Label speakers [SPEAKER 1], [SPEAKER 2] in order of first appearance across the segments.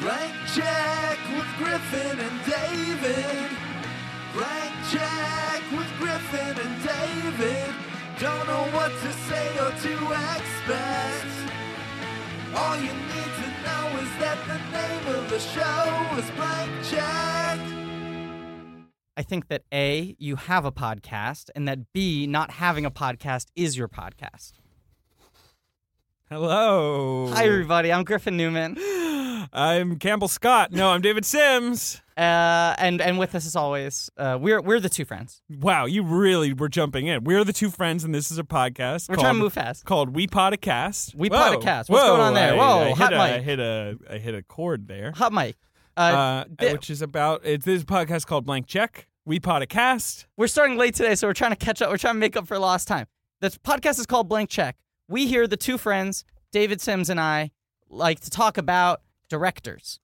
[SPEAKER 1] Blank check with Griffin and David. Blank check with Griffin and David. Don't know what to say or to expect. All you need to know is that the name of the show is Blank Check.
[SPEAKER 2] I think that A, you have a podcast, and that B, not having a podcast is your podcast.
[SPEAKER 3] Hello.
[SPEAKER 2] Hi, everybody. I'm Griffin Newman.
[SPEAKER 3] I'm Campbell Scott. No, I'm David Sims.
[SPEAKER 2] Uh, and, and with us, as always, uh, we're, we're the two friends.
[SPEAKER 3] Wow, you really were jumping in. We're the two friends, and this is a podcast.
[SPEAKER 2] We're
[SPEAKER 3] called,
[SPEAKER 2] trying to move fast.
[SPEAKER 3] Called We Podcast.
[SPEAKER 2] We
[SPEAKER 3] Whoa.
[SPEAKER 2] Podcast. What's
[SPEAKER 3] Whoa,
[SPEAKER 2] going on there?
[SPEAKER 3] I-
[SPEAKER 2] Whoa,
[SPEAKER 3] I hit
[SPEAKER 2] hot
[SPEAKER 3] a- I
[SPEAKER 2] mic.
[SPEAKER 3] hit a I hit a chord there.
[SPEAKER 2] Hot mic. Uh,
[SPEAKER 3] Uh,
[SPEAKER 2] th-
[SPEAKER 3] which is about it's this podcast called Blank Check. We Podcast.
[SPEAKER 2] we're starting late today, so we're trying to catch up. We're trying to make up for lost time. This podcast is called Blank Check. We here, the two friends, David Sims and I, like to talk about directors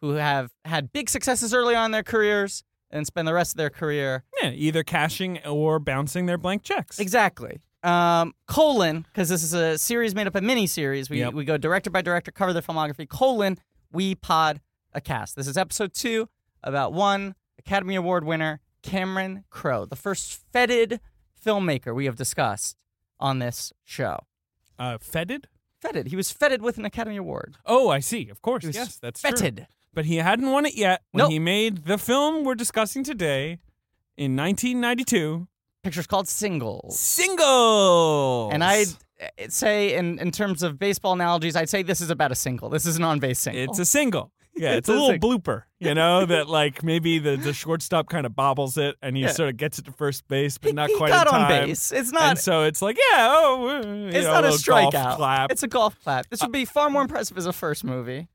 [SPEAKER 2] who have had big successes early on in their careers and spend the rest of their career
[SPEAKER 3] Yeah, either cashing or bouncing their blank checks.
[SPEAKER 2] Exactly. Um, colon, because this is a series made up of mini series. We,
[SPEAKER 3] Yep.
[SPEAKER 2] we go director by director, cover their filmography. Colon, we pod a cast. This is episode two about one Academy Award winner, Cameron Crowe, the first feted filmmaker we have discussed on this show.
[SPEAKER 3] Uh, feted.
[SPEAKER 2] Feted. He was feted with an Academy Award.
[SPEAKER 3] Oh, I see. Of course.
[SPEAKER 2] He was
[SPEAKER 3] Yes, that's true.
[SPEAKER 2] feted.
[SPEAKER 3] But he hadn't won it yet when
[SPEAKER 2] Nope.
[SPEAKER 3] he made the film we're discussing today in 1992,
[SPEAKER 2] Picture's called Singles.
[SPEAKER 3] Singles.
[SPEAKER 2] And I'd uh, say, in, in terms of baseball analogies, I'd say this is about a single. This is an on base single.
[SPEAKER 3] It's a single. Yeah, it's,
[SPEAKER 2] It's
[SPEAKER 3] a,
[SPEAKER 2] a
[SPEAKER 3] little
[SPEAKER 2] sing-
[SPEAKER 3] blooper, you know, that like maybe the, the shortstop kind of bobbles it and he
[SPEAKER 2] Yeah.
[SPEAKER 3] sort of gets it to first base, but
[SPEAKER 2] He-
[SPEAKER 3] not
[SPEAKER 2] he
[SPEAKER 3] quite
[SPEAKER 2] got
[SPEAKER 3] in
[SPEAKER 2] on
[SPEAKER 3] time.
[SPEAKER 2] base. It's not
[SPEAKER 3] And so it's like, yeah, oh, uh, you
[SPEAKER 2] It's
[SPEAKER 3] know,
[SPEAKER 2] not a
[SPEAKER 3] little golf
[SPEAKER 2] strikeout.
[SPEAKER 3] Clap.
[SPEAKER 2] It's a golf clap. This would be far more impressive as a first movie.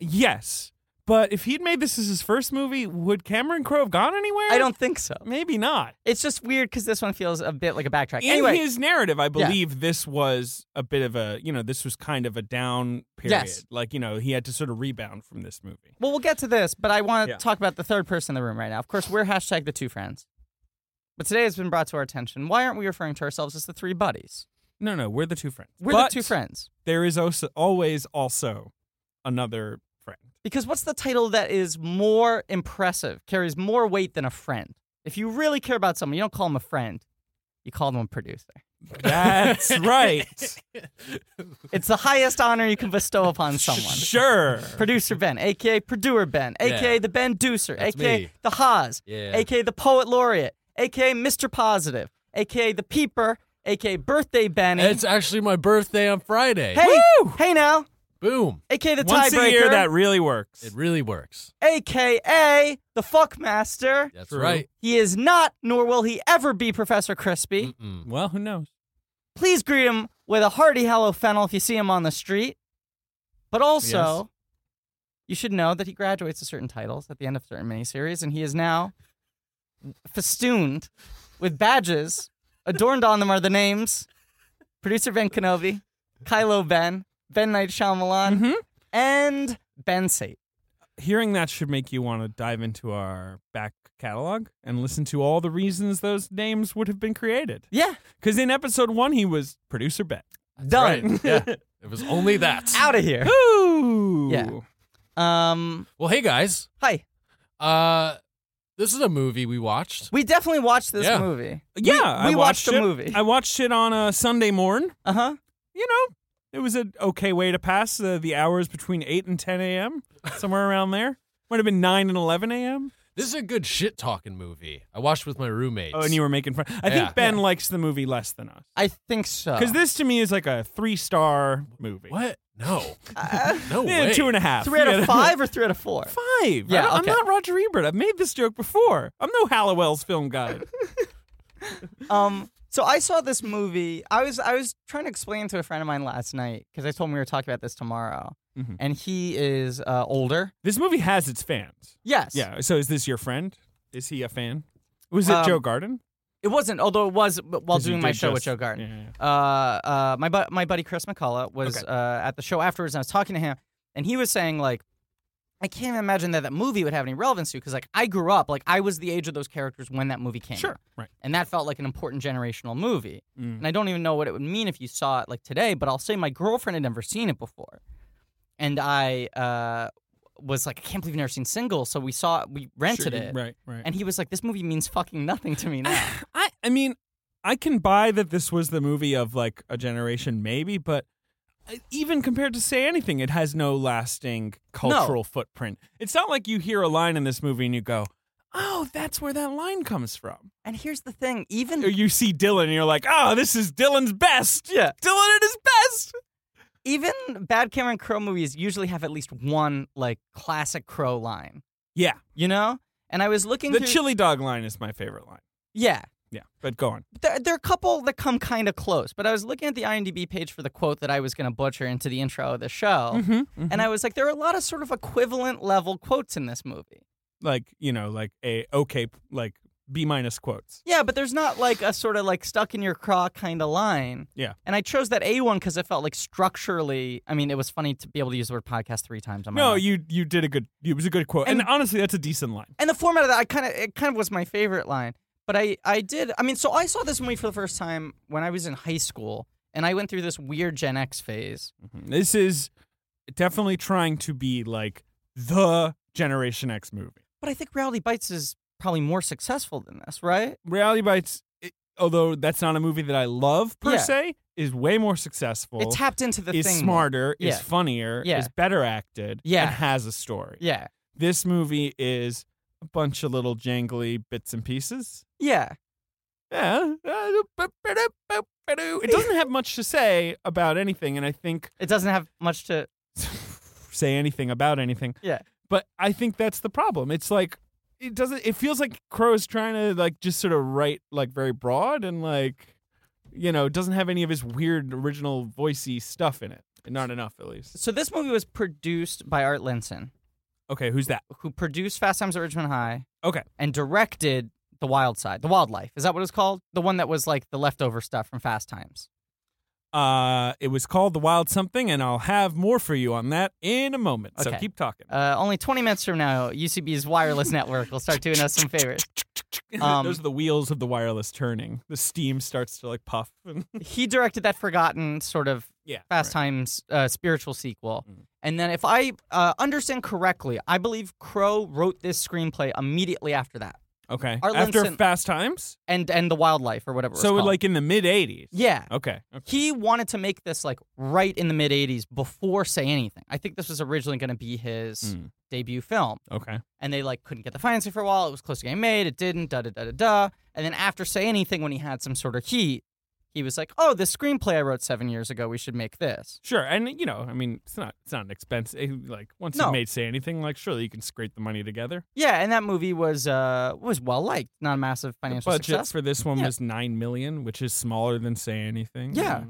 [SPEAKER 3] yes, but if he'd made this as his first movie, would Cameron Crowe have gone anywhere?
[SPEAKER 2] I don't think so.
[SPEAKER 3] Maybe not.
[SPEAKER 2] It's just weird because this one feels a bit like a backtrack.
[SPEAKER 3] in
[SPEAKER 2] anyway,
[SPEAKER 3] his narrative, I believe this was a bit of a, you know, this was kind of a down period.
[SPEAKER 2] Yes.
[SPEAKER 3] Like, you know, he had to sort of rebound from this movie.
[SPEAKER 2] well, we'll get to this, but I want to
[SPEAKER 3] Yeah.
[SPEAKER 2] talk about the third person in the room right now. Of course, we're hashtag the two friends. But today has been brought to our attention. Why aren't we referring to ourselves as the three buddies?
[SPEAKER 3] No, no, we're the two friends.
[SPEAKER 2] We're
[SPEAKER 3] But
[SPEAKER 2] the two friends.
[SPEAKER 3] There is also, always also another friend.
[SPEAKER 2] Because what's the title that is more impressive, carries more weight than a friend? If you really care about someone, you don't call them a friend, you call them a producer.
[SPEAKER 3] That's right.
[SPEAKER 2] It's the highest honor you can bestow upon someone.
[SPEAKER 3] Sure.
[SPEAKER 2] Producer Ben, aka Purduer Ben, aka
[SPEAKER 4] Yeah.
[SPEAKER 2] the Ben Deucer,
[SPEAKER 4] That's
[SPEAKER 2] aka
[SPEAKER 4] me.
[SPEAKER 2] the Haas,
[SPEAKER 4] Yeah.
[SPEAKER 2] aka the Poet Laureate, aka Mr. Positive, aka the Peeper, aka Birthday Benny.
[SPEAKER 4] It's actually my birthday on Friday.
[SPEAKER 2] hey, hey now,
[SPEAKER 4] Boom.
[SPEAKER 2] aka the
[SPEAKER 3] Once a year,
[SPEAKER 2] Tiebreaker,
[SPEAKER 3] that really works.
[SPEAKER 4] It really works.
[SPEAKER 2] aka the Fuckmaster.
[SPEAKER 4] That's
[SPEAKER 3] True.
[SPEAKER 4] right.
[SPEAKER 2] He is not, nor will he ever be, Professor Crispy.
[SPEAKER 4] Mm-mm.
[SPEAKER 3] well, who knows?
[SPEAKER 2] Please greet him with a hearty hello, Fennel, if you see him on the street. But also, you should know that he graduates to certain titles at the end of certain miniseries, and he is now festooned with badges. Adorned on them are the names producer Ben Kenobi, Kylo Ben, Ben Knight Shyamalan,
[SPEAKER 3] Mhm.
[SPEAKER 2] and Ben Sate.
[SPEAKER 3] Hearing that should make you want to dive into our back catalog and listen to all the reasons those names would have been created.
[SPEAKER 2] Yeah,
[SPEAKER 3] Because in episode one, he was producer Ben.
[SPEAKER 2] done.
[SPEAKER 4] Right. Yeah. It was only that.
[SPEAKER 2] Out of here.
[SPEAKER 3] Ooh.
[SPEAKER 2] Yeah. Um,
[SPEAKER 4] Well, hey guys.
[SPEAKER 2] hi.
[SPEAKER 4] Uh this is a movie we watched.
[SPEAKER 2] We definitely watched this
[SPEAKER 4] Yeah.
[SPEAKER 2] movie.
[SPEAKER 3] Yeah,
[SPEAKER 2] we watched
[SPEAKER 3] I watched,
[SPEAKER 2] the
[SPEAKER 3] it.
[SPEAKER 2] movie.
[SPEAKER 3] I watched it on a Sunday morn.
[SPEAKER 2] Uh huh.
[SPEAKER 3] You know, it was an okay way to pass uh, the hours between 8 and 10 a.m., somewhere around there. Might have been 9 and 11 a.m.
[SPEAKER 4] This is a good shit talking movie. I watched with my roommates.
[SPEAKER 3] Oh, and you were making fun. I
[SPEAKER 4] Yeah. Uh.
[SPEAKER 3] think Ben likes the movie less than us.
[SPEAKER 2] I think so.
[SPEAKER 3] Because this to me is like a three star movie.
[SPEAKER 4] What? No.
[SPEAKER 2] Uh,
[SPEAKER 4] No
[SPEAKER 3] Yeah,
[SPEAKER 4] way.
[SPEAKER 3] two and a half.
[SPEAKER 2] Three out
[SPEAKER 3] Yeah.
[SPEAKER 2] of five or three out of four?
[SPEAKER 3] Five.
[SPEAKER 2] Yeah,
[SPEAKER 3] I don't- I'm
[SPEAKER 2] okay.
[SPEAKER 3] not Roger Ebert. I've made this joke before. I'm no Halliwell's film guy.
[SPEAKER 2] Um, so I saw this movie. I was I was trying to explain to a friend of mine last night because I told him we were talking about this tomorrow,
[SPEAKER 3] Mhm.
[SPEAKER 2] and he is uh, older.
[SPEAKER 3] this movie has its fans.
[SPEAKER 2] Yes.
[SPEAKER 3] Yeah. So is this your friend? Is he a fan? Was it
[SPEAKER 2] Um,
[SPEAKER 3] Joe Garden?
[SPEAKER 2] It wasn't, although it was but while
[SPEAKER 3] 'Cause you
[SPEAKER 2] doing my
[SPEAKER 3] did
[SPEAKER 2] show with
[SPEAKER 3] just-
[SPEAKER 2] Joe Garden.
[SPEAKER 3] Yeah, yeah, yeah.
[SPEAKER 2] Uh, uh, my bu- my buddy Chris McCullough was
[SPEAKER 3] Okay.
[SPEAKER 2] uh, at the show afterwards, and I was talking to him, and he was saying like. I can't even imagine that that movie would have any relevance to because, like, I grew up, like, I was the age of those characters when that movie came. out.
[SPEAKER 3] Sure. Right.
[SPEAKER 2] And that felt like an important generational movie.
[SPEAKER 3] Mm.
[SPEAKER 2] and I don't even know what it would mean if you saw it like today, but I'll say my girlfriend had never seen it before. and I uh, was like, I can't believe I've never seen Single. So we saw it, we rented it,
[SPEAKER 3] Right, right.
[SPEAKER 2] and he was like, this movie means fucking nothing to me now.
[SPEAKER 3] I, I mean, I can buy that this was the movie of like a generation, maybe, but uh, even compared to say anything, it has no lasting cultural footprint. It's not like you hear a line in this movie and you go, "Oh, that's where that line comes from,"
[SPEAKER 2] and here's the thing,
[SPEAKER 3] or
[SPEAKER 2] even
[SPEAKER 3] you see Dylan and you're like, "Oh, this is Dylan's best."
[SPEAKER 2] Yeah.
[SPEAKER 3] Dylan at his best.
[SPEAKER 2] even bad Cameron Crowe movies usually have at least one like classic Crowe line,
[SPEAKER 3] Yeah,
[SPEAKER 2] you know. And I was looking
[SPEAKER 3] the
[SPEAKER 2] through,
[SPEAKER 3] chili dog line is my favorite line.
[SPEAKER 2] yeah,
[SPEAKER 3] Yeah, but go on.
[SPEAKER 2] there, there are a couple that come kind of close, but I was looking at the IMDb page for the quote that I was going to butcher into the intro of the show, Oh.
[SPEAKER 3] Mm-hmm.
[SPEAKER 2] and I was like, there are a lot of sort of equivalent level quotes in this movie.
[SPEAKER 3] Like you know, like a okay, like B minus quotes.
[SPEAKER 2] Yeah, but there's not like a sort of like stuck in your craw kind of line.
[SPEAKER 3] Yeah.
[SPEAKER 2] And I chose that A one because I felt like structurally, I mean, it was funny to be able to use the word podcast three times. On my
[SPEAKER 3] No,
[SPEAKER 2] own.
[SPEAKER 3] you you did a good. It was a good quote, and,
[SPEAKER 2] And-
[SPEAKER 3] honestly, that's a decent line.
[SPEAKER 2] and the format of that, I kind of it kind of was my favorite line. But I I did I mean, so I saw this movie for the first time when I was in high school, and I went through this weird Gen X phase.
[SPEAKER 3] This is definitely trying to be like the Generation X movie.
[SPEAKER 2] But I think Reality Bites is probably more successful than this, right?
[SPEAKER 3] Reality Bites, it- although that's not a movie that I love per
[SPEAKER 2] Yeah.
[SPEAKER 3] se, is way more successful.
[SPEAKER 2] It tapped into the
[SPEAKER 3] is
[SPEAKER 2] thing. more.
[SPEAKER 3] smarter, is
[SPEAKER 2] Yeah.
[SPEAKER 3] funnier,
[SPEAKER 2] Yeah.
[SPEAKER 3] is better acted,
[SPEAKER 2] Yeah.
[SPEAKER 3] and has a story.
[SPEAKER 2] Yeah.
[SPEAKER 3] This movie is a bunch of little jangly bits and pieces.
[SPEAKER 2] Yeah.
[SPEAKER 3] Yeah. It doesn't have much to say about anything, and I think
[SPEAKER 2] It doesn't have much to
[SPEAKER 3] say anything about anything.
[SPEAKER 2] Yeah.
[SPEAKER 3] But I think that's the problem. It's like it doesn't it feels like Crow is trying to like just sort of write like very broad and like you know, doesn't have any of his weird original voicey stuff in it. Not enough at least.
[SPEAKER 2] So this movie was produced by Art Linson,
[SPEAKER 3] Okay, who's that?
[SPEAKER 2] who produced Fast Times at Ridgemont High.
[SPEAKER 3] Okay.
[SPEAKER 2] And directed The Wild Side, The Wildlife. Is that what it was called? The one that was like the leftover stuff from Fast Times.
[SPEAKER 3] Uh it was called The Wild Something and I'll have more for you on that in a moment. So
[SPEAKER 2] Okay.
[SPEAKER 3] keep talking.
[SPEAKER 2] Uh, only 20 minutes from now, UCB's wireless network will start doing us some favors. Um,
[SPEAKER 3] Those are the wheels of the wireless turning. The steam starts to like puff and
[SPEAKER 2] He directed that forgotten sort of
[SPEAKER 3] yeah.
[SPEAKER 2] Fast
[SPEAKER 3] right.
[SPEAKER 2] Times uh, spiritual sequel.
[SPEAKER 3] Mhm.
[SPEAKER 2] And then, if I uh, understand correctly, I believe Crow wrote this screenplay immediately after that,
[SPEAKER 3] Okay.
[SPEAKER 2] Art
[SPEAKER 3] After
[SPEAKER 2] Linson-
[SPEAKER 3] Fast Times?
[SPEAKER 2] and and the wildlife or whatever. it was
[SPEAKER 3] So
[SPEAKER 2] called.
[SPEAKER 3] like in the mid 80s.
[SPEAKER 2] yeah,
[SPEAKER 3] Okay. okay.
[SPEAKER 2] he wanted to make this like right in the mid '80s before Say Anything. I think this was originally going to be his
[SPEAKER 3] Mm.
[SPEAKER 2] debut film,
[SPEAKER 3] Okay.
[SPEAKER 2] and they like couldn't get the financing for a while. It was close to getting made. It didn't. Da da da da da. And then after Say Anything, when he had some sort of heat, he was like, "Oh, this screenplay I wrote seven years ago. We should make this."
[SPEAKER 3] Sure. And you know, I mean, it's not it's not an expense. eh, Like once you
[SPEAKER 2] No.
[SPEAKER 3] made say anything, like surely you can scrape the money together.
[SPEAKER 2] Yeah, and that movie was uh was well liked, not a massive financial
[SPEAKER 3] the budget
[SPEAKER 2] success.
[SPEAKER 3] for this one
[SPEAKER 2] Yeah.
[SPEAKER 3] was 9 million, which is smaller than say anything.
[SPEAKER 2] Yeah.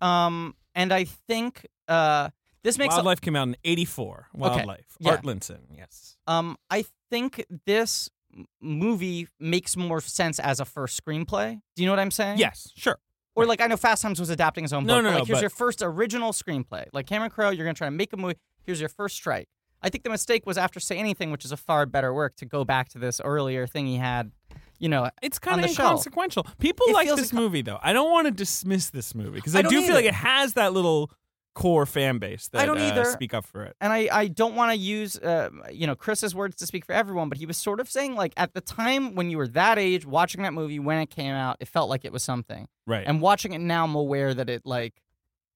[SPEAKER 2] Um, and I think uh, this makes
[SPEAKER 3] Wildlife came out in 84. Wildlife.
[SPEAKER 2] Yeah.
[SPEAKER 3] Art Linson. Yes.
[SPEAKER 2] um, I think this m- movie makes more sense as a first screenplay. Do you know what I'm saying?
[SPEAKER 3] Yes, sure.
[SPEAKER 2] Or like I know Fast Times was adapting his own
[SPEAKER 3] No,
[SPEAKER 2] book.
[SPEAKER 3] no,
[SPEAKER 2] but,
[SPEAKER 3] no,
[SPEAKER 2] like here's
[SPEAKER 3] but-
[SPEAKER 2] your first original screenplay. Like Cameron Crowe, you're gonna try to make a movie. Here's your first strike. I think the mistake was after Say Anything, which is a far better work, to go back to this earlier thing he had. You know,
[SPEAKER 3] It's kind
[SPEAKER 2] the
[SPEAKER 3] of
[SPEAKER 2] show.
[SPEAKER 3] inconsequential. People
[SPEAKER 2] It
[SPEAKER 3] like
[SPEAKER 2] feels
[SPEAKER 3] this
[SPEAKER 2] inco-
[SPEAKER 3] movie though. I don't want to dismiss this movie because
[SPEAKER 2] I
[SPEAKER 3] I,
[SPEAKER 2] don't
[SPEAKER 3] do feel like
[SPEAKER 2] either.
[SPEAKER 3] it has that little core fan base that
[SPEAKER 2] I don't
[SPEAKER 3] uh,
[SPEAKER 2] either.
[SPEAKER 3] speak up for it.
[SPEAKER 2] and I, I don't want to use uh, you know Chris's words to speak for everyone, but he was sort of saying like at the time when you were that age watching that movie when it came out, it felt like it was something,
[SPEAKER 3] Right.
[SPEAKER 2] and watching it now, I'm aware that it like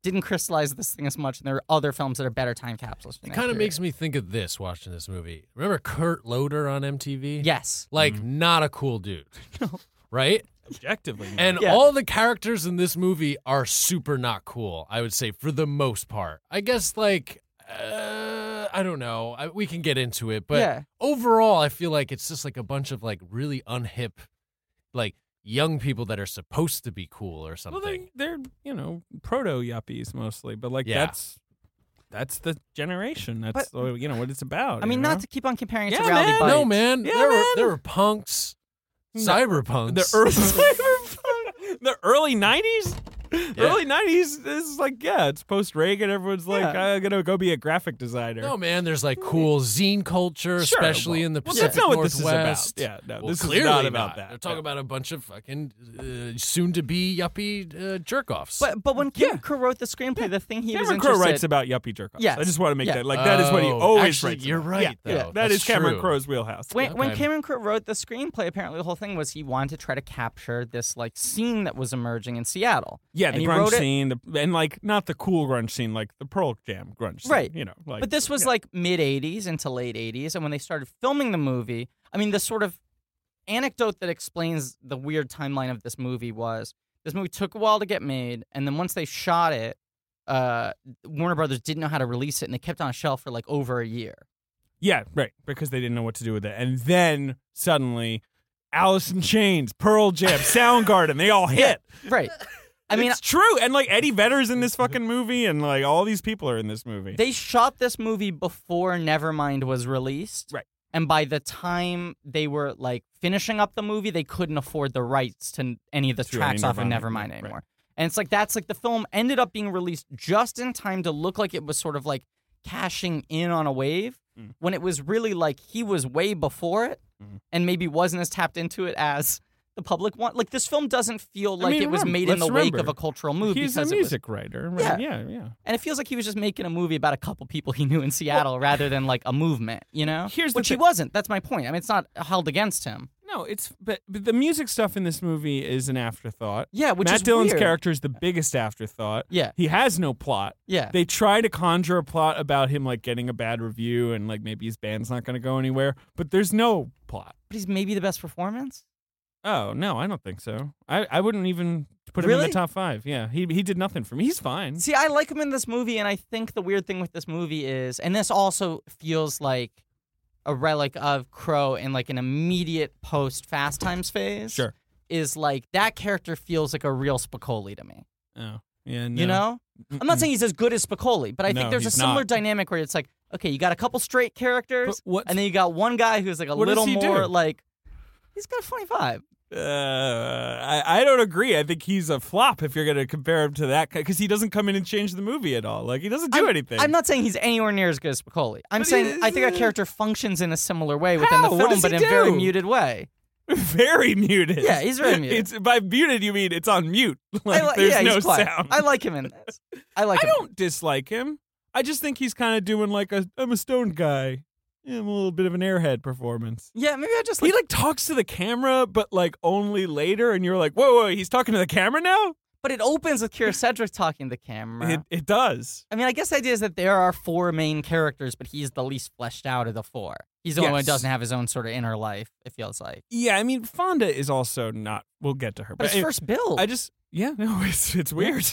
[SPEAKER 2] didn't crystallize this thing as much, and there are other films that are better time capsules.
[SPEAKER 4] It kind of makes me think of this watching this movie. Remember Kurt Loder on MTV?
[SPEAKER 2] yes,
[SPEAKER 4] Like,
[SPEAKER 3] Mm-hmm.
[SPEAKER 4] not a cool dude. Right?
[SPEAKER 3] Objectively. no.
[SPEAKER 4] And
[SPEAKER 2] Yeah.
[SPEAKER 4] all the characters in this movie are super not cool, I would say, for the most part. I guess, like, uh, I don't know. I, we can get into it. But
[SPEAKER 2] Yeah.
[SPEAKER 4] overall, I feel like it's just like a bunch of, like, really unhip, like, young people that are supposed to be cool or
[SPEAKER 3] Well,
[SPEAKER 4] something.
[SPEAKER 3] they, they're you know proto yuppies mostly, but like
[SPEAKER 4] Yeah.
[SPEAKER 3] that's that's the generation. That's
[SPEAKER 2] But-
[SPEAKER 3] uh, you know what it's about.
[SPEAKER 2] I mean
[SPEAKER 3] you
[SPEAKER 2] not
[SPEAKER 3] know?
[SPEAKER 2] to keep on comparing it to
[SPEAKER 3] Yeah,
[SPEAKER 2] reality,
[SPEAKER 3] man.
[SPEAKER 2] Bites.
[SPEAKER 4] no, man.
[SPEAKER 3] Yeah,
[SPEAKER 4] there, Were,
[SPEAKER 3] man.
[SPEAKER 4] there were punks,
[SPEAKER 3] No.
[SPEAKER 4] cyberpunks.
[SPEAKER 3] the early the early nineties. Early '90s is like, yeah, it's post Reagan. Everyone's like,
[SPEAKER 2] Yeah.
[SPEAKER 3] I'm gonna go be a graphic designer.
[SPEAKER 4] No, man, there's like cool zine culture,
[SPEAKER 3] Sure,
[SPEAKER 4] especially
[SPEAKER 3] well-
[SPEAKER 4] in the
[SPEAKER 3] well,
[SPEAKER 4] Pacific
[SPEAKER 3] that's not what this is about.
[SPEAKER 4] Northwest.
[SPEAKER 3] Yeah, no,
[SPEAKER 4] Well,
[SPEAKER 3] this is
[SPEAKER 4] clearly
[SPEAKER 3] not about that.
[SPEAKER 4] They're talking
[SPEAKER 3] Yeah.
[SPEAKER 4] about a bunch of fucking uh, soon-to-be yuppie uh, jerk-offs.
[SPEAKER 2] But but when Cameron
[SPEAKER 3] Yeah.
[SPEAKER 2] Crowe wrote the screenplay, the thing he was
[SPEAKER 3] Cameron
[SPEAKER 2] interested
[SPEAKER 3] Crowe writes about yuppie jerk offs.
[SPEAKER 2] Yes.
[SPEAKER 3] I just want to make
[SPEAKER 2] Yeah.
[SPEAKER 3] that like that is what he
[SPEAKER 4] Oh,
[SPEAKER 3] always
[SPEAKER 4] actually,
[SPEAKER 3] writes.
[SPEAKER 4] You're
[SPEAKER 3] about.
[SPEAKER 4] right,
[SPEAKER 3] Yeah.
[SPEAKER 4] though.
[SPEAKER 2] Yeah.
[SPEAKER 3] That
[SPEAKER 4] That's
[SPEAKER 3] is Cameron
[SPEAKER 4] true.
[SPEAKER 3] Crowe's wheelhouse.
[SPEAKER 2] when, when
[SPEAKER 4] Okay.
[SPEAKER 2] Cameron Crowe wrote the screenplay, apparently the whole thing was he wanted to try to capture this like scene that was emerging in Seattle.
[SPEAKER 3] Yeah,
[SPEAKER 2] and
[SPEAKER 3] the
[SPEAKER 2] he
[SPEAKER 3] grunge
[SPEAKER 2] wrote it-
[SPEAKER 3] scene, the, and like not the cool grunge scene, like the Pearl Jam grunge scene.
[SPEAKER 2] Right.
[SPEAKER 3] You know, like
[SPEAKER 2] but this was like mid 80s into late 80s. And when they started filming the movie, I mean, the sort of anecdote that explains the weird timeline of this movie was this movie took a while to get made. And then once they shot it, uh, Warner Brothers didn't know how to release it and they kept it on a shelf for like over a year.
[SPEAKER 3] Yeah, right. Because they didn't know what to do with it. And then suddenly Alice in Chains, Pearl Jam, Soundgarden, they all hit.
[SPEAKER 2] Right. I mean,
[SPEAKER 3] it's true. And like Eddie Vedder's in this fucking movie, and like all these people are in this movie.
[SPEAKER 2] they shot this movie before Nevermind was released.
[SPEAKER 3] Right.
[SPEAKER 2] And by the time they were like finishing up the movie, they couldn't afford the rights to n- any of the
[SPEAKER 3] To any
[SPEAKER 2] tracks off of
[SPEAKER 3] Nirvana,
[SPEAKER 2] Nevermind
[SPEAKER 3] right, right.
[SPEAKER 2] anymore. And it's like that's like the film ended up being released just in time to look like it was sort of like cashing in on a wave
[SPEAKER 3] Mm.
[SPEAKER 2] when it was really like he was way before it
[SPEAKER 3] Mhm.
[SPEAKER 2] and maybe wasn't as tapped into it as the public want. Like this film doesn't feel
[SPEAKER 3] I
[SPEAKER 2] like
[SPEAKER 3] mean,
[SPEAKER 2] it was
[SPEAKER 3] remem-
[SPEAKER 2] made in
[SPEAKER 3] let's
[SPEAKER 2] the wake of
[SPEAKER 3] remember,
[SPEAKER 2] a cultural move
[SPEAKER 3] He's a
[SPEAKER 2] because it was
[SPEAKER 3] music writer. Right? Yeah, yeah.
[SPEAKER 2] and it feels like he was just making a movie about a couple people he knew in Seattle rather than like a movement, you know?
[SPEAKER 3] Here's the
[SPEAKER 2] Which he
[SPEAKER 3] thi-
[SPEAKER 2] wasn't. That's my point. I mean, it's not held against him.
[SPEAKER 3] No, it's but, but the music stuff in this movie is an afterthought.
[SPEAKER 2] Yeah, which
[SPEAKER 3] Matt
[SPEAKER 2] is
[SPEAKER 3] Dillon's
[SPEAKER 2] weird.
[SPEAKER 3] character is the biggest afterthought.
[SPEAKER 2] Yeah.
[SPEAKER 3] He has no plot.
[SPEAKER 2] Yeah.
[SPEAKER 3] They try to conjure a plot about him like getting a bad review and like maybe his band's not going to go anywhere, but there's no plot.
[SPEAKER 2] but he's maybe the best performance.
[SPEAKER 3] Oh no, I don't think so. I, I wouldn't even put him in
[SPEAKER 2] Really?
[SPEAKER 3] the top five. Yeah, he he did nothing for me. He's fine.
[SPEAKER 2] See, I like him in this movie, and I think the weird thing with this movie is, and this also feels like a relic of Crow in like an immediate post Fast Times phase.
[SPEAKER 3] Sure.
[SPEAKER 2] Is like that character feels like a real Spicoli to me.
[SPEAKER 3] Oh yeah,
[SPEAKER 2] You know? I'm not saying he's as good as Spicoli, but I
[SPEAKER 3] No,
[SPEAKER 2] think there's a
[SPEAKER 3] he's
[SPEAKER 2] similar
[SPEAKER 3] not.
[SPEAKER 2] dynamic where it's like, okay, you got a couple straight characters,
[SPEAKER 3] But what's-
[SPEAKER 2] and then you got one guy who's like a
[SPEAKER 3] What does
[SPEAKER 2] little
[SPEAKER 3] he do?
[SPEAKER 2] more like he's got a funny vibe.
[SPEAKER 3] Uh, I I don't agree. I think he's a flop if you're going to compare him to that because he doesn't come in and change the movie at all. Like he doesn't do
[SPEAKER 2] I'm,
[SPEAKER 3] anything.
[SPEAKER 2] I'm not saying he's anywhere near as good as Spicoli. I'm
[SPEAKER 3] But
[SPEAKER 2] saying
[SPEAKER 3] he-
[SPEAKER 2] I think a character functions in a similar way within
[SPEAKER 3] How?
[SPEAKER 2] the
[SPEAKER 3] What
[SPEAKER 2] film,
[SPEAKER 3] does
[SPEAKER 2] but
[SPEAKER 3] he
[SPEAKER 2] in a very
[SPEAKER 3] do?
[SPEAKER 2] muted way.
[SPEAKER 3] very muted.
[SPEAKER 2] Yeah, he's very muted.
[SPEAKER 3] It's by muted you mean it's on mute. Like
[SPEAKER 2] I li-
[SPEAKER 3] there's
[SPEAKER 2] yeah,
[SPEAKER 3] no
[SPEAKER 2] he's quiet.
[SPEAKER 3] sound.
[SPEAKER 2] I like him in this. I like
[SPEAKER 3] I
[SPEAKER 2] him.
[SPEAKER 3] don't dislike him. I just think he's kind of doing like a I'm a stone guy. Yeah, I'm a little bit of an airhead performance.
[SPEAKER 2] Yeah, maybe I just
[SPEAKER 3] he
[SPEAKER 2] like,
[SPEAKER 3] like talks to the camera, but like only later, and you're like, whoa, whoa, he's talking to the camera now.
[SPEAKER 2] but it opens with Kira Cedric talking to the camera.
[SPEAKER 3] It, it does.
[SPEAKER 2] I mean, I guess the idea is that there are four main characters, but he's the least fleshed out of the four. He's the only one who
[SPEAKER 3] Yes.
[SPEAKER 2] doesn't have his own sort of inner life. It feels like,
[SPEAKER 3] Yeah, I mean, Fonda is also not. We'll get to her,
[SPEAKER 2] but his
[SPEAKER 3] it-
[SPEAKER 2] first build,
[SPEAKER 3] I just yeah, no, it's it's weird.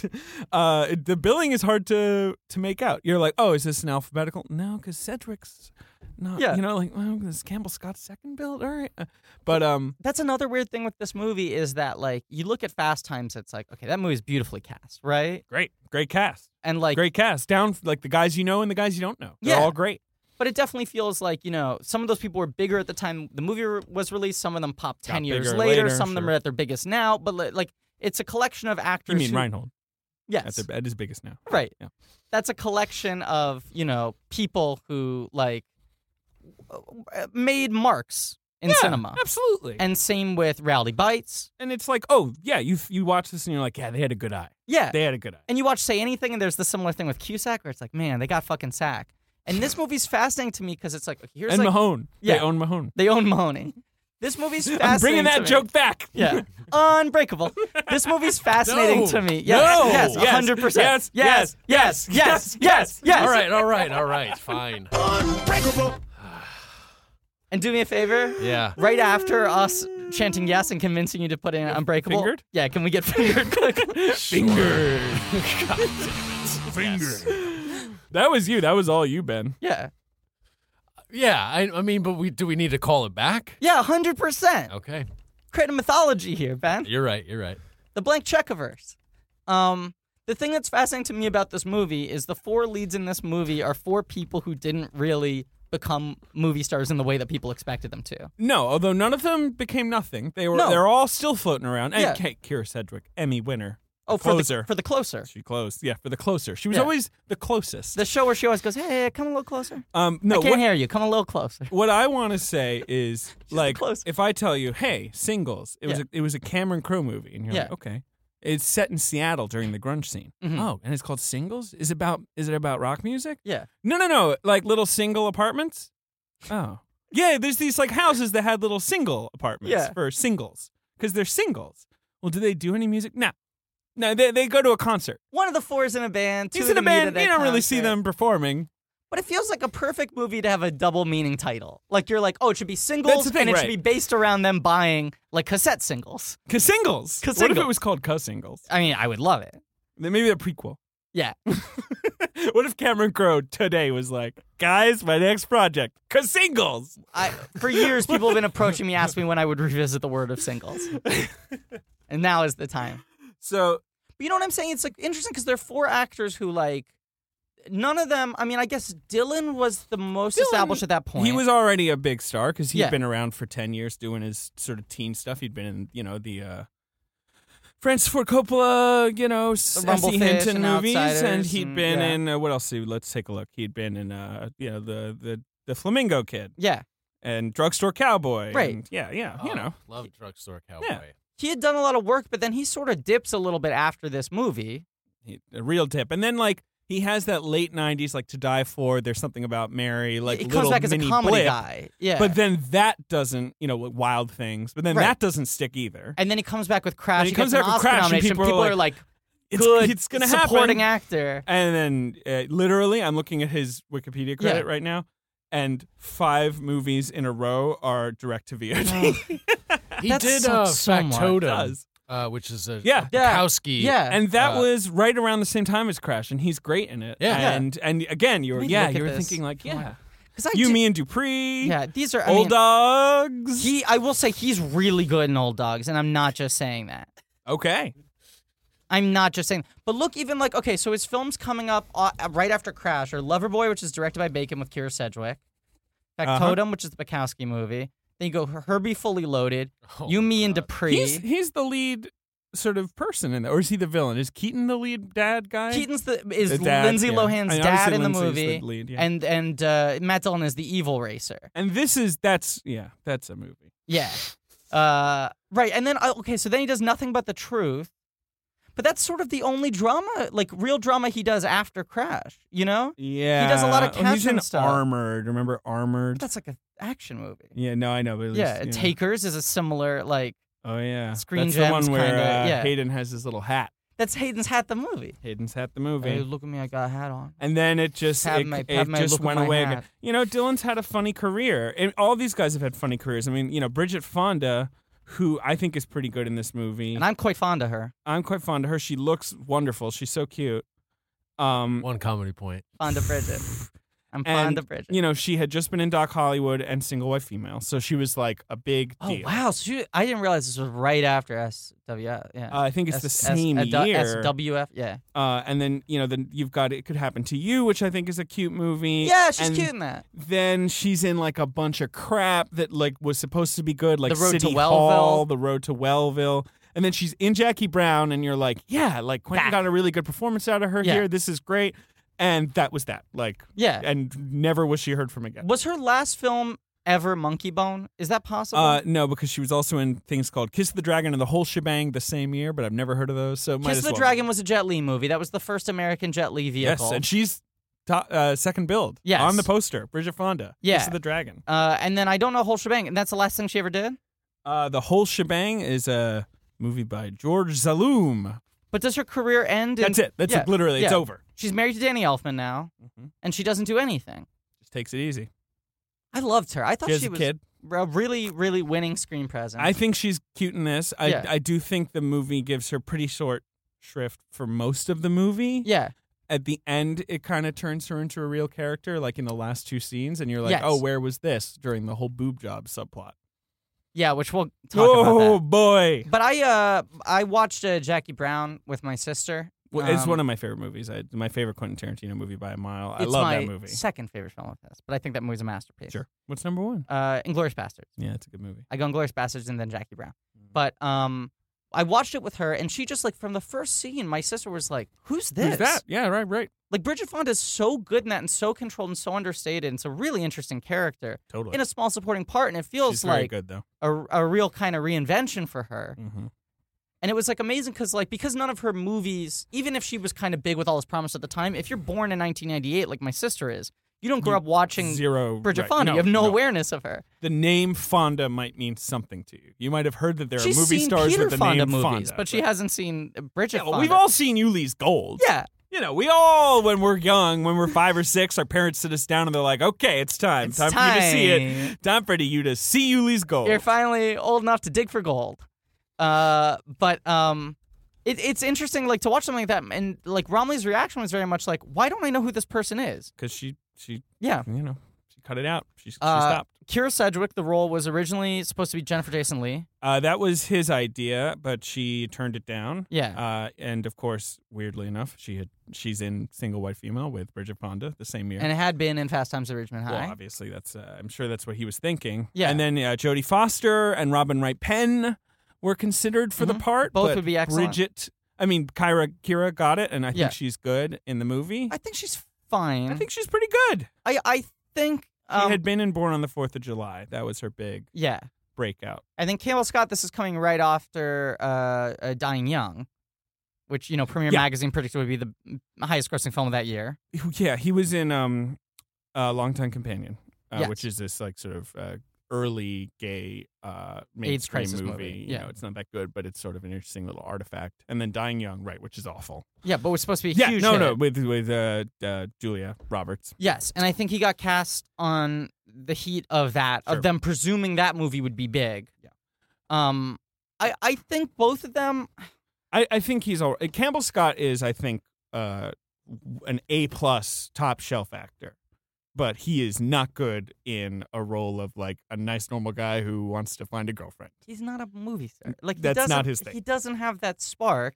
[SPEAKER 3] Uh, it- the billing is hard to to make out. You're like, oh, is this an alphabetical? No, because Cedric's not.
[SPEAKER 2] Yeah.
[SPEAKER 3] you know, like well, this is Campbell Scott's second build. All right, Uh, but um,
[SPEAKER 2] that's another weird thing with this movie is that like you look at Fast Times, it's like okay, that movie's beautifully cast, right?
[SPEAKER 3] great, great cast,
[SPEAKER 2] And like,
[SPEAKER 3] great cast. Down like the guys you know and the guys you don't know. They're
[SPEAKER 2] Yeah.
[SPEAKER 3] all great.
[SPEAKER 2] but it definitely feels like you know some of those people were bigger at the time the movie re- was released. Some of them popped
[SPEAKER 3] Got
[SPEAKER 2] ten years
[SPEAKER 3] bigger
[SPEAKER 2] later,
[SPEAKER 3] later,
[SPEAKER 2] Some of them
[SPEAKER 3] sure.
[SPEAKER 2] are at their biggest now. But li- like, it's a collection of actors.
[SPEAKER 3] You mean
[SPEAKER 2] who-
[SPEAKER 3] Reinhold
[SPEAKER 2] Yes,
[SPEAKER 3] at, their, at his biggest now?
[SPEAKER 2] Right.
[SPEAKER 3] Yeah.
[SPEAKER 2] That's a collection of, you know, people who like w- w- made marks in
[SPEAKER 3] yeah,
[SPEAKER 2] cinema.
[SPEAKER 3] absolutely. And,
[SPEAKER 2] And same with Rowdy Bites.
[SPEAKER 3] it's like, oh yeah, you you watch this and you're like, yeah, they had a good eye.
[SPEAKER 2] Yeah.
[SPEAKER 3] They had a good eye.
[SPEAKER 2] and you watch Say Anything, and there's the similar thing with Cusack where it's like, man, they got fucking sack. And this movie's fascinating to me because it's like, okay, here's
[SPEAKER 3] and
[SPEAKER 2] like,
[SPEAKER 3] Mahone,
[SPEAKER 2] Yeah.
[SPEAKER 3] they own Mahone.
[SPEAKER 2] they own Mahoney. This movie's fascinating.
[SPEAKER 3] I'm bringing
[SPEAKER 2] to
[SPEAKER 3] that
[SPEAKER 2] me.
[SPEAKER 3] joke back.
[SPEAKER 2] Yeah. Unbreakable. This movie's fascinating
[SPEAKER 4] No.
[SPEAKER 2] to me.
[SPEAKER 4] No.
[SPEAKER 2] Yes. Yes.
[SPEAKER 3] Yes.
[SPEAKER 2] 100%.
[SPEAKER 3] Yes.
[SPEAKER 2] Yes. Yes. Yes. Yes. Yes.
[SPEAKER 4] all right, all right, all right, fine.
[SPEAKER 1] Unbreakable.
[SPEAKER 2] And do me a favor.
[SPEAKER 4] Yeah.
[SPEAKER 2] right after us chanting yes and convincing you to put in Unbreakable.
[SPEAKER 3] fingered?
[SPEAKER 2] Yeah, can we get fingered? quick?
[SPEAKER 4] Finger. Finger.
[SPEAKER 3] That was you. That was all you, Ben.
[SPEAKER 2] yeah.
[SPEAKER 4] Yeah, I, I mean, but we do we need to call it back?
[SPEAKER 2] Yeah, 100%.
[SPEAKER 4] Okay,
[SPEAKER 2] Creating mythology here, Ben.
[SPEAKER 4] you're right, you're right.
[SPEAKER 2] The blank checkiverse. Um, the thing that's fascinating to me about this movie is the four leads in this movie are four people who didn't really become movie stars in the way that people expected them to.
[SPEAKER 3] No, although none of them became nothing. They were
[SPEAKER 2] No.
[SPEAKER 3] they're all still floating around. And
[SPEAKER 2] Yeah.
[SPEAKER 3] Kate Kira Sedgwick, Emmy winner.
[SPEAKER 2] Oh, for
[SPEAKER 3] closer.
[SPEAKER 2] the for the closer.
[SPEAKER 3] She closed. Yeah, for the closer. She was
[SPEAKER 2] Yeah.
[SPEAKER 3] always the closest.
[SPEAKER 2] The show where she always goes, "Hey, come a little closer."
[SPEAKER 3] um, no,
[SPEAKER 2] I can't
[SPEAKER 3] what,
[SPEAKER 2] hear you. Come a little closer.
[SPEAKER 3] what I want to say is like
[SPEAKER 2] closer.
[SPEAKER 3] if I tell you, "Hey, singles," it was
[SPEAKER 2] Yeah.
[SPEAKER 3] a, it was a Cameron Crowe movie, and you're like,
[SPEAKER 2] Yeah.
[SPEAKER 3] "Okay." It's set in Seattle during the grunge scene.
[SPEAKER 2] Mhm.
[SPEAKER 3] Oh, and it's called Singles. Is it about is it about rock music?
[SPEAKER 2] Yeah.
[SPEAKER 3] No, no, no. Like little single apartments. Oh. Yeah, there's these like houses that had little single apartments
[SPEAKER 2] Yeah.
[SPEAKER 3] for singles because they're singles. Well, do they do any music? No. No, they, they go to a concert.
[SPEAKER 2] One of the four is in a band. Two
[SPEAKER 3] He's
[SPEAKER 2] of
[SPEAKER 3] in a
[SPEAKER 2] them meet
[SPEAKER 3] band.
[SPEAKER 2] at
[SPEAKER 3] You don't really see
[SPEAKER 2] concert.
[SPEAKER 3] them performing.
[SPEAKER 2] But it feels like a perfect movie to have a double meaning title. Like you're like, oh, it should be singles,
[SPEAKER 3] thing,
[SPEAKER 2] and it
[SPEAKER 3] right.
[SPEAKER 2] should be based around them buying like cassette singles.
[SPEAKER 3] Cause singles.
[SPEAKER 2] 'Cause
[SPEAKER 3] What if it
[SPEAKER 2] singles.
[SPEAKER 3] was called Cuz Singles?
[SPEAKER 2] I mean, I would love it.
[SPEAKER 3] Then Maybe a prequel.
[SPEAKER 2] Yeah.
[SPEAKER 3] what if Cameron Crowe today was like, guys, my next project, Cuz Singles?
[SPEAKER 2] I, for years, people have been approaching me, asking me when I would revisit the word of singles, and now is the time.
[SPEAKER 3] So
[SPEAKER 2] But you know what I'm saying? It's like interesting because there are four actors who like none of them. I mean, I guess Dylan was the most
[SPEAKER 3] Dylan-
[SPEAKER 2] established at that point.
[SPEAKER 3] He was already a big star because he had
[SPEAKER 2] Yeah.
[SPEAKER 3] been around for ten years doing his sort of teen stuff. He'd been in, you know, the uh, Francis Ford Coppola, you know, S- S.E.
[SPEAKER 2] Rumblefish
[SPEAKER 3] Hinton
[SPEAKER 2] and
[SPEAKER 3] movies, and
[SPEAKER 2] Outsiders
[SPEAKER 3] he'd
[SPEAKER 2] and-
[SPEAKER 3] been
[SPEAKER 2] yeah.
[SPEAKER 3] in uh, what else? Let's take a look. He'd been in, uh, you know, the the the Flamingo Kid
[SPEAKER 2] yeah.
[SPEAKER 3] and Drugstore Cowboy.
[SPEAKER 2] Right.
[SPEAKER 3] and- yeah. Yeah. you
[SPEAKER 4] Oh,
[SPEAKER 3] know.
[SPEAKER 4] love drugstore cowboy.
[SPEAKER 2] He had done a lot of work, but then he sort of dips a little bit after this movie.
[SPEAKER 3] he, a real tip. And then like he has that late '90s like to die for. There's something about Mary. Like
[SPEAKER 2] he comes
[SPEAKER 3] little
[SPEAKER 2] back as a
[SPEAKER 3] mini
[SPEAKER 2] comedy
[SPEAKER 3] blip,
[SPEAKER 2] guy. Yeah.
[SPEAKER 3] But then that doesn't, you know, like, wild things. But then
[SPEAKER 2] Right.
[SPEAKER 3] that doesn't stick either.
[SPEAKER 2] and then he comes back with Crash.
[SPEAKER 3] he comes
[SPEAKER 2] gets an
[SPEAKER 3] back with
[SPEAKER 2] Oscar
[SPEAKER 3] Crash and
[SPEAKER 2] nomination.
[SPEAKER 3] people are
[SPEAKER 2] are like,
[SPEAKER 3] It's-
[SPEAKER 2] good
[SPEAKER 3] It's, gonna
[SPEAKER 2] supporting
[SPEAKER 3] happen.
[SPEAKER 2] actor.
[SPEAKER 3] And then uh, literally, I'm looking at his Wikipedia credit
[SPEAKER 2] Yeah.
[SPEAKER 3] right now, and five movies in a row are direct to
[SPEAKER 2] Oh,
[SPEAKER 3] VOD.
[SPEAKER 4] He
[SPEAKER 2] That
[SPEAKER 4] did uh,
[SPEAKER 2] sucks so much.
[SPEAKER 4] Factotum,
[SPEAKER 3] Does.
[SPEAKER 4] uh, which is a
[SPEAKER 3] Yeah.
[SPEAKER 4] a
[SPEAKER 2] Yeah.
[SPEAKER 4] Bukowski.
[SPEAKER 2] Yeah.
[SPEAKER 3] and that
[SPEAKER 4] Uh,
[SPEAKER 3] was right around the same time as Crash, and he's great in it.
[SPEAKER 4] Yeah. Yeah.
[SPEAKER 3] And and again, you were
[SPEAKER 2] Let me
[SPEAKER 3] yeah,
[SPEAKER 2] look at
[SPEAKER 3] you were
[SPEAKER 2] this.
[SPEAKER 3] thinking like
[SPEAKER 2] Come on.
[SPEAKER 3] yeah,
[SPEAKER 2] 'Cause I
[SPEAKER 3] you,
[SPEAKER 2] did-
[SPEAKER 3] me, and Dupree,
[SPEAKER 2] Yeah, these are I
[SPEAKER 3] old
[SPEAKER 2] mean,
[SPEAKER 3] dogs.
[SPEAKER 2] He, I will say, he's really good in Old Dogs, and I'm not just saying that.
[SPEAKER 3] okay,
[SPEAKER 2] I'm not just saying. But look, even like okay, so his films coming up uh, right after Crash or Loverboy, which is directed by Bacon with Kira Sedgwick,
[SPEAKER 3] Uh-huh.
[SPEAKER 2] Factotum, which is the Bukowski movie. Then you go Herbie Fully Loaded,
[SPEAKER 4] Oh,
[SPEAKER 2] You, Me, and
[SPEAKER 4] God.
[SPEAKER 2] Dupree.
[SPEAKER 3] he's he's the lead sort of person in that, or is he the villain? Is Keaton the lead dad guy?
[SPEAKER 2] Keaton's the is
[SPEAKER 3] The dad,
[SPEAKER 2] Lindsay
[SPEAKER 3] yeah.
[SPEAKER 2] Lohan's dad
[SPEAKER 3] And obviously
[SPEAKER 2] in the
[SPEAKER 3] Lindsay's
[SPEAKER 2] movie,
[SPEAKER 3] the lead, yeah.
[SPEAKER 2] and and uh, Matt Dillon is the evil racer.
[SPEAKER 3] and this is that's yeah, that's a movie.
[SPEAKER 2] Yeah. Uh, right. And then, uh, okay, so then he does nothing but the truth. But that's sort of the only drama, like real drama he does after Crash, you know?
[SPEAKER 3] Yeah,
[SPEAKER 2] does a lot of
[SPEAKER 3] Oh, he's
[SPEAKER 2] captain
[SPEAKER 3] in
[SPEAKER 2] stuff.
[SPEAKER 3] Armored. Remember Armored?
[SPEAKER 2] That's like an action movie.
[SPEAKER 3] yeah, no, I know. But at
[SPEAKER 2] yeah.
[SPEAKER 3] least, you know.
[SPEAKER 2] Takers is a similar, like,
[SPEAKER 3] Oh yeah,
[SPEAKER 2] Screen
[SPEAKER 3] That's
[SPEAKER 2] Gems
[SPEAKER 3] the one where
[SPEAKER 2] kinda,
[SPEAKER 3] uh,
[SPEAKER 2] yeah.
[SPEAKER 3] Hayden has his little hat.
[SPEAKER 2] that's Hayden's Hat, the movie.
[SPEAKER 3] Hayden's hat, the
[SPEAKER 2] Hey,
[SPEAKER 3] movie.
[SPEAKER 2] look at me, I got a hat on.
[SPEAKER 3] And then it just
[SPEAKER 2] Pat
[SPEAKER 3] it,
[SPEAKER 2] my-
[SPEAKER 3] it
[SPEAKER 2] pat my
[SPEAKER 3] just
[SPEAKER 2] look at
[SPEAKER 3] went
[SPEAKER 2] my
[SPEAKER 3] away
[SPEAKER 2] hat.
[SPEAKER 3] again. You know, Dylan's had a funny career, and all these guys have had funny careers. I mean, you know, Bridget Fonda, who I think is pretty good in this movie.
[SPEAKER 2] And I'm quite fond of her.
[SPEAKER 3] I'm quite fond of her. She looks wonderful. She's so cute. Um,
[SPEAKER 4] One comedy point.
[SPEAKER 2] Fond of Bridget. I'm
[SPEAKER 3] and
[SPEAKER 2] fond of Bridget.
[SPEAKER 3] you know, she had just been in Doc Hollywood and Single White Female, so she was like a big
[SPEAKER 2] oh,
[SPEAKER 3] deal.
[SPEAKER 2] wow. So she, I didn't realize this was right after SW. Yeah.
[SPEAKER 3] Uh, I think it's the
[SPEAKER 2] S- S-
[SPEAKER 3] same
[SPEAKER 2] uh, du-
[SPEAKER 3] year.
[SPEAKER 2] SWF. Yeah.
[SPEAKER 3] uh, and then you know, then you've got It Could Happen to You, which I think is a cute movie.
[SPEAKER 2] Yeah, she's
[SPEAKER 3] And
[SPEAKER 2] cute in that.
[SPEAKER 3] Then she's in like a bunch of crap that like was supposed to be good, like
[SPEAKER 2] The Road to
[SPEAKER 3] City
[SPEAKER 2] Wellville.
[SPEAKER 3] Hall, The Road to Wellville. And then she's in Jackie Brown, and you're like, yeah, like Quentin
[SPEAKER 2] That.
[SPEAKER 3] got a really good performance out of her
[SPEAKER 2] Yeah.
[SPEAKER 3] here. This is great. And that was that. Like,
[SPEAKER 2] Yeah.
[SPEAKER 3] and never was she heard from again.
[SPEAKER 2] Was her last film ever Monkey Bone? Is that possible?
[SPEAKER 3] Uh, no, because she was also in things called Kiss the Dragon and the whole shebang the same year, but I've never heard of those. So might
[SPEAKER 2] Kiss
[SPEAKER 3] as
[SPEAKER 2] the
[SPEAKER 3] well.
[SPEAKER 2] Dragon was a Jet Li movie. That was the first American Jet Li vehicle.
[SPEAKER 3] yes, and she's top, uh, second build.
[SPEAKER 2] Yes.
[SPEAKER 3] on the poster, Bridget Fonda.
[SPEAKER 2] Yeah.
[SPEAKER 3] Kiss the Dragon.
[SPEAKER 2] uh, and then I don't know whole shebang, and that's the last thing she ever did.
[SPEAKER 3] Uh, the whole shebang is a movie by George Zaloom.
[SPEAKER 2] But does her career end? In,
[SPEAKER 3] That's it. That's
[SPEAKER 2] yeah,
[SPEAKER 3] it. Literally, it's
[SPEAKER 2] yeah.
[SPEAKER 3] over.
[SPEAKER 2] She's married to Danny Elfman now,
[SPEAKER 3] Mhm.
[SPEAKER 2] and she doesn't do anything.
[SPEAKER 3] Just takes it easy.
[SPEAKER 2] I loved her. I thought
[SPEAKER 3] She
[SPEAKER 2] she,
[SPEAKER 3] has a
[SPEAKER 2] was
[SPEAKER 3] kid.
[SPEAKER 2] a really, really winning screen presence.
[SPEAKER 3] I think she's cute in this. I
[SPEAKER 2] Yeah.
[SPEAKER 3] I do think the movie gives her pretty short shrift for most of the movie.
[SPEAKER 2] yeah,
[SPEAKER 3] at the end it kind of turns her into a real character like in the last two scenes and you're like
[SPEAKER 2] Yes.
[SPEAKER 3] oh where was this during the whole boob job subplot
[SPEAKER 2] yeah. Which we'll talk
[SPEAKER 3] oh
[SPEAKER 2] about. That.
[SPEAKER 3] boy
[SPEAKER 2] But I, uh, I watched uh, Jackie Brown with my sister.
[SPEAKER 3] Well, it's
[SPEAKER 2] Um,
[SPEAKER 3] one of my favorite movies I, my favorite quentin tarantino movie by a mile i
[SPEAKER 2] it's
[SPEAKER 3] love
[SPEAKER 2] my
[SPEAKER 3] that movie
[SPEAKER 2] Second favorite film of his, but I think that movie's a masterpiece.
[SPEAKER 3] sure what's number one
[SPEAKER 2] Uh, Inglorious Bastards.
[SPEAKER 3] yeah it's a good movie Mm.
[SPEAKER 2] I go Inglorious Bastards and then Jackie Brown. But um, I watched it with her, and she just like from the first scene, my sister was like, "Who's this?
[SPEAKER 3] Who's that? Yeah, right, right.
[SPEAKER 2] Like Bridget Fonda is so good in that, and so controlled, and so understated, and it's a really interesting character
[SPEAKER 3] Totally.
[SPEAKER 2] in a small supporting part, and it feels
[SPEAKER 3] She's very
[SPEAKER 2] like
[SPEAKER 3] good though.
[SPEAKER 2] a, a real kind of reinvention for her.
[SPEAKER 3] Mm-hmm.
[SPEAKER 2] And it was like amazing because like because none of her movies, even if she was kind of big with all this promise at the time, if you're born in 1998 like my sister is, you don't grow
[SPEAKER 3] You-
[SPEAKER 2] up watching
[SPEAKER 3] Zero.
[SPEAKER 2] Bridget
[SPEAKER 3] right.
[SPEAKER 2] Fonda. you have no,
[SPEAKER 3] no
[SPEAKER 2] awareness of her.
[SPEAKER 3] The name Fonda might mean something to you. You might have heard that there are
[SPEAKER 2] She's
[SPEAKER 3] movie
[SPEAKER 2] seen
[SPEAKER 3] stars
[SPEAKER 2] Peter
[SPEAKER 3] with the
[SPEAKER 2] Fonda
[SPEAKER 3] name
[SPEAKER 2] movies,
[SPEAKER 3] Fonda,
[SPEAKER 2] but she hasn't seen Bridget
[SPEAKER 3] Yeah, well,
[SPEAKER 2] Fonda.
[SPEAKER 3] we've all seen Yuli's Gold.
[SPEAKER 2] yeah,
[SPEAKER 3] You know, we all, when we're young, when we're five or six, our parents sit us down and they're like, okay, it's time.
[SPEAKER 2] It's
[SPEAKER 3] time, for you to see
[SPEAKER 2] time.
[SPEAKER 3] it. Time for you to see Yuli's Gold.
[SPEAKER 2] you're finally old enough to dig for gold. Uh, but um, it, it's interesting like to watch something like that, and like Romley's reaction was very much like, "Why don't I know who this person is?"
[SPEAKER 3] Because she, she,
[SPEAKER 2] Yeah.
[SPEAKER 3] you know, she cut it out. She, she
[SPEAKER 2] Uh,
[SPEAKER 3] stopped.
[SPEAKER 2] Kira Sedgwick, the role was originally supposed to be Jennifer Jason Lee.
[SPEAKER 3] Uh, that was his idea, but she turned it down.
[SPEAKER 2] Yeah.
[SPEAKER 3] Uh, and of course, weirdly enough, she had she's in Single White Female with Bridget Fonda the same year.
[SPEAKER 2] and it had been in Fast Times at Ridgemont
[SPEAKER 3] well,
[SPEAKER 2] High.
[SPEAKER 3] obviously, that's uh, I'm sure that's what he was thinking.
[SPEAKER 2] Yeah.
[SPEAKER 3] And then uh, Jodie Foster and Robin Wright Penn were considered for the
[SPEAKER 2] Mhm.
[SPEAKER 3] part.
[SPEAKER 2] Both
[SPEAKER 3] but
[SPEAKER 2] would be excellent.
[SPEAKER 3] Bridget, I mean, Kyra Kira got it, and I think
[SPEAKER 2] Yeah.
[SPEAKER 3] she's good in the movie.
[SPEAKER 2] I think she's fine.
[SPEAKER 3] I think she's pretty good.
[SPEAKER 2] I I think um,
[SPEAKER 3] she had been in Born on the Fourth of July. That was her big
[SPEAKER 2] yeah.
[SPEAKER 3] breakout.
[SPEAKER 2] I think Campbell Scott. This is coming right after uh, uh, Dying Young, which you know Premiere
[SPEAKER 3] Yeah.
[SPEAKER 2] Magazine predicted would be the mm, highest grossing film of that year.
[SPEAKER 3] Yeah, he was in um, uh, Longtime Companion, uh,
[SPEAKER 2] Yes.
[SPEAKER 3] which is this like sort of uh, early gay uh, mainstream
[SPEAKER 2] crisis
[SPEAKER 3] movie.
[SPEAKER 2] movie,
[SPEAKER 3] You
[SPEAKER 2] yeah.
[SPEAKER 3] know, it's not that good, but it's sort of an interesting little artifact. And then Dying Young, right, which is awful.
[SPEAKER 2] Yeah, but was supposed to be a
[SPEAKER 3] yeah,
[SPEAKER 2] huge.
[SPEAKER 3] no,
[SPEAKER 2] hit.
[SPEAKER 3] no, with with uh, uh, Julia Roberts.
[SPEAKER 2] Yes, and I think he got cast on the heat of that,
[SPEAKER 3] Sure.
[SPEAKER 2] of them presuming that movie would be big. Yeah. Um, I I think both of them.
[SPEAKER 3] I, I think he's all. Campbell Scott is, I think, uh, an A plus top shelf actor, but he is not good in a role of like a nice normal guy who wants to find a girlfriend.
[SPEAKER 2] He's not a movie star. Like he
[SPEAKER 3] That's not
[SPEAKER 2] doesn't-
[SPEAKER 3] his thing.
[SPEAKER 2] He doesn't have that spark.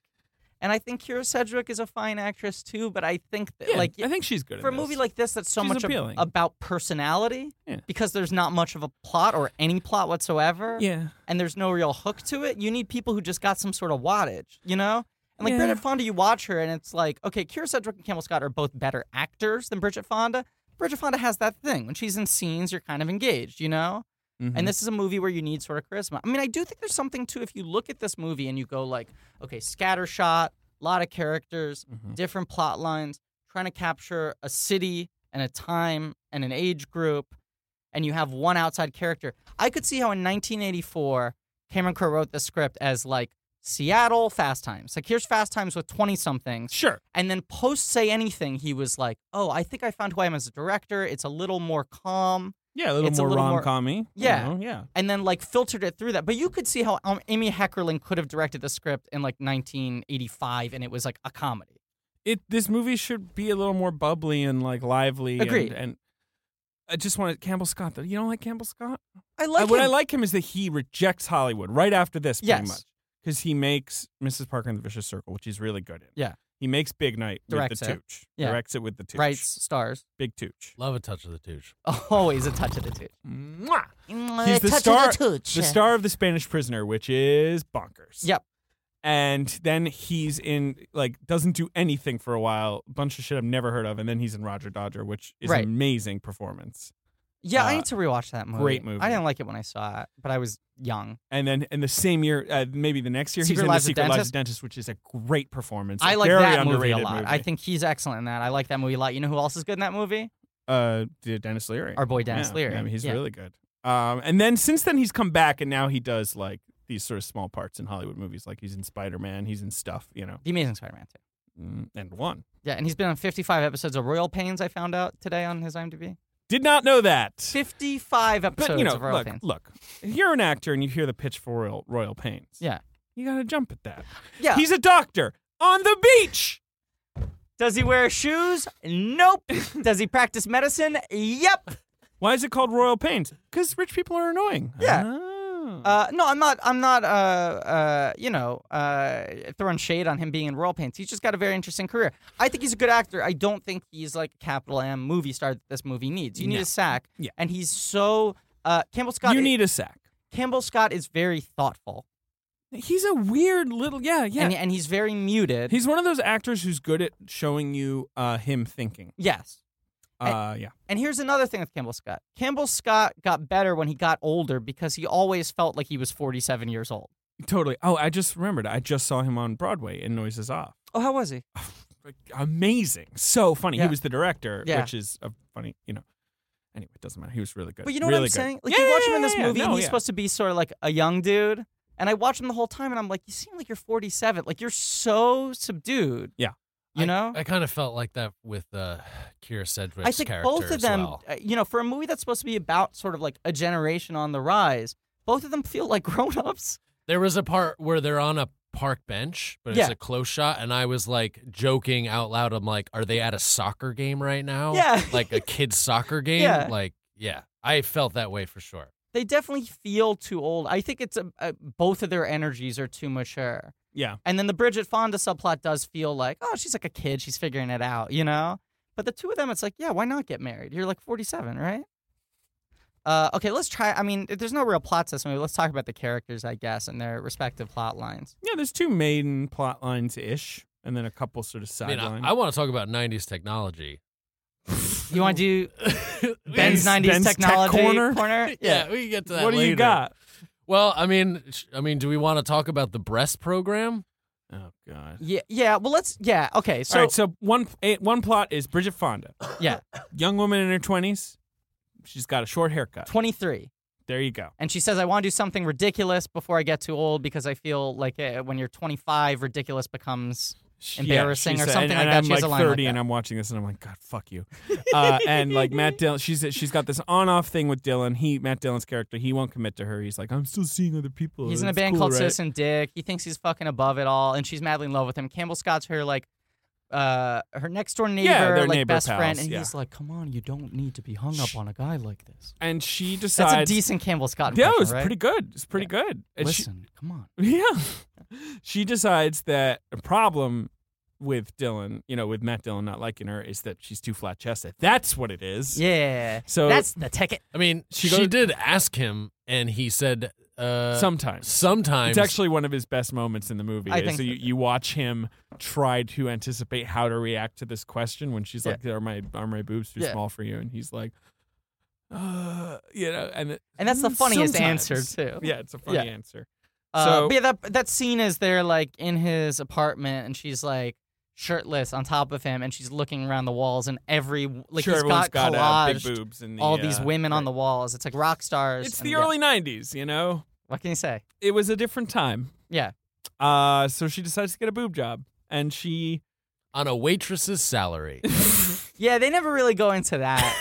[SPEAKER 2] And I think Kira Sedgwick is a fine actress too, but I think that
[SPEAKER 3] Yeah,
[SPEAKER 2] like
[SPEAKER 3] I think she's good
[SPEAKER 2] for a
[SPEAKER 3] in this.
[SPEAKER 2] movie like this that's so
[SPEAKER 3] She's
[SPEAKER 2] much ab-
[SPEAKER 3] appealing.
[SPEAKER 2] about personality
[SPEAKER 3] Yeah.
[SPEAKER 2] because there's not much of a plot or any plot whatsoever
[SPEAKER 3] Yeah.
[SPEAKER 2] and there's no real hook to it you need people who just got some sort of wattage you know and like
[SPEAKER 3] Yeah.
[SPEAKER 2] Bridget Fonda, you watch her and it's like, okay, Kira Sedgwick and Campbell Scott are both better actors than Bridget Fonda. Bridget Fonda has that thing. When she's in scenes, you're kind of engaged, you know?
[SPEAKER 3] Mm-hmm.
[SPEAKER 2] And this is a movie where you need sort of charisma. I mean, I do think there's something too if you look at this movie and you go like, okay, scattershot, lot of characters, different plot lines, trying to capture a city and a time and an age group, and you have one outside character. I could see how in 1984, Cameron Crowe wrote the script as like Seattle Fast Times. Like here's Fast Times with 20 somethings.
[SPEAKER 3] Sure.
[SPEAKER 2] And then post Say Anything, he was like, oh, I think I found who I am as a director. It's a little more calm.
[SPEAKER 3] Yeah, a little
[SPEAKER 2] It's a
[SPEAKER 3] more
[SPEAKER 2] little more-
[SPEAKER 3] rom commy.
[SPEAKER 2] Yeah.
[SPEAKER 3] yeah.
[SPEAKER 2] and then like filtered it through that. But you could see how um, Amy Heckerling could have directed the script in like 1985, and it was like a comedy.
[SPEAKER 3] It this movie should be a little more bubbly and like lively. and-
[SPEAKER 2] Agreed.
[SPEAKER 3] And, I just wanted Campbell Scott though. You don't like Campbell Scott?
[SPEAKER 2] I like
[SPEAKER 3] Uh, what I like him is that he rejects Hollywood right after this pretty
[SPEAKER 2] Yes.
[SPEAKER 3] much. Because he makes Mrs. Parker and the Vicious Circle, which he's really good in.
[SPEAKER 2] Yeah.
[SPEAKER 3] He makes Big Night
[SPEAKER 2] Directs
[SPEAKER 3] with
[SPEAKER 2] it.
[SPEAKER 3] the Tooch.
[SPEAKER 2] Yeah.
[SPEAKER 3] Directs it with the Tooch.
[SPEAKER 2] Writes stars.
[SPEAKER 3] Big Tooch.
[SPEAKER 4] Love a touch of the touche.
[SPEAKER 2] Always a touch of the tooth.
[SPEAKER 3] Mwah!
[SPEAKER 2] He's
[SPEAKER 3] He's the star, the, star of the Spanish Prisoner, which is bonkers.
[SPEAKER 2] Yep.
[SPEAKER 3] And then he's in like doesn't do anything for a while, bunch of shit I've never heard of, and then he's in Roger Dodger, which is
[SPEAKER 2] Right.
[SPEAKER 3] an amazing performance.
[SPEAKER 2] Yeah, I
[SPEAKER 3] uh,
[SPEAKER 2] need to rewatch that movie.
[SPEAKER 3] great movie.
[SPEAKER 2] I didn't like it when I saw it, but I was young.
[SPEAKER 3] And then in the same year, uh, maybe the next year,
[SPEAKER 2] Secret
[SPEAKER 3] he's in
[SPEAKER 2] Lives of
[SPEAKER 3] the Secret Lives
[SPEAKER 2] Dentist?
[SPEAKER 3] of Dentist, which is a great performance.
[SPEAKER 2] I
[SPEAKER 3] a
[SPEAKER 2] like
[SPEAKER 3] very
[SPEAKER 2] that movie
[SPEAKER 3] underrated
[SPEAKER 2] a lot.
[SPEAKER 3] movie.
[SPEAKER 2] I think he's excellent in that. I like that movie a lot. You know who else is good in that movie?
[SPEAKER 3] uh, D- Dennis Leary,
[SPEAKER 2] Our boy Dennis
[SPEAKER 3] Yeah,
[SPEAKER 2] Leary.
[SPEAKER 3] yeah, I mean, he's
[SPEAKER 2] Yeah.
[SPEAKER 3] really good. Um, and then since then he's come back, and now he does like these sort of small parts in Hollywood movies, like he's in Spider Man, he's in stuff, you know,
[SPEAKER 2] The Amazing Spider-Man too.
[SPEAKER 3] Mm, and one.
[SPEAKER 2] Yeah, and he's been on 55 episodes of Royal Pains. I found out today on his IMDb.
[SPEAKER 3] Did not know that.
[SPEAKER 2] 55 episodes
[SPEAKER 3] But you know,
[SPEAKER 2] of Royal
[SPEAKER 3] look,
[SPEAKER 2] Pains.
[SPEAKER 3] look. If you're an actor and you hear the pitch for Royal, Royal Pains.
[SPEAKER 2] Yeah.
[SPEAKER 3] You gotta jump at that.
[SPEAKER 2] Yeah.
[SPEAKER 3] He's a doctor on the beach.
[SPEAKER 2] Does he wear shoes? Nope. Does he practice medicine? Yep.
[SPEAKER 3] Why is it called Royal Pains? Because rich people are annoying.
[SPEAKER 2] Yeah.
[SPEAKER 3] Oh.
[SPEAKER 2] Uh, no, I'm not. I'm not. Uh, uh, you know, uh, throwing shade on him being in Royal Pains. He's just got a very interesting career. I think he's a good actor. I don't think he's like a capital M movie star that this movie needs. You need
[SPEAKER 3] No.
[SPEAKER 2] a sack.
[SPEAKER 3] Yeah.
[SPEAKER 2] And he's so. Uh, Campbell Scott.
[SPEAKER 3] you need a sack.
[SPEAKER 2] Campbell Scott is very thoughtful.
[SPEAKER 3] He's a weird little yeah yeah.
[SPEAKER 2] And, and he's very muted.
[SPEAKER 3] He's one of those actors who's good at showing you uh, him thinking.
[SPEAKER 2] yes.
[SPEAKER 3] Uh, yeah.
[SPEAKER 2] And here's another thing with Campbell Scott. Campbell Scott got better when he got older because he always felt like he was 47 years old.
[SPEAKER 3] Totally. Oh, I just remembered. I just saw him on Broadway in Noises Off.
[SPEAKER 2] Oh, how was he?
[SPEAKER 3] Like, amazing. So funny.
[SPEAKER 2] Yeah.
[SPEAKER 3] He was the director,
[SPEAKER 2] Yeah.
[SPEAKER 3] which is a funny, you know. Anyway, it doesn't matter. He was really good.
[SPEAKER 2] But you know
[SPEAKER 3] really
[SPEAKER 2] what I'm
[SPEAKER 3] good.
[SPEAKER 2] saying? Like
[SPEAKER 3] yeah,
[SPEAKER 2] you watch
[SPEAKER 3] yeah,
[SPEAKER 2] him in this
[SPEAKER 3] yeah, yeah.
[SPEAKER 2] movie
[SPEAKER 3] No,
[SPEAKER 2] and he's
[SPEAKER 3] yeah.
[SPEAKER 2] supposed to be sort of like a young dude. And I watch him the whole time and I'm like, you seem like you're 47. Like you're so subdued.
[SPEAKER 3] Yeah.
[SPEAKER 2] You know?
[SPEAKER 4] I kind of felt like that with uh, Kira Sedgwick's
[SPEAKER 2] I think
[SPEAKER 4] character
[SPEAKER 2] both of
[SPEAKER 4] as
[SPEAKER 2] them,
[SPEAKER 4] well.
[SPEAKER 2] uh, you know, for a movie that's supposed to be about sort of like a generation on the rise, both of them feel like grown-ups.
[SPEAKER 4] There was a part where they're on a park bench, but
[SPEAKER 2] Yeah.
[SPEAKER 4] it's a close shot, and I was like joking out loud. I'm like, "Are they at a soccer game right now?
[SPEAKER 2] Yeah.
[SPEAKER 4] like a kids' soccer game?
[SPEAKER 2] Yeah.
[SPEAKER 4] Like, yeah, I felt that way for sure.
[SPEAKER 2] They definitely feel too old. I think it's a, a, both of their energies are too mature.
[SPEAKER 3] Yeah.
[SPEAKER 2] And then the Bridget Fonda subplot does feel like, oh, she's like a kid, she's figuring it out, you know? But the two of them, it's like, yeah, why not get married? You're like 47, right? Uh, okay, let's try. I mean, there's no real plot to this movie. Let's talk about the characters, I guess, and their respective plot lines.
[SPEAKER 3] Yeah, there's two main plot lines ish, and then a couple sort of
[SPEAKER 4] I mean,
[SPEAKER 3] sideline.
[SPEAKER 4] I, I want to talk about '90s technology.
[SPEAKER 2] You want to do Ben's
[SPEAKER 3] Ben's
[SPEAKER 2] 90s
[SPEAKER 3] Tech
[SPEAKER 2] technology
[SPEAKER 3] Corner?
[SPEAKER 4] yeah, we can get to that.
[SPEAKER 3] what do
[SPEAKER 4] later.
[SPEAKER 3] you got?
[SPEAKER 4] Well, I mean, sh- I mean, do we want to talk about the breast program?
[SPEAKER 3] Oh God.
[SPEAKER 2] Yeah, yeah. Well, let's. Yeah, okay. So,
[SPEAKER 3] All right, so one eh, one plot is Bridget Fonda,
[SPEAKER 2] yeah,
[SPEAKER 3] young woman in her twenties. She's got a short haircut.
[SPEAKER 2] 23.
[SPEAKER 3] There you go.
[SPEAKER 2] And she says, I want to do something ridiculous before I get too old because I feel like eh, when you're 25, ridiculous becomes.
[SPEAKER 3] She-
[SPEAKER 2] Embarrassing
[SPEAKER 3] she
[SPEAKER 2] or
[SPEAKER 3] said-
[SPEAKER 2] something
[SPEAKER 3] and,
[SPEAKER 2] like
[SPEAKER 3] and
[SPEAKER 2] that.
[SPEAKER 3] I'm
[SPEAKER 2] She has
[SPEAKER 3] like
[SPEAKER 2] a line like
[SPEAKER 3] 30, and
[SPEAKER 2] that.
[SPEAKER 3] I'm watching this, and I'm like, God, fuck you. Uh, and like Matt Dillon, she's she's got this on-off thing with Dylan. He Matt Dillon's character, he won't commit to her. He's like, I'm still seeing other people.
[SPEAKER 2] He's in a
[SPEAKER 3] It's
[SPEAKER 2] band
[SPEAKER 3] cool,
[SPEAKER 2] called
[SPEAKER 3] right?
[SPEAKER 2] Citizen Dick. He thinks he's fucking above it all, and she's madly in love with him. Campbell Scott's her like, uh, her next door neighbor,
[SPEAKER 3] Yeah, they're
[SPEAKER 2] like
[SPEAKER 3] neighbor
[SPEAKER 2] best friend,
[SPEAKER 3] pals,
[SPEAKER 2] and
[SPEAKER 3] yeah.
[SPEAKER 2] he's like, "Come on, you don't need to be hung up on a guy like this."
[SPEAKER 3] And she
[SPEAKER 2] That's
[SPEAKER 3] decides.
[SPEAKER 2] a decent Campbell Scott
[SPEAKER 3] Yeah,
[SPEAKER 2] impression,
[SPEAKER 3] it was
[SPEAKER 2] right?
[SPEAKER 3] pretty good. It's pretty good. And she-
[SPEAKER 2] Listen, come on.
[SPEAKER 3] Yeah. She decides that a problem with Dylan, you know, with Matt Dylan not liking her is that she's too flat chested. That's what it is.
[SPEAKER 2] Yeah,
[SPEAKER 3] So-
[SPEAKER 2] that's the ticket.
[SPEAKER 4] I mean,
[SPEAKER 3] She
[SPEAKER 4] she,
[SPEAKER 3] goes-
[SPEAKER 4] did ask him, and he said, uh,
[SPEAKER 3] Sometimes.
[SPEAKER 4] sometimes
[SPEAKER 3] It's actually one of his best moments in the movie.
[SPEAKER 2] I
[SPEAKER 3] is
[SPEAKER 2] think
[SPEAKER 3] so you,
[SPEAKER 2] so.
[SPEAKER 3] you watch him try to anticipate how to react to this question when she's
[SPEAKER 2] Yeah.
[SPEAKER 3] like, "Are my are my boobs too
[SPEAKER 2] Yeah.
[SPEAKER 3] small for you?" And he's like, "Uh, you know," and it-
[SPEAKER 2] And that's the funniest answer,
[SPEAKER 3] Mm, sometimes.
[SPEAKER 2] too.
[SPEAKER 3] Yeah, it's a funny
[SPEAKER 2] Yeah.
[SPEAKER 3] answer.
[SPEAKER 2] Uh,
[SPEAKER 3] So-
[SPEAKER 2] but yeah, that that scene is they're like in his apartment, and she's like shirtless on top of him, and she's looking around the walls, and every like
[SPEAKER 3] sure,
[SPEAKER 2] he's
[SPEAKER 3] everyone's
[SPEAKER 2] got,
[SPEAKER 3] got, uh, big
[SPEAKER 2] collaged
[SPEAKER 3] boobs and the,
[SPEAKER 2] all these
[SPEAKER 3] uh,
[SPEAKER 2] women on
[SPEAKER 3] right.
[SPEAKER 2] the walls. It's like rock stars.
[SPEAKER 3] It's
[SPEAKER 2] and
[SPEAKER 3] the
[SPEAKER 2] yeah.
[SPEAKER 3] early '90s, you know.
[SPEAKER 2] What can you say?
[SPEAKER 3] it was a different time.
[SPEAKER 2] Yeah.
[SPEAKER 3] Uh, so she decides to get a boob job, and she
[SPEAKER 4] on a waitress's salary.
[SPEAKER 2] Yeah, they never really go into that.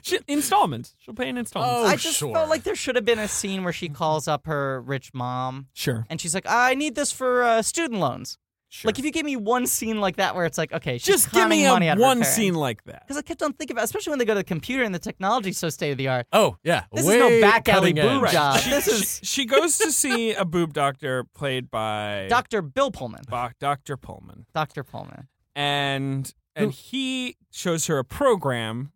[SPEAKER 3] she installments. She'll pay in installments.
[SPEAKER 4] Oh,
[SPEAKER 2] I just
[SPEAKER 4] sure.
[SPEAKER 2] felt like there should have been a scene where she calls up her rich mom
[SPEAKER 3] sure,
[SPEAKER 2] and she's like, "I need this for uh, student loans."
[SPEAKER 3] sure.
[SPEAKER 2] Like, if you give me one scene like that where it's like, okay, she's
[SPEAKER 3] just give me
[SPEAKER 2] money
[SPEAKER 3] a
[SPEAKER 2] out of her
[SPEAKER 3] one
[SPEAKER 2] parents.
[SPEAKER 3] scene like that.
[SPEAKER 2] Because I kept on thinking about, especially when they go to the computer and the technology's so state of the art.
[SPEAKER 4] oh yeah,
[SPEAKER 2] This
[SPEAKER 4] way
[SPEAKER 2] is no back alley
[SPEAKER 4] cutting edge.
[SPEAKER 2] boob job.
[SPEAKER 3] She,
[SPEAKER 2] this
[SPEAKER 3] she-
[SPEAKER 2] is
[SPEAKER 3] she goes to see a boob doctor played by
[SPEAKER 2] Dr. Bill Pullman.
[SPEAKER 3] Bo- Dr. Pullman,
[SPEAKER 2] Dr. Pullman.
[SPEAKER 3] and
[SPEAKER 4] Who-
[SPEAKER 3] and he shows her a program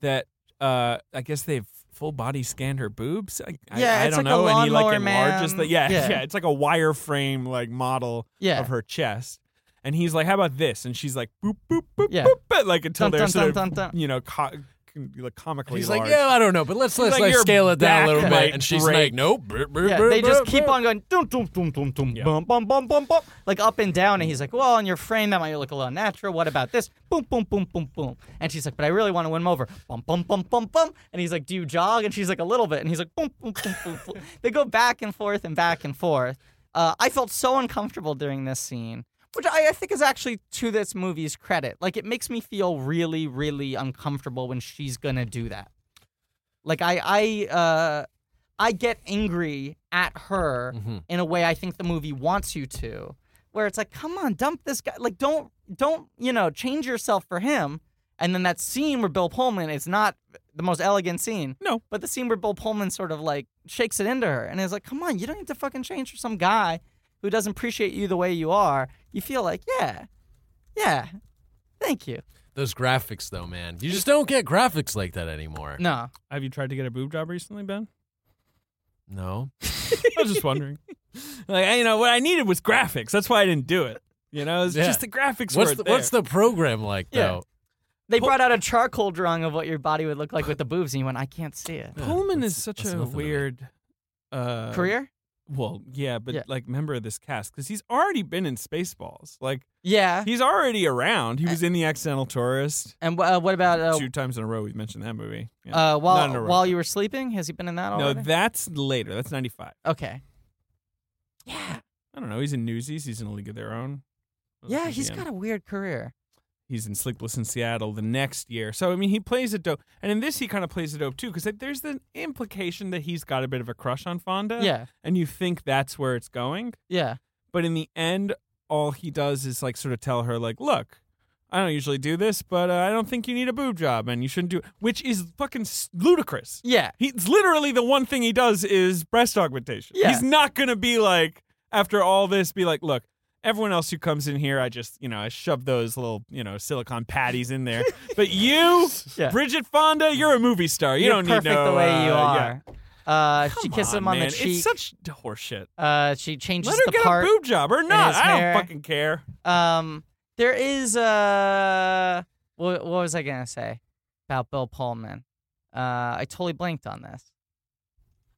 [SPEAKER 3] that uh, I guess they've full body scanned her boobs. I, I-
[SPEAKER 2] Yeah,
[SPEAKER 3] I,
[SPEAKER 2] it's
[SPEAKER 3] don't
[SPEAKER 2] like a
[SPEAKER 3] know, and he like
[SPEAKER 2] lawnmower
[SPEAKER 3] enlarges
[SPEAKER 2] man.
[SPEAKER 3] the yeah,
[SPEAKER 2] Yeah.
[SPEAKER 3] yeah. It's like a wireframe like model.
[SPEAKER 2] Yeah.
[SPEAKER 3] of her chest. And he's like, "How about this?" And she's like, "Boop boop boop
[SPEAKER 2] Yeah.
[SPEAKER 3] boop," but, like until
[SPEAKER 2] Dun,
[SPEAKER 3] they're
[SPEAKER 2] dun,
[SPEAKER 3] sort
[SPEAKER 2] dun,
[SPEAKER 3] of
[SPEAKER 2] dun, dun.
[SPEAKER 3] you know co- com- like comically
[SPEAKER 4] He's
[SPEAKER 3] large.
[SPEAKER 4] like, yeah, I don't know, but let's
[SPEAKER 3] He's
[SPEAKER 4] let's,
[SPEAKER 3] like,
[SPEAKER 4] let's
[SPEAKER 3] "Your
[SPEAKER 4] scale it down
[SPEAKER 3] back
[SPEAKER 4] a little bit.
[SPEAKER 3] might
[SPEAKER 4] And she's
[SPEAKER 3] break.
[SPEAKER 4] like, nope. brr, brr,
[SPEAKER 2] Yeah,
[SPEAKER 4] brr,
[SPEAKER 2] they
[SPEAKER 4] brr,
[SPEAKER 2] just keep
[SPEAKER 4] brr."
[SPEAKER 2] on going dum dum dum dum dum
[SPEAKER 3] Yeah.
[SPEAKER 2] bum bum bum bum bum like up and down and he's like, Well, on your frame that might look a little unnatural. What about this? Boom boom boom boom boom. And she's like, But I really want to win him over. Bum bum bum bum bum and he's like, Do you jog? And she's like, A little bit and he's like boom boom boom boom boom. They go back and forth and back and forth. Uh, I felt so uncomfortable during this scene. Which I, I think is actually to this movie's credit. Like it makes me feel really, really uncomfortable when she's gonna do that. Like I I uh I get angry at her in a way I think the movie wants you to, where it's like, come on, dump this guy. Like don't don't, you know, change yourself for him. And then that scene where Bill Pullman is not the most elegant scene.
[SPEAKER 3] No.
[SPEAKER 2] But the scene where Bill Pullman sort of like shakes it into her and is like, come on, you don't need to fucking change for some guy who doesn't appreciate you the way you are. You feel like, yeah, yeah, thank you.
[SPEAKER 4] Those graphics, though, man, you just don't get graphics like that anymore.
[SPEAKER 2] No.
[SPEAKER 3] Have you tried to get a boob job recently, Ben?
[SPEAKER 4] No,
[SPEAKER 3] I was just wondering. Like I- you know what I needed was graphics. That's why I didn't do it. You know, it's
[SPEAKER 4] Yeah.
[SPEAKER 3] just the graphics
[SPEAKER 4] What's
[SPEAKER 3] were
[SPEAKER 4] the,
[SPEAKER 3] there.
[SPEAKER 4] what's the program like
[SPEAKER 2] Yeah.
[SPEAKER 4] though?
[SPEAKER 2] They
[SPEAKER 3] Pull-
[SPEAKER 2] brought out a charcoal drawing of what your body would look like with the boobs, and you went, I can't see it.
[SPEAKER 3] Pullman is such
[SPEAKER 4] that's
[SPEAKER 3] a
[SPEAKER 4] nothing to me.
[SPEAKER 3] weird uh,
[SPEAKER 2] Career?
[SPEAKER 3] Well, yeah, but
[SPEAKER 2] Yeah.
[SPEAKER 3] like member of this cast because he's already been in Spaceballs. Like
[SPEAKER 2] Yeah.
[SPEAKER 3] he's already around.
[SPEAKER 2] uh,
[SPEAKER 3] He was in The Accidental Tourist
[SPEAKER 2] And wh- uh, what about uh,
[SPEAKER 3] two times in a row. We've mentioned that movie. Yeah.
[SPEAKER 2] uh,
[SPEAKER 3] Not in a
[SPEAKER 2] while
[SPEAKER 3] row.
[SPEAKER 2] while you were sleeping? Has he been in that
[SPEAKER 3] no,
[SPEAKER 2] already?
[SPEAKER 3] that's later. That's ninety five.
[SPEAKER 2] okay. Yeah.
[SPEAKER 3] I don't know. He's in Newsies. He's in A League of Their Own. Those
[SPEAKER 2] Yeah,
[SPEAKER 3] things
[SPEAKER 2] he's
[SPEAKER 3] he
[SPEAKER 2] got a weird career.
[SPEAKER 3] he's in Sleepless in Seattle the next year. So I mean, he plays it dope, and in this he kind of plays it dope too, because there's the implication that he's got a bit of a crush on Fonda.
[SPEAKER 2] Yeah.
[SPEAKER 3] and you think that's where it's going,
[SPEAKER 2] Yeah.
[SPEAKER 3] but in the end, all he does is like sort of tell her like, look. I don't usually do this, but uh, I don't think you need a boob job, and you shouldn't do it, which is fucking s- ludicrous.
[SPEAKER 2] Yeah.
[SPEAKER 3] He's literally the one thing he does is breast augmentation.
[SPEAKER 2] Yeah.
[SPEAKER 3] He's not gonna be like after all this be like, look, everyone else who comes in here, I just you know I shove those little you know silicon patties in there, but you,
[SPEAKER 2] Yeah.
[SPEAKER 3] Bridget Fonda, you're a movie star. You
[SPEAKER 2] You're
[SPEAKER 3] don't
[SPEAKER 2] perfect
[SPEAKER 3] need no
[SPEAKER 2] the way you
[SPEAKER 3] uh, yeah.
[SPEAKER 2] are. Uh, she
[SPEAKER 3] Come
[SPEAKER 2] kisses him on
[SPEAKER 3] man.
[SPEAKER 2] the cheek.
[SPEAKER 3] It's such horseshit.
[SPEAKER 2] uh, she changes
[SPEAKER 3] Let her
[SPEAKER 2] the
[SPEAKER 3] get
[SPEAKER 2] part.
[SPEAKER 3] a boob job or not.
[SPEAKER 2] his
[SPEAKER 3] I
[SPEAKER 2] hair.
[SPEAKER 3] don't fucking care.
[SPEAKER 2] Um, there is uh, what, what was I gonna say about Bill Pullman? Uh, I totally blanked on this.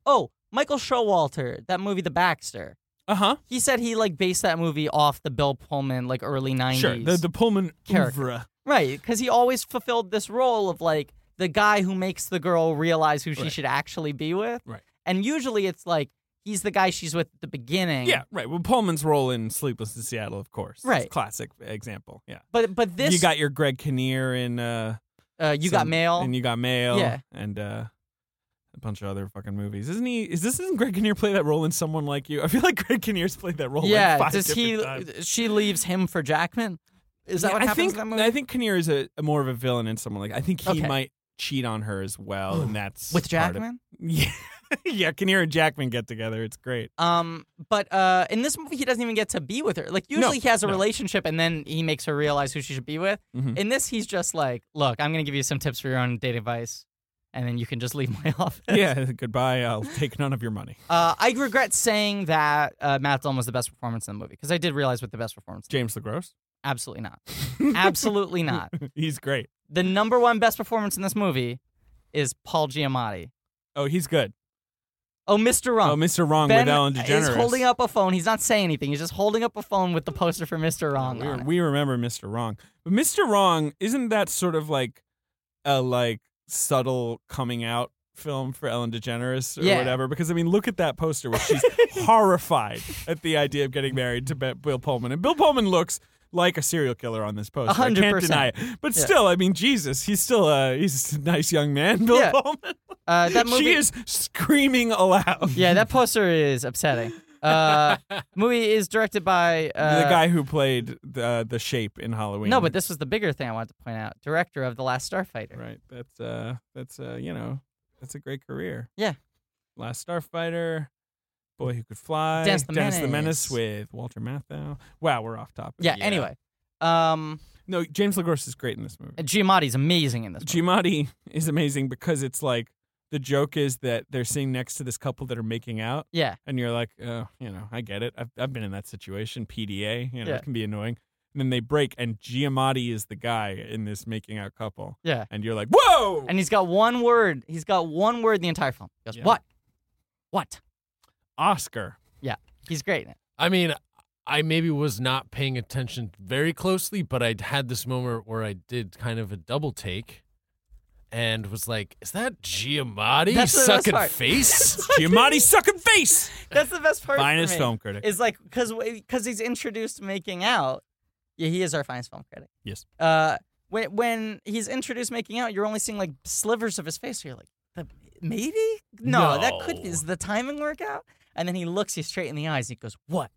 [SPEAKER 2] Oh, Michael Showalter, that movie, The Baxter.
[SPEAKER 3] Uh huh.
[SPEAKER 2] He said he like based that movie off the Bill Pullman like early nineties.
[SPEAKER 3] Sure. The the Pullman
[SPEAKER 2] Character.
[SPEAKER 3] oeuvre.
[SPEAKER 2] Right, because he always fulfilled this role of like the guy who makes the girl realize who she
[SPEAKER 4] Right.
[SPEAKER 2] should actually be with.
[SPEAKER 4] Right.
[SPEAKER 2] And usually it's like he's the guy she's with at the beginning.
[SPEAKER 3] Yeah, right. Well, Pullman's role in Sleepless in Seattle, of course. It's a
[SPEAKER 2] Right.
[SPEAKER 3] Classic example. Yeah.
[SPEAKER 2] But but this
[SPEAKER 3] you got your Greg Kinnear in uh,
[SPEAKER 2] uh, you got
[SPEAKER 3] some-
[SPEAKER 2] mail.
[SPEAKER 3] and you got mail,
[SPEAKER 2] Yeah.
[SPEAKER 3] and uh, a bunch of other fucking movies. Isn't he? Is this? Isn't Greg Kinnear play that role in Someone Like You? I feel like Greg Kinnear's played that role.
[SPEAKER 2] yeah.
[SPEAKER 3] like Oh, five
[SPEAKER 2] does he?
[SPEAKER 3] different times.
[SPEAKER 2] She leaves him for Jackman. Is that
[SPEAKER 3] Yeah,
[SPEAKER 2] what
[SPEAKER 3] I
[SPEAKER 2] happens
[SPEAKER 3] think,
[SPEAKER 2] in that movie?
[SPEAKER 3] I think Kinnear is a, a more of a villain in Someone Like. I think he
[SPEAKER 2] Okay.
[SPEAKER 3] might cheat on her as well, and that's
[SPEAKER 2] with
[SPEAKER 3] part of-
[SPEAKER 2] Jackman.
[SPEAKER 3] yeah, yeah. Kinnear and Jackman get together. It's great.
[SPEAKER 2] Um, but uh, in this movie, he doesn't even get to be with her. Like
[SPEAKER 3] No,
[SPEAKER 2] usually, he has a
[SPEAKER 3] no.
[SPEAKER 2] relationship, and then he makes her realize who she should be with.
[SPEAKER 3] Mhm.
[SPEAKER 2] In this, he's just like, "Look, I'm gonna give you some tips for your own date advice, and then you can just leave my office."
[SPEAKER 3] yeah. Goodbye. I'll take none of your money.
[SPEAKER 2] Uh, I regret saying that uh, Matt Dillon was the best performance in the movie because I did realize what the best performance.
[SPEAKER 3] James the Gross.
[SPEAKER 2] Absolutely not. Absolutely not.
[SPEAKER 3] He's great.
[SPEAKER 2] The number one best performance in this movie is Paul Giamatti.
[SPEAKER 3] Oh, he's good.
[SPEAKER 2] Oh, Mr. Rump.
[SPEAKER 3] Oh, Mr. Wrong
[SPEAKER 2] ben
[SPEAKER 3] with Ellen DeGeneres.
[SPEAKER 2] is holding up a phone. He's not saying anything. He's just holding up a phone with the poster for Mr. Wrong.
[SPEAKER 3] We,
[SPEAKER 2] on it.
[SPEAKER 3] we remember Mr. Wrong. But Mr. Wrong, isn't that sort of like a like subtle coming out film for Ellen DeGeneres or
[SPEAKER 2] Yeah.
[SPEAKER 3] whatever? Because I mean, look at that poster where she's horrified at the idea of getting married to Be- Bill Pullman. And Bill Pullman looks like a serial killer on this poster.
[SPEAKER 2] A hundred
[SPEAKER 3] I can't
[SPEAKER 2] percent.
[SPEAKER 3] deny it. But
[SPEAKER 2] Yeah.
[SPEAKER 3] still, I mean, Jesus, he's still a he's a nice young man, Bill
[SPEAKER 2] Yeah.
[SPEAKER 3] Pullman.
[SPEAKER 2] Uh, that movie.
[SPEAKER 3] She is screaming aloud.
[SPEAKER 2] yeah, that poster is upsetting. Uh, movie is directed by uh,
[SPEAKER 3] the guy who played the the shape in Halloween.
[SPEAKER 2] No, but this was the bigger thing I wanted to point out. Director of the Last Starfighter.
[SPEAKER 3] Right. That's uh that's uh you know, that's a great career.
[SPEAKER 2] Yeah.
[SPEAKER 3] Last Starfighter, Boy Who Could Fly,
[SPEAKER 2] Dennis the Menace.
[SPEAKER 3] Menace with Walter Matthau. Wow, we're off topic.
[SPEAKER 2] Yeah. Anyway, um,
[SPEAKER 3] No, James LaGrosse is great in this movie.
[SPEAKER 2] Giamatti's amazing in this. movie.
[SPEAKER 3] Giamatti is amazing because it's like the joke is that they're sitting next to this couple that are making out,
[SPEAKER 2] Yeah.
[SPEAKER 3] and you're like, oh, you know, I get it. I've, I've been in that situation. PDA, you know,
[SPEAKER 2] Yeah.
[SPEAKER 3] it can be annoying. And then they break, and Giamatti is the guy in this making out couple.
[SPEAKER 2] Yeah.
[SPEAKER 3] And you're like, whoa!
[SPEAKER 2] And he's got one word. He's got one word the entire film. He goes,
[SPEAKER 3] Yeah.
[SPEAKER 2] What? What?
[SPEAKER 3] Oscar.
[SPEAKER 2] He's great in it.
[SPEAKER 4] I mean, I maybe was not paying attention very closely, but I had this moment where I did kind of a double take and was like, is that Giamatti
[SPEAKER 2] That's the best
[SPEAKER 4] sucking
[SPEAKER 2] part.
[SPEAKER 4] face?
[SPEAKER 3] Giamatti sucking face.
[SPEAKER 2] That's the best part.
[SPEAKER 3] Finest
[SPEAKER 2] for me,
[SPEAKER 3] film critic.
[SPEAKER 2] Is like because because he's introduced making out. Yeah, he is our finest film critic.
[SPEAKER 3] Yes.
[SPEAKER 2] Uh, when when he's introduced making out, you're only seeing like slivers of his face. So you're like, the, maybe no, that could
[SPEAKER 4] No.
[SPEAKER 2] is the timing workout. And then he looks you straight in the eyes. and He goes, what?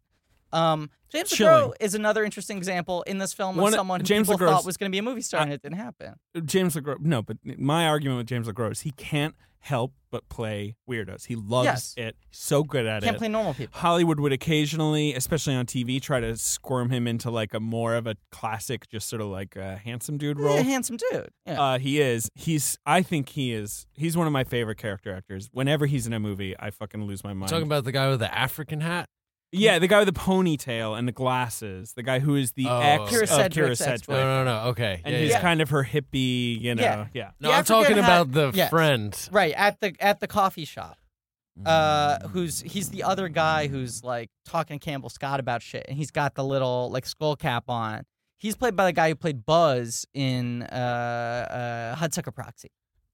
[SPEAKER 2] Um, James
[SPEAKER 3] Chilling.
[SPEAKER 2] LeGros is another interesting example in this film of
[SPEAKER 3] One-
[SPEAKER 2] someone who
[SPEAKER 3] James
[SPEAKER 2] people
[SPEAKER 3] LeGros-
[SPEAKER 2] thought was going to be a movie star
[SPEAKER 3] I-
[SPEAKER 2] and it didn't happen.
[SPEAKER 3] James LeGros. No, but my argument with James LeGros is he can't help but play weirdos. He loves
[SPEAKER 2] Yes.
[SPEAKER 3] it. He's so good at
[SPEAKER 2] Can't
[SPEAKER 3] it.
[SPEAKER 2] play normal people.
[SPEAKER 3] Hollywood would occasionally, especially on TV, try to squirm him into like a more of a classic, just sort of like a handsome dude
[SPEAKER 2] He's a
[SPEAKER 3] role.
[SPEAKER 2] handsome dude. Yeah.
[SPEAKER 3] Uh, he is. He's. I think he is. He's one of my favorite character actors. Whenever he's in a movie, I fucking lose my mind.
[SPEAKER 4] Talking about the guy with the African hat?
[SPEAKER 3] Yeah, the guy with the ponytail and the glasses, the guy who is the
[SPEAKER 4] Oh.
[SPEAKER 3] ex
[SPEAKER 4] Kira
[SPEAKER 3] of
[SPEAKER 2] Sedgwick's ex-wife.
[SPEAKER 3] Kira
[SPEAKER 4] No,
[SPEAKER 3] Sedgwick,
[SPEAKER 4] no, no. Okay.
[SPEAKER 3] and
[SPEAKER 4] yeah,
[SPEAKER 3] he's
[SPEAKER 4] yeah.
[SPEAKER 3] kind of her hippie, you know,
[SPEAKER 2] Yeah.
[SPEAKER 3] yeah.
[SPEAKER 4] no,
[SPEAKER 2] the
[SPEAKER 4] I'm talking
[SPEAKER 2] African hat-
[SPEAKER 4] about the
[SPEAKER 2] yes.
[SPEAKER 4] friend.
[SPEAKER 2] Right at the at the coffee shop. Uh,
[SPEAKER 3] Mm.
[SPEAKER 2] who's he's the other guy who's like talking to Campbell Scott about shit, and he's got the little like skull cap on. He's played by the guy who played Buzz in uh, uh, Hudsucker Proxy.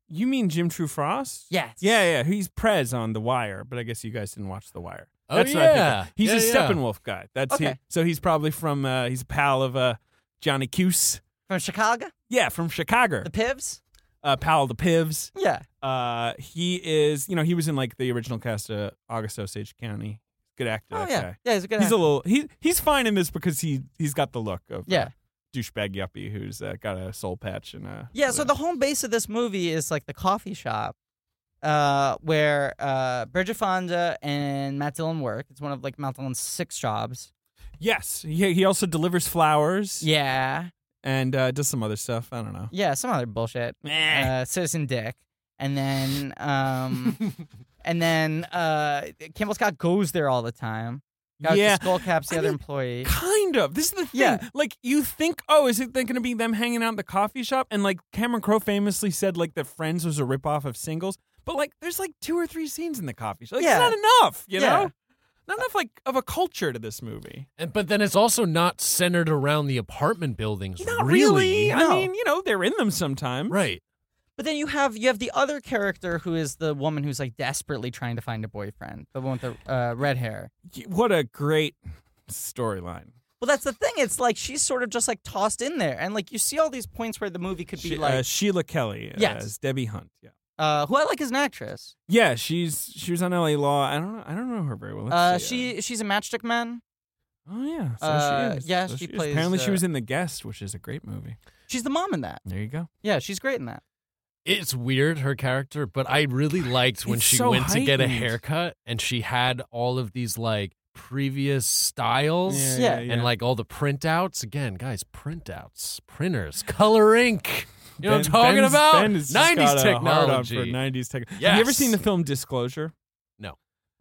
[SPEAKER 3] You mean Jim True Frost?
[SPEAKER 2] Yes.
[SPEAKER 3] Yeah, yeah. He's Prez on The Wire, but I guess you guys didn't watch The Wire.
[SPEAKER 4] Oh,
[SPEAKER 3] That's what I think of.
[SPEAKER 4] yeah.
[SPEAKER 3] He's
[SPEAKER 4] Yeah,
[SPEAKER 3] a
[SPEAKER 4] yeah.
[SPEAKER 3] Steppenwolf guy. That's he-
[SPEAKER 2] Okay.
[SPEAKER 3] so he's probably from. Uh, he's a pal of uh, Johnny Cuse.
[SPEAKER 2] From Chicago,
[SPEAKER 3] Yeah, from Chicago.
[SPEAKER 2] the Pivs.
[SPEAKER 3] Uh, pal of the Pivs.
[SPEAKER 2] Yeah.
[SPEAKER 3] Uh, he is. You know, he was in like the original cast of August Osage County. Good actor.
[SPEAKER 2] Oh
[SPEAKER 3] that
[SPEAKER 2] yeah.
[SPEAKER 3] guy.
[SPEAKER 2] Yeah, he's a good.
[SPEAKER 3] He's
[SPEAKER 2] actor.
[SPEAKER 3] a little. He he's fine in this because he he's got the look of uh,
[SPEAKER 2] yeah.
[SPEAKER 3] douchebag yuppie who's uh, got a soul patch and uh, a
[SPEAKER 2] Yeah, so the home base of this movie is like the coffee shop uh, where uh, Bridget Fonda and Matt Dillon work. It's one of like Matt Dillon's six jobs.
[SPEAKER 3] yes he he also delivers flowers
[SPEAKER 2] Yeah.
[SPEAKER 3] and uh, does some other stuff. I don't know.
[SPEAKER 2] Yeah, some other bullshit. Uh, Citizen Dick. And then um, and then uh, Campbell Scott goes there all the time. Got
[SPEAKER 3] Yeah.
[SPEAKER 2] the skull caps the
[SPEAKER 3] I
[SPEAKER 2] other
[SPEAKER 3] mean,
[SPEAKER 2] employee.
[SPEAKER 3] Kind of. This is the thing.
[SPEAKER 2] Yeah.
[SPEAKER 3] Like you think, oh, is it going to be them hanging out in the coffee shop? And like Cameron Crowe famously said, like that Friends was a ripoff of Singles. But like, there's like two or three scenes in the coffee shop. Like,
[SPEAKER 2] Yeah.
[SPEAKER 3] It's not enough. You
[SPEAKER 2] Yeah.
[SPEAKER 3] know, not enough like of a culture to this movie.
[SPEAKER 4] And but then it's also not centered around the apartment buildings.
[SPEAKER 3] Not
[SPEAKER 4] really.
[SPEAKER 3] really. I
[SPEAKER 2] No.
[SPEAKER 3] mean, you know, they're in them sometimes.
[SPEAKER 4] Right.
[SPEAKER 2] But then you have you have the other character who is the woman who's like desperately trying to find a boyfriend, the one with the uh, red hair.
[SPEAKER 3] Y- What a great storyline.
[SPEAKER 2] Well, that's the thing. It's like she's sort of just like tossed in there, and like you see all these points where the movie could be
[SPEAKER 3] She- uh,
[SPEAKER 2] like,
[SPEAKER 3] Sheila Kelly
[SPEAKER 2] Yes.
[SPEAKER 3] as Debbie Hunt. Yeah.
[SPEAKER 2] uh, who I like as an actress.
[SPEAKER 3] Yeah, she's she was on LA Law. I don't know. I don't know her very well. Let's
[SPEAKER 2] Uh,
[SPEAKER 3] see,
[SPEAKER 2] she she's a Matchstick Man.
[SPEAKER 3] Oh yeah, so
[SPEAKER 2] Uh,
[SPEAKER 3] she is.
[SPEAKER 2] yeah,
[SPEAKER 3] So
[SPEAKER 2] she
[SPEAKER 3] is.
[SPEAKER 2] plays,
[SPEAKER 3] Apparently, she
[SPEAKER 2] uh,
[SPEAKER 3] was in The Guest, which is a great movie.
[SPEAKER 2] She's the mom in that.
[SPEAKER 3] There you go.
[SPEAKER 2] Yeah, she's great in that.
[SPEAKER 4] It's weird her character, but I really liked when
[SPEAKER 3] It's
[SPEAKER 4] she
[SPEAKER 3] so
[SPEAKER 4] went to get a
[SPEAKER 3] heightened.
[SPEAKER 4] haircut and she had all of these like previous styles.
[SPEAKER 2] Yeah.
[SPEAKER 4] And like all the printouts, again, guys, printouts, printers, color ink. You know
[SPEAKER 3] Ben-
[SPEAKER 4] what I'm talking
[SPEAKER 3] Ben's-
[SPEAKER 4] about?
[SPEAKER 3] Ben has just
[SPEAKER 4] 90s
[SPEAKER 3] got a hard-on
[SPEAKER 4] technology.
[SPEAKER 3] for 90s tech. Have you ever
[SPEAKER 4] Yes.
[SPEAKER 3] seen the film Disclosure?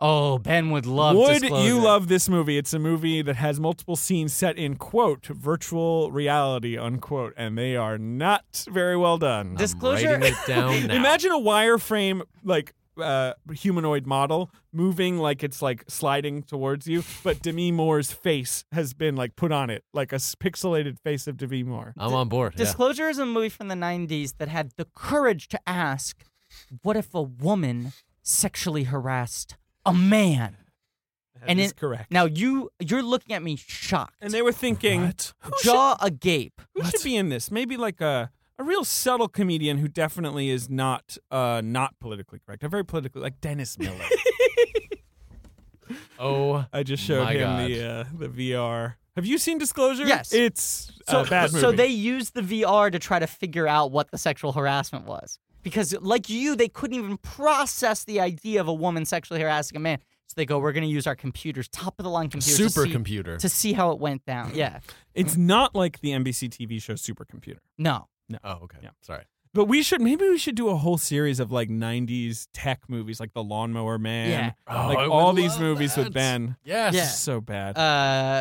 [SPEAKER 2] Oh, Ben would love.
[SPEAKER 3] Would
[SPEAKER 2] Disclosure.
[SPEAKER 3] you love this movie? It's a movie that has multiple scenes set in quote virtual reality unquote, and they are not very well done.
[SPEAKER 2] Dis- Disclosure?
[SPEAKER 4] I'm writing it down now.
[SPEAKER 3] Imagine a wireframe like uh, humanoid model moving like it's like sliding towards you, but Demi Moore's face has been like put on it, like a s- pixelated face of Demi Moore.
[SPEAKER 4] I'm on board. yeah.
[SPEAKER 2] Disclosure is a movie from the '90s that had the courage to ask, "What if a woman sexually harassed a man?"
[SPEAKER 3] That
[SPEAKER 2] And
[SPEAKER 3] is
[SPEAKER 2] it-
[SPEAKER 3] correct.
[SPEAKER 2] Now you you're looking at me shocked,
[SPEAKER 3] and they were thinking,
[SPEAKER 4] What?
[SPEAKER 3] who should
[SPEAKER 2] jaw agape.
[SPEAKER 3] Who should be in this? Maybe like a a real subtle comedian who definitely is not uh not politically correct. A very politically like Dennis Miller.
[SPEAKER 4] Oh,
[SPEAKER 3] I just showed
[SPEAKER 4] My
[SPEAKER 3] him
[SPEAKER 4] God.
[SPEAKER 3] the uh, the VR. Have you seen Disclosure?
[SPEAKER 2] Yes.
[SPEAKER 3] It's a Uh, bad movie.
[SPEAKER 2] So they used the VR to try to figure out what the sexual harassment was. Because, like you, they couldn't even process the idea of a woman sexually harassing a man. So they go, we're going to use our computers, top of the line computers, to see-
[SPEAKER 4] supercomputer.
[SPEAKER 2] to see how it went down. Yeah.
[SPEAKER 3] It's not like the NBC TV show Supercomputer.
[SPEAKER 2] No.
[SPEAKER 4] Oh, okay.
[SPEAKER 3] Yeah.
[SPEAKER 4] Sorry.
[SPEAKER 3] But we should maybe we should do a whole series of like '90s tech movies, like The Lawnmower Man,
[SPEAKER 2] Yeah.
[SPEAKER 4] Oh,
[SPEAKER 3] like
[SPEAKER 4] I would
[SPEAKER 3] all these
[SPEAKER 4] love
[SPEAKER 3] movies with
[SPEAKER 4] that.
[SPEAKER 3] Ben.
[SPEAKER 4] Yes.
[SPEAKER 2] Yeah.
[SPEAKER 3] So bad.
[SPEAKER 2] Uh,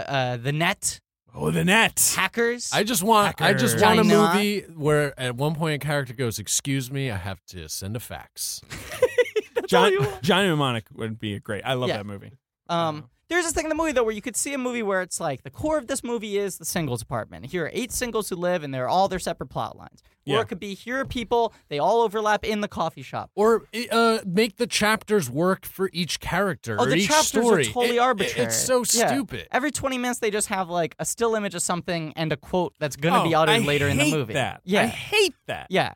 [SPEAKER 2] uh, the net,
[SPEAKER 3] oh, the net.
[SPEAKER 2] hackers.
[SPEAKER 4] I just want I just
[SPEAKER 3] Hacker.
[SPEAKER 4] want a
[SPEAKER 2] Johnny Knot.
[SPEAKER 4] movie where at one point a character goes, "Excuse me, I have to send a fax."
[SPEAKER 3] John, Johnny Mnemonic would be great. I love
[SPEAKER 2] Yeah.
[SPEAKER 3] that movie. Uh-huh.
[SPEAKER 2] um, there's this thing in the movie, though, where you could see a movie where it's like the core of this movie is the singles apartment. Here are eight singles who live, and they're all their separate plot lines. Or
[SPEAKER 3] Yeah.
[SPEAKER 2] it could be here are people, they all overlap in the coffee shop.
[SPEAKER 4] Or uh, make the chapters work for each character
[SPEAKER 2] Oh,
[SPEAKER 4] or
[SPEAKER 2] the
[SPEAKER 4] each
[SPEAKER 2] chapters
[SPEAKER 4] story.
[SPEAKER 2] are totally
[SPEAKER 4] It- it-
[SPEAKER 2] arbitrary.
[SPEAKER 4] It's so
[SPEAKER 2] Yeah.
[SPEAKER 4] stupid.
[SPEAKER 2] Every 20 minutes, they just have like a still image of something and a quote that's going to
[SPEAKER 3] Oh,
[SPEAKER 2] be uttered
[SPEAKER 3] I
[SPEAKER 2] later in the
[SPEAKER 3] hate
[SPEAKER 2] movie.
[SPEAKER 3] That.
[SPEAKER 2] Yeah.
[SPEAKER 3] I hate that.
[SPEAKER 2] yeah.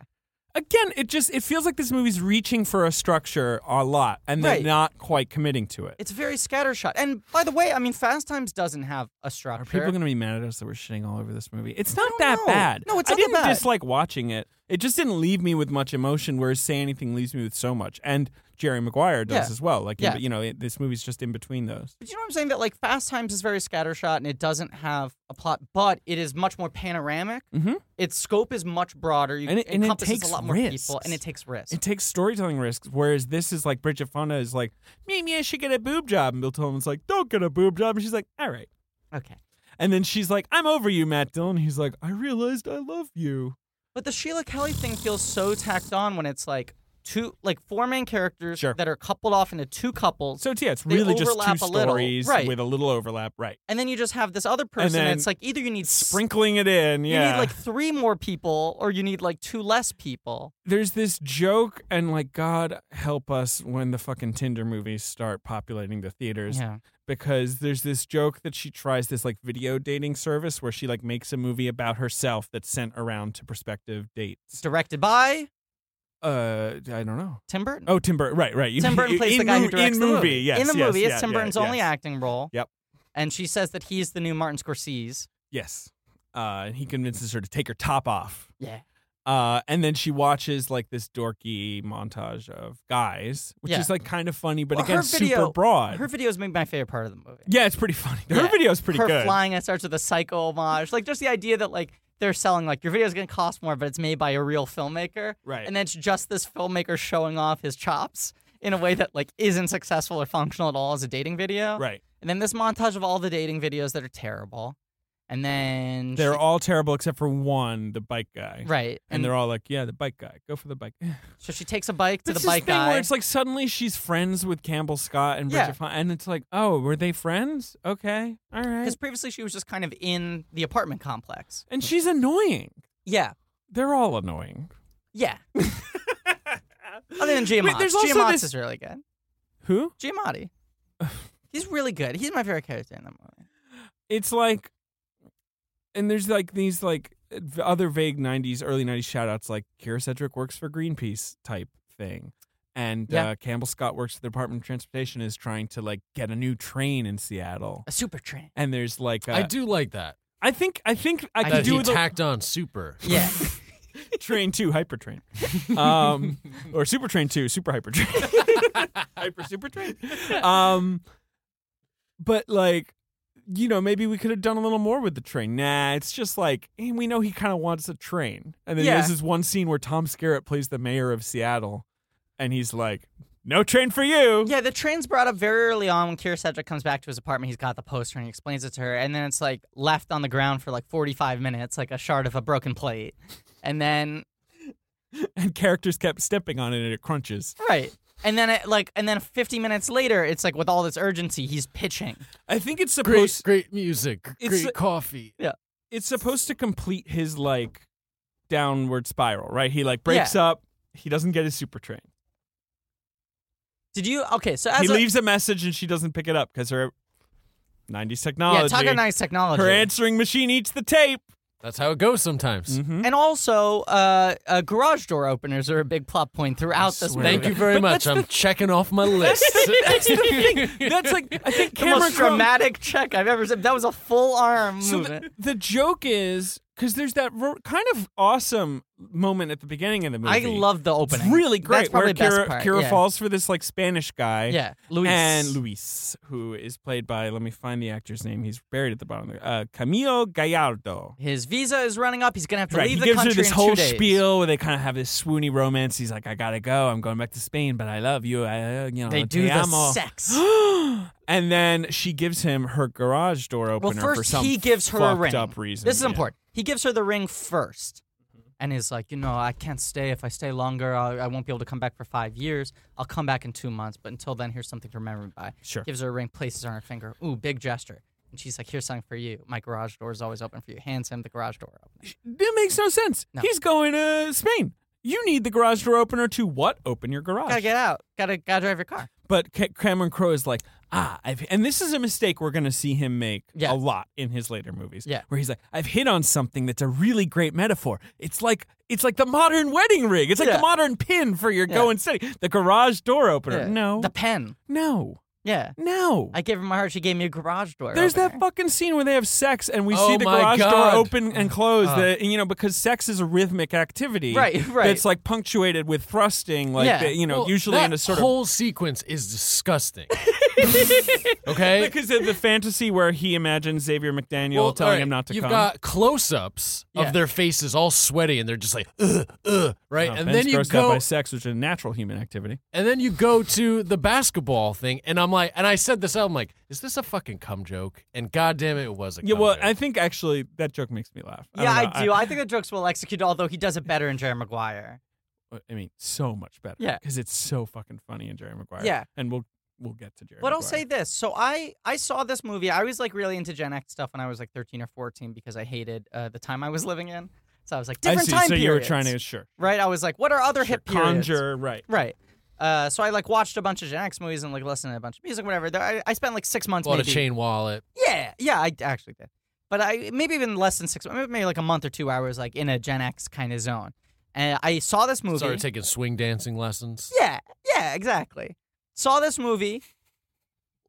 [SPEAKER 3] Again, it just it feels like this movie's reaching for a structure a lot, and they're
[SPEAKER 2] Right.
[SPEAKER 3] not quite committing to it.
[SPEAKER 2] It's very scattershot. And by the way, I mean, Fast Times doesn't have a structure.
[SPEAKER 3] Are people going to be mad at us that we're shitting all over this movie? It's not
[SPEAKER 2] don't
[SPEAKER 3] that
[SPEAKER 2] know.
[SPEAKER 3] bad.
[SPEAKER 2] No, it's
[SPEAKER 3] I
[SPEAKER 2] not that
[SPEAKER 3] didn't
[SPEAKER 2] bad.
[SPEAKER 3] dislike watching it. It just didn't leave me with much emotion, whereas Say Anything leaves me with so much. And Jerry Maguire does
[SPEAKER 2] Yeah.
[SPEAKER 3] as well. Like,
[SPEAKER 2] Yeah.
[SPEAKER 3] you know, it, this movie's just in between those.
[SPEAKER 2] But you know what I'm saying? That like Fast Times is very scattershot and it doesn't have a plot, but it is much more panoramic.
[SPEAKER 3] Mhm.
[SPEAKER 2] Its scope is much broader. You
[SPEAKER 3] And it- and it
[SPEAKER 2] encompasses
[SPEAKER 3] takes
[SPEAKER 2] a lot more people,
[SPEAKER 3] risks.
[SPEAKER 2] and it takes risks.
[SPEAKER 3] It takes storytelling risks, whereas this is like Bridget Fonda is like, maybe I should get a boob job. And Bill Tillman's like, don't get a boob job. And she's like, all right.
[SPEAKER 2] okay.
[SPEAKER 3] And then she's like, I'm over you, Matt Dillon. He's like, I realized I love you.
[SPEAKER 2] But the Sheila Kelly thing feels so tacked on when it's like two, like four main characters
[SPEAKER 3] Sure.
[SPEAKER 2] that are coupled off into two couples,
[SPEAKER 3] So, it's- yeah, it's
[SPEAKER 2] They
[SPEAKER 3] really just
[SPEAKER 2] overlap
[SPEAKER 3] two
[SPEAKER 2] a little,
[SPEAKER 3] stories
[SPEAKER 2] right.
[SPEAKER 3] with a little overlap. Right.
[SPEAKER 2] and then you just have this other person.
[SPEAKER 3] then
[SPEAKER 2] and it's like either you need s-
[SPEAKER 3] Sprinkling it in.
[SPEAKER 2] you
[SPEAKER 3] Yeah.
[SPEAKER 2] need like three more people, or you need like two less people.
[SPEAKER 3] there's this joke, and like, God help us when the fucking Tinder movies start populating the theaters.
[SPEAKER 2] Yeah.
[SPEAKER 3] because there's this joke that she tries this like video dating service where she like makes a movie about herself that's sent around to prospective dates.
[SPEAKER 2] Directed by
[SPEAKER 3] Uh, I don't know.
[SPEAKER 2] Tim Burton.
[SPEAKER 3] Oh, Tim Burton. Right, right. You-
[SPEAKER 2] Tim Burton
[SPEAKER 3] in
[SPEAKER 2] plays the guy who
[SPEAKER 3] mov-
[SPEAKER 2] directs
[SPEAKER 3] in
[SPEAKER 2] the
[SPEAKER 3] movie.
[SPEAKER 2] movie.
[SPEAKER 3] Yes,
[SPEAKER 2] in the
[SPEAKER 3] yes,
[SPEAKER 2] movie,
[SPEAKER 3] yeah,
[SPEAKER 2] it's Tim
[SPEAKER 3] yeah,
[SPEAKER 2] Burton's
[SPEAKER 3] yes.
[SPEAKER 2] only acting role.
[SPEAKER 3] Yep.
[SPEAKER 2] And she says that he's the new Martin Scorsese.
[SPEAKER 3] Yes, uh, and he convinces her to take her top off.
[SPEAKER 2] Yeah.
[SPEAKER 3] Uh, and then she watches like this dorky montage of guys, which
[SPEAKER 2] Yeah.
[SPEAKER 3] is like kind of funny, but
[SPEAKER 2] Well, her
[SPEAKER 3] again,
[SPEAKER 2] video-
[SPEAKER 3] super broad.
[SPEAKER 2] Her videos make my favorite part of the movie.
[SPEAKER 3] yeah, it's pretty funny.
[SPEAKER 2] Yeah.
[SPEAKER 3] Her video's pretty
[SPEAKER 2] Her
[SPEAKER 3] good.
[SPEAKER 2] flying that starts with a psycho homage. Like just the idea that like they're selling like your video's gonna cost more, but it's made by a real filmmaker.
[SPEAKER 3] Right.
[SPEAKER 2] And then it's just this filmmaker showing off his chops in a way that like isn't successful or functional at all as a dating video.
[SPEAKER 3] right.
[SPEAKER 2] And then this montage of all the dating videos that are terrible. And then
[SPEAKER 3] They're
[SPEAKER 2] she-
[SPEAKER 3] all terrible except for one, the bike guy.
[SPEAKER 2] right.
[SPEAKER 3] And, they're all like, yeah, the bike guy. Go for the bike.
[SPEAKER 2] so she takes a bike to
[SPEAKER 3] It's
[SPEAKER 2] the bike
[SPEAKER 3] thing
[SPEAKER 2] guy.
[SPEAKER 3] where it's like suddenly she's friends with Campbell Scott and
[SPEAKER 2] Yeah.
[SPEAKER 3] Bridget Fonda, and it's like, oh, were they friends? Okay, all right.
[SPEAKER 2] Because previously she was just kind of in the apartment complex.
[SPEAKER 3] And she's annoying.
[SPEAKER 2] Yeah.
[SPEAKER 3] They're all annoying.
[SPEAKER 2] Yeah. Other than Giamatti.
[SPEAKER 3] Wait, there's also
[SPEAKER 2] Giamatti
[SPEAKER 3] this-
[SPEAKER 2] is really good.
[SPEAKER 3] Who?
[SPEAKER 2] Giamatti. He's really good. He's my favorite character in the movie.
[SPEAKER 3] It's like, and there's like these like v- other vague '90s, early '90s shout outs like Kira Sedgwick works for Greenpeace type thing. And
[SPEAKER 2] Yeah.
[SPEAKER 3] uh, Campbell Scott works for the Department of Transportation is trying to like get a new train in Seattle.
[SPEAKER 2] A super train.
[SPEAKER 3] And there's like uh,
[SPEAKER 4] I do like that.
[SPEAKER 3] I think I think I
[SPEAKER 2] I
[SPEAKER 3] could
[SPEAKER 4] That
[SPEAKER 3] do
[SPEAKER 4] he
[SPEAKER 3] with a-
[SPEAKER 4] tacked on super.
[SPEAKER 2] Yeah.
[SPEAKER 3] train two, hyper train, um, or super train two, super hyper train, hyper super train. Um, but like, you know, maybe we could have done a little more with the train. Nah, it's just like eh, we know he kind of wants a train, and then
[SPEAKER 2] Yeah.
[SPEAKER 3] there's this one scene where Tom Skerritt plays the mayor of Seattle, and he's like, "No train for you."
[SPEAKER 2] yeah, the train's brought up very early on when Kira Sedgwick comes back to his apartment. He's got the poster and he explains it to her. And then it's like left on the ground for like 45 minutes, like a shard of a broken plate. And then,
[SPEAKER 3] And characters kept stepping on it, and it crunches.
[SPEAKER 2] right. And then, it, like, and then 50 minutes later, it's like with all this urgency, he's pitching.
[SPEAKER 3] I think it's supposed.
[SPEAKER 4] Great, great music.
[SPEAKER 3] It's
[SPEAKER 4] great
[SPEAKER 3] a-
[SPEAKER 4] coffee.
[SPEAKER 3] it's supposed to complete his like downward spiral, right? He like breaks up. He doesn't get his super train.
[SPEAKER 2] Did you? Okay, so as
[SPEAKER 3] he
[SPEAKER 2] a,
[SPEAKER 3] leaves a message and she doesn't pick it up because her 90s
[SPEAKER 2] yeah,
[SPEAKER 3] technology.
[SPEAKER 2] talk about nice technology.
[SPEAKER 3] her answering machine eats the tape.
[SPEAKER 4] That's how it goes sometimes.
[SPEAKER 3] Mm-hmm.
[SPEAKER 2] And also, uh, uh, garage door openers are a big plot point throughout this
[SPEAKER 3] swear.
[SPEAKER 2] movie.
[SPEAKER 4] Thank you very much. I'm checking off my list.
[SPEAKER 3] That's the thing. That's like I think
[SPEAKER 2] The
[SPEAKER 3] Cameron
[SPEAKER 2] most
[SPEAKER 3] Crowe.
[SPEAKER 2] dramatic check I've ever seen. That was a full arm
[SPEAKER 3] So
[SPEAKER 2] movement.
[SPEAKER 3] the, the joke is because there's that ro- kind of awesome moment at the beginning of the movie.
[SPEAKER 2] I love the
[SPEAKER 3] It's
[SPEAKER 2] opening.
[SPEAKER 3] really great
[SPEAKER 2] That's probably
[SPEAKER 3] where
[SPEAKER 2] the best
[SPEAKER 3] Kira,
[SPEAKER 2] part.
[SPEAKER 3] Kira
[SPEAKER 2] yeah.
[SPEAKER 3] falls for this like Spanish guy.
[SPEAKER 2] Yeah, Luis.
[SPEAKER 3] and Luis, who is played by let me find the actor's name. He's buried at the bottom there. Uh, Camilo Gallardo.
[SPEAKER 2] His visa is running up. He's gonna have to
[SPEAKER 3] Right,
[SPEAKER 2] leave
[SPEAKER 3] he
[SPEAKER 2] the
[SPEAKER 3] gives
[SPEAKER 2] country
[SPEAKER 3] her this
[SPEAKER 2] in
[SPEAKER 3] whole
[SPEAKER 2] two days.
[SPEAKER 3] spiel where they kind of have this swoony romance. He's like, "I gotta go. I'm going back to Spain, but I love you. I, uh, you know,
[SPEAKER 2] They
[SPEAKER 3] te
[SPEAKER 2] do the
[SPEAKER 3] amo."
[SPEAKER 2] sex.
[SPEAKER 3] and then she gives him her garage door
[SPEAKER 2] Well,
[SPEAKER 3] opener for
[SPEAKER 2] first
[SPEAKER 3] some
[SPEAKER 2] he gives her a
[SPEAKER 3] fucked
[SPEAKER 2] ring.
[SPEAKER 3] up reason.
[SPEAKER 2] This is
[SPEAKER 3] Yeah.
[SPEAKER 2] important. He gives her the ring first, and is like, you know, I can't stay. If I stay longer, I, I won't be able to come back for five years. I'll come back in two months, but until then, here's something to remember me by.
[SPEAKER 3] Sure.
[SPEAKER 2] Gives her a ring, places it on her finger. Ooh, big gesture. And she's like, here's something for you. My garage door is always open for you. Hands him the garage door open.
[SPEAKER 3] That makes no sense.
[SPEAKER 2] No.
[SPEAKER 3] He's going to Spain. You need the garage door opener to what? Open your garage.
[SPEAKER 2] Gotta get out. Gotta gotta drive your car.
[SPEAKER 3] But Ca- Cameron Crowe is like, ah, I've, and this is a mistake we're going to see him make
[SPEAKER 2] Yeah.
[SPEAKER 3] a lot in his later movies.
[SPEAKER 2] Yeah.
[SPEAKER 3] where he's like, I've hit on something that's a really great metaphor. It's like it's like the modern wedding ring. It's like
[SPEAKER 2] Yeah.
[SPEAKER 3] the modern pin for your
[SPEAKER 2] Yeah.
[SPEAKER 3] going steady. The garage door opener. Er, No,
[SPEAKER 2] The pen.
[SPEAKER 3] no.
[SPEAKER 2] Yeah.
[SPEAKER 3] No.
[SPEAKER 2] I gave her my heart. She gave me a garage door.
[SPEAKER 3] There's
[SPEAKER 2] opener.
[SPEAKER 3] that fucking scene where they have sex and we
[SPEAKER 4] Oh
[SPEAKER 3] see the
[SPEAKER 4] my
[SPEAKER 3] garage
[SPEAKER 4] God.
[SPEAKER 3] door open and close.
[SPEAKER 4] Uh.
[SPEAKER 3] the- you know, because sex is a rhythmic activity,
[SPEAKER 2] Right, right.
[SPEAKER 3] That's like punctuated with thrusting, like
[SPEAKER 2] Yeah.
[SPEAKER 3] the- you know,
[SPEAKER 4] Well,
[SPEAKER 3] usually
[SPEAKER 4] that
[SPEAKER 3] in a sort of
[SPEAKER 4] whole sequence is disgusting. okay,
[SPEAKER 3] because of the fantasy where he imagines Xavier McDaniel
[SPEAKER 4] Well,
[SPEAKER 3] telling
[SPEAKER 4] all right,
[SPEAKER 3] him not to
[SPEAKER 4] You've
[SPEAKER 3] come.
[SPEAKER 4] got close-ups
[SPEAKER 2] Yeah.
[SPEAKER 4] of their faces all sweaty, and they're just like, ugh, ugh, right?
[SPEAKER 3] Oh,
[SPEAKER 4] and
[SPEAKER 3] Ben's
[SPEAKER 4] then you
[SPEAKER 3] grossed out
[SPEAKER 4] go,
[SPEAKER 3] by sex, which is a natural human activity.
[SPEAKER 4] and then you go to the basketball thing, and I'm like, and I said this out, I'm like, is this a fucking cum joke? And goddamn it, it was a.
[SPEAKER 3] Yeah,
[SPEAKER 4] cum
[SPEAKER 3] well,
[SPEAKER 4] joke.
[SPEAKER 3] I think actually that joke makes me laugh.
[SPEAKER 2] Yeah, I,
[SPEAKER 3] don't know.
[SPEAKER 2] do. I, think the joke's well executed, although he does it better in Jerry Maguire.
[SPEAKER 3] I, I mean, so much better.
[SPEAKER 2] Yeah.
[SPEAKER 3] because it's so fucking funny in Jerry Maguire.
[SPEAKER 2] Yeah.
[SPEAKER 3] and we'll we'll get to Jerry.
[SPEAKER 2] But I'll
[SPEAKER 3] Maguire.
[SPEAKER 2] say this. So I I saw this movie. I was like really into Gen X stuff when I was like 13 or 14 because I hated uh, the time I was living in. So I was like
[SPEAKER 3] I
[SPEAKER 2] different
[SPEAKER 3] see.
[SPEAKER 2] time
[SPEAKER 3] so
[SPEAKER 2] periods.
[SPEAKER 3] you were trying to sure,
[SPEAKER 2] right? I was like, what are other
[SPEAKER 3] sure
[SPEAKER 2] hip periods?
[SPEAKER 3] conjure right.
[SPEAKER 2] Right. Uh, so I like watched a bunch of Gen X movies and like listened to a bunch of music, whatever. There- I, I spent like six months
[SPEAKER 4] bought a
[SPEAKER 2] maybe.
[SPEAKER 4] chain wallet.
[SPEAKER 2] Yeah, yeah, I actually did. But I maybe even less than six, maybe like a month or two hours, like in a Gen X kind of zone. And I saw this movie.
[SPEAKER 4] Started taking swing dancing lessons.
[SPEAKER 2] Yeah, yeah, exactly. Saw this movie,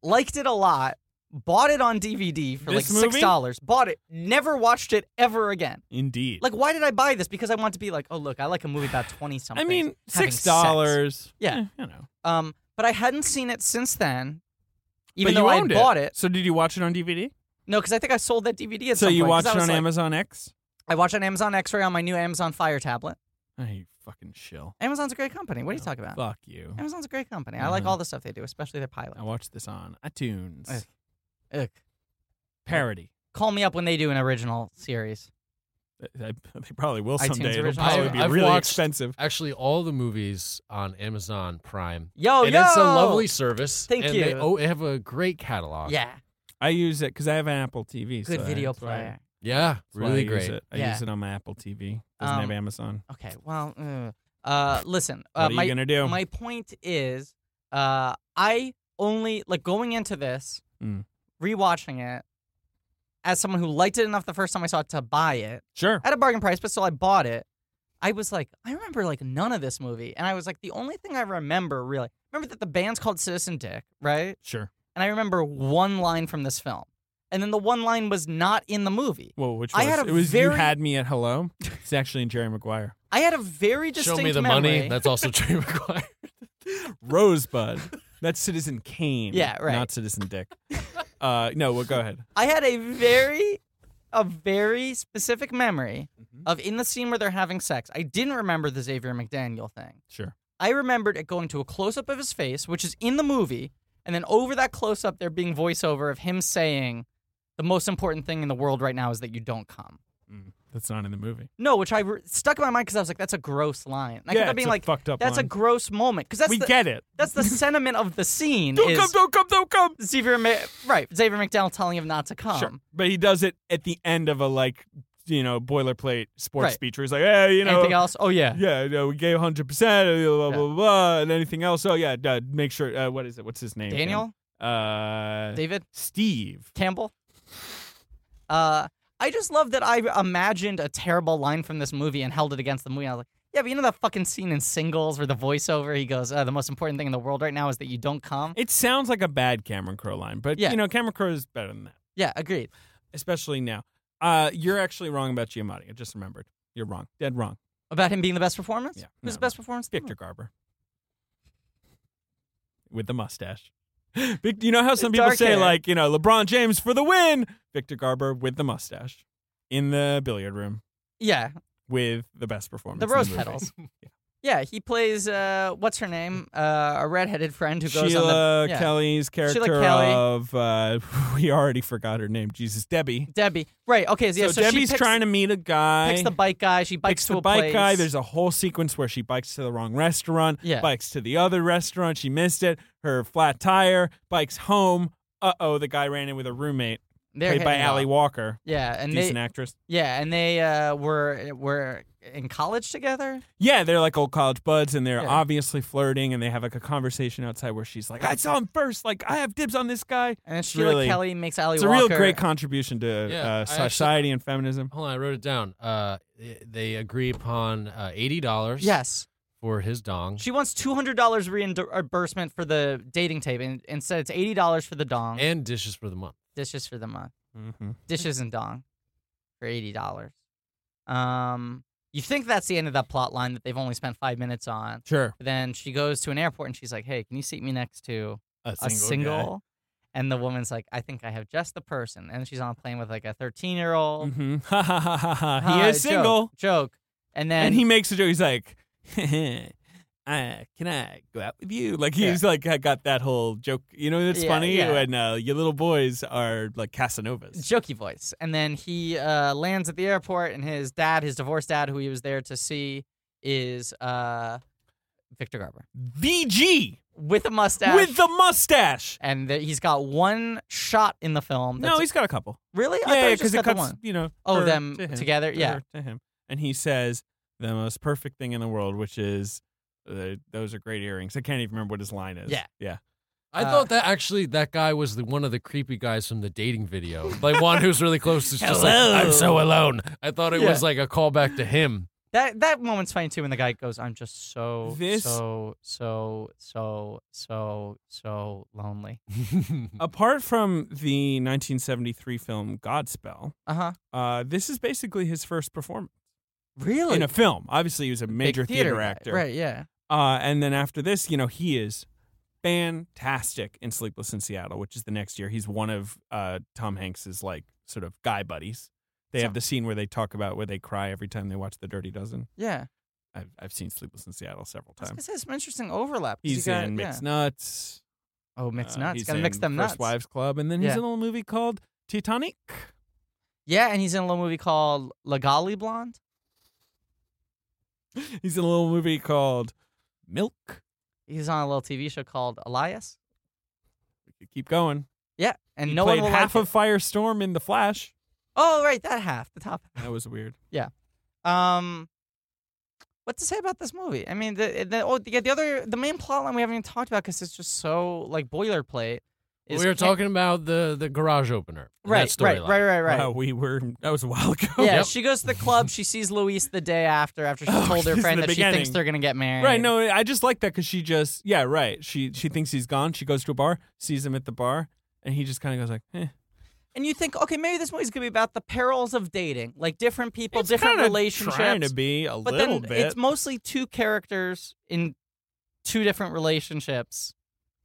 [SPEAKER 2] liked it a lot, bought it on DVD for
[SPEAKER 3] This
[SPEAKER 2] like six
[SPEAKER 3] movie?
[SPEAKER 2] dollars, bought it, never watched it ever again.
[SPEAKER 3] Indeed.
[SPEAKER 2] Like, why did I buy this? Because I want to be like, oh look, I like a movie about twenty
[SPEAKER 3] I
[SPEAKER 2] something.
[SPEAKER 3] mean,
[SPEAKER 2] having
[SPEAKER 3] six dollars. Eh,
[SPEAKER 2] Yeah.
[SPEAKER 3] you know.
[SPEAKER 2] Um, but I hadn't seen it since then. Even
[SPEAKER 3] but
[SPEAKER 2] though
[SPEAKER 3] you
[SPEAKER 2] I had
[SPEAKER 3] owned
[SPEAKER 2] bought it,
[SPEAKER 3] So did you watch it on DVD?
[SPEAKER 2] no, because I think I sold that DVD at
[SPEAKER 3] so
[SPEAKER 2] some
[SPEAKER 3] you
[SPEAKER 2] point, 'cause
[SPEAKER 3] watched
[SPEAKER 2] I
[SPEAKER 3] it
[SPEAKER 2] was
[SPEAKER 3] on
[SPEAKER 2] like-
[SPEAKER 3] Amazon X?
[SPEAKER 2] I watched on Amazon X-ray on my new Amazon Fire tablet.
[SPEAKER 3] Oh, you fucking shill.
[SPEAKER 2] Amazon's a great company. What are you talking about?
[SPEAKER 3] Oh, Fuck you.
[SPEAKER 2] Amazon's a great company. I like
[SPEAKER 3] Uh-huh.
[SPEAKER 2] all the stuff they do, especially their pilot.
[SPEAKER 3] I watched this on iTunes.
[SPEAKER 2] Ugh.
[SPEAKER 3] Oh.
[SPEAKER 2] Ugh.
[SPEAKER 3] Parody.
[SPEAKER 2] Call me up when they do an original series.
[SPEAKER 3] They they probably will
[SPEAKER 2] iTunes
[SPEAKER 3] someday. It'll
[SPEAKER 2] original.
[SPEAKER 3] probably
[SPEAKER 2] I've-
[SPEAKER 3] be
[SPEAKER 4] I've
[SPEAKER 3] really
[SPEAKER 4] watched-
[SPEAKER 3] expensive.
[SPEAKER 4] Actually, all the movies on Amazon Prime.
[SPEAKER 2] Yo,
[SPEAKER 3] Oh,
[SPEAKER 4] and
[SPEAKER 2] yo!
[SPEAKER 4] it's a lovely service.
[SPEAKER 2] Thank
[SPEAKER 4] and They
[SPEAKER 2] you.
[SPEAKER 4] oh, have a great catalog.
[SPEAKER 2] Yeah,
[SPEAKER 3] I use it because I have an Apple TV.
[SPEAKER 2] good
[SPEAKER 3] so
[SPEAKER 2] video
[SPEAKER 3] that's why-
[SPEAKER 2] player.
[SPEAKER 4] yeah,
[SPEAKER 3] that's why I
[SPEAKER 4] really
[SPEAKER 3] use
[SPEAKER 4] great.
[SPEAKER 3] it. I
[SPEAKER 2] Yeah.
[SPEAKER 3] use it on my Apple TV. Doesn't have
[SPEAKER 2] Um,
[SPEAKER 3] Amazon.
[SPEAKER 2] Okay, well, uh, uh, listen.
[SPEAKER 3] What
[SPEAKER 2] Uh,
[SPEAKER 3] are
[SPEAKER 2] my
[SPEAKER 3] you gonna do?
[SPEAKER 2] my point is, uh, I only like going into this,
[SPEAKER 3] Mm.
[SPEAKER 2] rewatching it. As someone who liked it enough the first time I saw it to buy it,
[SPEAKER 3] sure.
[SPEAKER 2] at a bargain price, but still I bought it. I was like, I remember like none of this movie, and I was like, the only thing I remember really, remember that the band's called Citizen Dick, right?
[SPEAKER 3] Sure.
[SPEAKER 2] And I remember one line from this film, and then the one line was not in the movie.
[SPEAKER 3] Whoa, which was,
[SPEAKER 2] I had a
[SPEAKER 3] it was
[SPEAKER 2] very-
[SPEAKER 3] you had me at hello. It's actually in Jerry Maguire.
[SPEAKER 2] I had a very
[SPEAKER 4] Show
[SPEAKER 2] distinct
[SPEAKER 4] me the
[SPEAKER 2] memory.
[SPEAKER 4] money. That's also Jerry Maguire.
[SPEAKER 3] Rosebud. That's Citizen Kane.
[SPEAKER 2] Yeah, right.
[SPEAKER 3] Not Citizen Dick. uh, no, well, go ahead.
[SPEAKER 2] I had a very, a very specific memory
[SPEAKER 3] Mm-hmm.
[SPEAKER 2] of in the scene where they're having sex. I didn't remember the Xavier McDaniel thing.
[SPEAKER 3] Sure.
[SPEAKER 2] I remembered it going to a close up of his face, which is in the movie, and then over that close up, there being voiceover of him saying, "The most important thing in the world right now is that you don't come."
[SPEAKER 3] Mm, that's not in the movie.
[SPEAKER 2] No, which I re- stuck in my mind because I was like, "That's a gross line." And I
[SPEAKER 3] yeah,
[SPEAKER 2] kept on
[SPEAKER 3] it's
[SPEAKER 2] being
[SPEAKER 3] a
[SPEAKER 2] like,
[SPEAKER 3] fucked up.
[SPEAKER 2] "That's
[SPEAKER 3] line.
[SPEAKER 2] a gross moment," because that's
[SPEAKER 3] we
[SPEAKER 2] the,
[SPEAKER 3] get it.
[SPEAKER 2] that's the sentiment of the scene
[SPEAKER 3] Don't
[SPEAKER 2] is
[SPEAKER 3] come, don't come, don't come.
[SPEAKER 2] Xavier Ma- right Xavier McDonald telling him not to come.
[SPEAKER 3] Sure. Um, But he does it at the end of a like, you know, boilerplate sports
[SPEAKER 2] Right.
[SPEAKER 3] speech where he's like, hey, you know,
[SPEAKER 2] Anything else? Oh yeah.
[SPEAKER 3] yeah, no, we gave 100%, blah, blah,
[SPEAKER 2] Yeah.
[SPEAKER 3] blah, blah, and anything else. Oh, yeah, uh, make sure, uh, what is it? What's his name?
[SPEAKER 2] Daniel,
[SPEAKER 3] Uh,
[SPEAKER 2] David,
[SPEAKER 3] Steve.
[SPEAKER 2] Campbell. Uh, I just love that I imagined a terrible line from this movie and held it against the movie. I was like, yeah, but you know that fucking scene in Singles where the voiceover he goes, uh, "The most important thing in the world right now is that you don't come."
[SPEAKER 3] It sounds like a bad Cameron Crowe line, but,
[SPEAKER 2] Yeah.
[SPEAKER 3] you know, Cameron Crowe is better than that,
[SPEAKER 2] Yeah, agreed.
[SPEAKER 3] especially now. Uh, you're actually wrong about Giamatti. I just remembered. You're wrong. Dead wrong.
[SPEAKER 2] About him being the best performance.
[SPEAKER 3] Yeah,
[SPEAKER 2] who's
[SPEAKER 3] no,
[SPEAKER 2] the best performance?
[SPEAKER 3] Victor Garber. With the mustache. Vic- You know how some people
[SPEAKER 2] Dark
[SPEAKER 3] say,
[SPEAKER 2] hair.
[SPEAKER 3] like, you know, LeBron James for the win? Victor Garber with the mustache in the billiard room
[SPEAKER 2] Yeah,
[SPEAKER 3] with the best performance.
[SPEAKER 2] the
[SPEAKER 3] in
[SPEAKER 2] rose
[SPEAKER 3] movie.
[SPEAKER 2] petals. yeah, he plays uh, what's her name? Uh, a redheaded friend who goes
[SPEAKER 3] Sheila
[SPEAKER 2] on the yeah,
[SPEAKER 3] Kelly's character
[SPEAKER 2] Kelly.
[SPEAKER 3] of, uh, we already forgot her name, Jesus, Debbie.
[SPEAKER 2] Debbie. Right. Okay. Yeah.
[SPEAKER 3] so,
[SPEAKER 2] So,
[SPEAKER 3] Debbie's
[SPEAKER 2] she picks,
[SPEAKER 3] trying to meet a guy.
[SPEAKER 2] picks the bike guy. She bikes
[SPEAKER 3] Bikes
[SPEAKER 2] to
[SPEAKER 3] the
[SPEAKER 2] a
[SPEAKER 3] bike
[SPEAKER 2] place.
[SPEAKER 3] guy. There's a whole sequence where she bikes to the wrong restaurant,
[SPEAKER 2] Yeah.
[SPEAKER 3] bikes to the other restaurant. She missed it. Her flat tire, bikes home. Uh oh, the guy ran in with a roommate
[SPEAKER 2] They're
[SPEAKER 3] played by
[SPEAKER 2] hitting it
[SPEAKER 3] Ali
[SPEAKER 2] off.
[SPEAKER 3] Walker,
[SPEAKER 2] Yeah, and
[SPEAKER 3] decent
[SPEAKER 2] they
[SPEAKER 3] actress.
[SPEAKER 2] Yeah, and they uh, were were in college together.
[SPEAKER 3] Yeah, they're like old college buds, and they're
[SPEAKER 2] Yeah.
[SPEAKER 3] obviously flirting, and they have like a conversation outside where she's like, "I saw him first. Like, I have dibs on this guy."
[SPEAKER 2] And then Sheila
[SPEAKER 3] really-
[SPEAKER 2] Kelly makes Ali
[SPEAKER 3] It's a
[SPEAKER 2] Walker.
[SPEAKER 3] real great contribution to
[SPEAKER 4] Yeah, I
[SPEAKER 3] uh,
[SPEAKER 4] actually-
[SPEAKER 3] society and feminism.
[SPEAKER 4] Hold on, I wrote it down. Uh, they agree upon uh, eighty dollars.
[SPEAKER 2] yes,
[SPEAKER 4] for his
[SPEAKER 3] Mm.
[SPEAKER 4] dong.
[SPEAKER 2] She wants two hundred dollars reimbursement for the dating tape, and instead it's eighty dollars for the dong,
[SPEAKER 3] Eh.
[SPEAKER 4] and dishes for the month.
[SPEAKER 2] dishes for the month,
[SPEAKER 3] Mm-hmm.
[SPEAKER 2] dishes and dong, for eighty dollars. Um, you think that's the end of that plot line that they've only spent five minutes on?
[SPEAKER 3] Sure.
[SPEAKER 2] Then she goes to an airport and she's like, "Hey, can you seat me next to
[SPEAKER 5] A
[SPEAKER 2] a
[SPEAKER 5] single.
[SPEAKER 2] single?" And the woman's like, "I think I have just the person." And she's on a plane with like a thirteen-year-old.
[SPEAKER 3] Mm-hmm. Ha ha ha ha ha. He is single,
[SPEAKER 2] joke, joke. and then
[SPEAKER 3] and he makes a joke. He's like, uh, "Can I go out with you?" Like he's like, "I got that whole joke." You know, it's
[SPEAKER 2] Yeah,
[SPEAKER 3] funny
[SPEAKER 2] yeah.
[SPEAKER 3] when uh, your little boys are like Casanovas.
[SPEAKER 2] jokey voice. And then he uh, lands at the airport, and his dad, his divorced dad, who he was there to see, is uh, Victor Garber
[SPEAKER 3] VG
[SPEAKER 2] with a mustache.
[SPEAKER 3] with the mustache.
[SPEAKER 2] and th- he's got one shot in the film. That's
[SPEAKER 3] No, he's got a couple.
[SPEAKER 2] really. I
[SPEAKER 3] yeah,
[SPEAKER 2] thought
[SPEAKER 3] yeah,
[SPEAKER 2] he just
[SPEAKER 3] because it
[SPEAKER 2] got the
[SPEAKER 3] cuts,
[SPEAKER 2] one.
[SPEAKER 3] you know,
[SPEAKER 2] Oh,
[SPEAKER 3] her
[SPEAKER 2] them
[SPEAKER 3] to him,
[SPEAKER 2] together?
[SPEAKER 3] to
[SPEAKER 2] Yeah.
[SPEAKER 3] her, to him, and he says the most perfect thing in the world, which is uh, those are great earrings. I can't even remember what his line is.
[SPEAKER 2] Yeah.
[SPEAKER 3] yeah.
[SPEAKER 4] I
[SPEAKER 2] Uh,
[SPEAKER 4] thought that actually that guy was the one of the creepy guys from the dating video, like one who's really close. Is just like
[SPEAKER 3] Hello.
[SPEAKER 4] I'm so alone. I thought it
[SPEAKER 2] Yeah.
[SPEAKER 4] was like a callback to him.
[SPEAKER 2] That that moment's funny too when the guy goes, "I'm just so
[SPEAKER 3] This-
[SPEAKER 2] so so so so so lonely."
[SPEAKER 3] Apart from the 1973 film Godspell,
[SPEAKER 2] Uh huh.
[SPEAKER 3] uh, this is basically his first performance
[SPEAKER 2] Really?
[SPEAKER 3] in a film. Obviously, he was a major theater,
[SPEAKER 2] guy.
[SPEAKER 3] actor,
[SPEAKER 2] Right. Yeah.
[SPEAKER 3] Uh, and then after this, you know, he is fantastic in Sleepless in Seattle, which is the next year. He's one of uh, Tom Hanks's like sort of guy buddies. They have the scene where they talk about where they cry every time they watch The Dirty Dozen.
[SPEAKER 2] Yeah.
[SPEAKER 3] I've, I've seen Sleepless in Seattle several
[SPEAKER 2] I was
[SPEAKER 3] times.
[SPEAKER 2] gonna say, some interesting overlap. 'cause you
[SPEAKER 3] He's
[SPEAKER 2] got-
[SPEAKER 3] in
[SPEAKER 2] yeah.
[SPEAKER 3] Mixed Nuts.
[SPEAKER 2] Oh, mixed
[SPEAKER 3] uh,
[SPEAKER 2] nuts.
[SPEAKER 3] he's
[SPEAKER 2] Gotta mix
[SPEAKER 3] in
[SPEAKER 2] them
[SPEAKER 3] First
[SPEAKER 2] nuts.
[SPEAKER 3] Wives Club, and then he's
[SPEAKER 2] Yeah.
[SPEAKER 3] in a little movie called Titanic.
[SPEAKER 2] Yeah, and he's in a little movie called Lagali Blonde.
[SPEAKER 3] He's in a little movie called Milk.
[SPEAKER 2] He's on a little TV show called Elias.
[SPEAKER 3] We could keep going.
[SPEAKER 2] Yeah, and
[SPEAKER 3] He
[SPEAKER 2] no
[SPEAKER 3] played
[SPEAKER 2] one will
[SPEAKER 3] half
[SPEAKER 2] like
[SPEAKER 3] of
[SPEAKER 2] It.
[SPEAKER 3] Firestorm in The Flash.
[SPEAKER 2] Oh, right, that half, the top.
[SPEAKER 3] That was weird.
[SPEAKER 2] Um, what to say about this movie? I mean, the the oh, yeah, the other the main plot line we haven't even talked about because it's just so like boilerplate.
[SPEAKER 4] we
[SPEAKER 2] is
[SPEAKER 4] were
[SPEAKER 2] Ken-
[SPEAKER 4] talking about the the garage opener. and that
[SPEAKER 2] right, right,
[SPEAKER 4] storyline.
[SPEAKER 2] right, right, right.
[SPEAKER 3] Wow, Uh, we were that was a while ago.
[SPEAKER 2] Yeah,
[SPEAKER 4] Yep.
[SPEAKER 2] she goes to the club. She sees Luis the day after, after she
[SPEAKER 3] Oh,
[SPEAKER 2] told her
[SPEAKER 3] this is
[SPEAKER 2] friend
[SPEAKER 3] the
[SPEAKER 2] that she thinks
[SPEAKER 3] beginning.
[SPEAKER 2] they're gonna get married.
[SPEAKER 3] Right. No, I just like that because she just yeah. Right. She she thinks he's gone. She goes to a bar, sees him at the bar, and he just kind of goes like, eh.
[SPEAKER 2] and you think, okay, maybe this movie's gonna be about the perils of dating, like different people,
[SPEAKER 3] It's
[SPEAKER 2] different
[SPEAKER 3] kinda
[SPEAKER 2] relationships.
[SPEAKER 3] Trying to be a
[SPEAKER 2] but
[SPEAKER 3] little
[SPEAKER 2] then
[SPEAKER 3] bit.
[SPEAKER 2] it's mostly two characters in two different relationships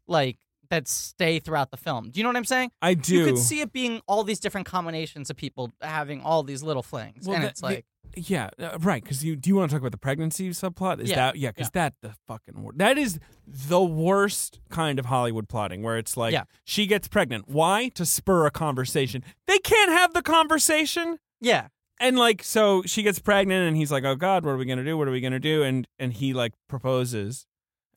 [SPEAKER 2] like that stay throughout the film do you know what i'm saying
[SPEAKER 3] I do.
[SPEAKER 2] you could see it being all these different combinations of people having all these little flings
[SPEAKER 3] Well,
[SPEAKER 2] and
[SPEAKER 3] the-
[SPEAKER 2] it's
[SPEAKER 3] the-
[SPEAKER 2] like
[SPEAKER 3] yeah. uh, right. Because you do you want to talk about the pregnancy subplot? Is
[SPEAKER 2] Yeah,
[SPEAKER 3] that yeah? Because that the fucking wor- that is the worst kind of Hollywood plotting where it's like
[SPEAKER 2] Yeah.
[SPEAKER 3] she gets pregnant. Why? To spur a conversation. They can't have the conversation.
[SPEAKER 2] yeah
[SPEAKER 3] and like so she gets pregnant and he's like oh god what are we gonna do what are we gonna do and and he like proposes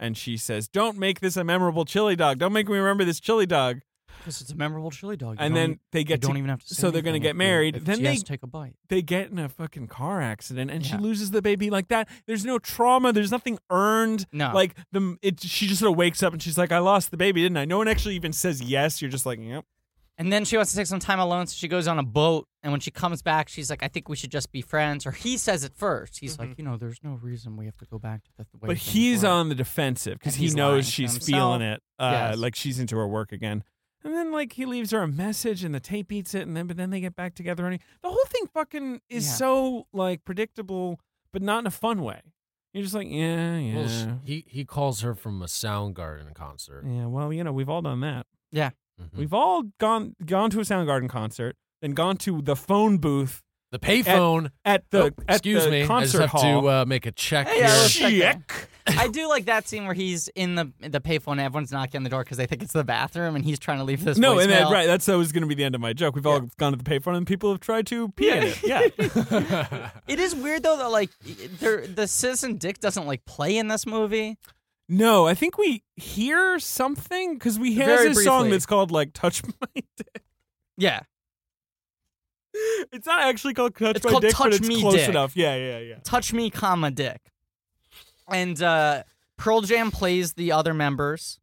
[SPEAKER 3] and she says don't make this a memorable chili dog don't make me remember this chili dog
[SPEAKER 2] because it's a memorable chili dog
[SPEAKER 3] and then they
[SPEAKER 2] you
[SPEAKER 3] get
[SPEAKER 2] don't
[SPEAKER 3] to,
[SPEAKER 2] even have to
[SPEAKER 3] so they're gonna
[SPEAKER 2] going to
[SPEAKER 3] get married. Then they-
[SPEAKER 2] take a bite
[SPEAKER 3] they get in a fucking car accident and she
[SPEAKER 2] Yeah.
[SPEAKER 3] loses the baby like that there's no trauma there's nothing earned
[SPEAKER 2] no
[SPEAKER 3] like the it she just sort of wakes up and she's like i lost the baby didn't i no one actually even says yes you're just like yep
[SPEAKER 2] and then she wants to take some time alone so she goes on a boat and when she comes back she's like i think we should just be friends or he says it first he's like you know there's no reason we have to go back to the way
[SPEAKER 3] but
[SPEAKER 2] things
[SPEAKER 3] he's
[SPEAKER 2] were."
[SPEAKER 3] on the defensive because
[SPEAKER 2] And
[SPEAKER 3] he
[SPEAKER 2] he's lying
[SPEAKER 3] knows
[SPEAKER 2] to
[SPEAKER 3] she's
[SPEAKER 2] himself.
[SPEAKER 3] feeling it. Uh,
[SPEAKER 2] Yes.
[SPEAKER 3] Like she's into her work again. And then like he leaves her a message, and the tape eats it, and then but then they get back together. And he, the whole thing fucking is
[SPEAKER 2] Yeah.
[SPEAKER 3] so like predictable, but not in a fun way. You're just like, yeah, yeah,
[SPEAKER 4] Well, sh- he he calls her from a Soundgarden concert.
[SPEAKER 3] yeah. Well, you know, we've all done that.
[SPEAKER 4] Mhm.
[SPEAKER 3] We've all gone gone to a Soundgarden concert, then gone to the phone booth
[SPEAKER 4] the payphone.
[SPEAKER 3] at the
[SPEAKER 4] Oh,
[SPEAKER 3] at
[SPEAKER 4] excuse
[SPEAKER 3] the
[SPEAKER 4] me. I just
[SPEAKER 3] concert
[SPEAKER 4] have
[SPEAKER 3] hall.
[SPEAKER 4] to uh, make a check
[SPEAKER 2] Hey,
[SPEAKER 4] here.
[SPEAKER 2] I was-
[SPEAKER 3] Check.
[SPEAKER 2] I do like that scene where he's in the the payphone and everyone's knocking on the door because they think it's the bathroom and he's trying to leave this.
[SPEAKER 3] No,
[SPEAKER 2] voicemail.
[SPEAKER 3] and that, right, that's always going to be the end of my joke. We've all gone to the payphone, and people have tried to pee in it. Yeah,
[SPEAKER 2] It is weird though that like there, the citizen Dick doesn't like play in this movie.
[SPEAKER 3] No, I think we hear something because we hear
[SPEAKER 2] Very
[SPEAKER 3] this song
[SPEAKER 2] briefly.
[SPEAKER 3] that's called like "Touch My Dick."
[SPEAKER 2] Yeah,
[SPEAKER 3] It's not actually called "Touch
[SPEAKER 2] It's
[SPEAKER 3] My
[SPEAKER 2] called
[SPEAKER 3] Dick,"
[SPEAKER 2] Touch
[SPEAKER 3] but it's
[SPEAKER 2] Me
[SPEAKER 3] close
[SPEAKER 2] Dick.
[SPEAKER 3] enough. Yeah, yeah, yeah.
[SPEAKER 2] touch me, comma Dick. And uh Pearl Jam plays the other members.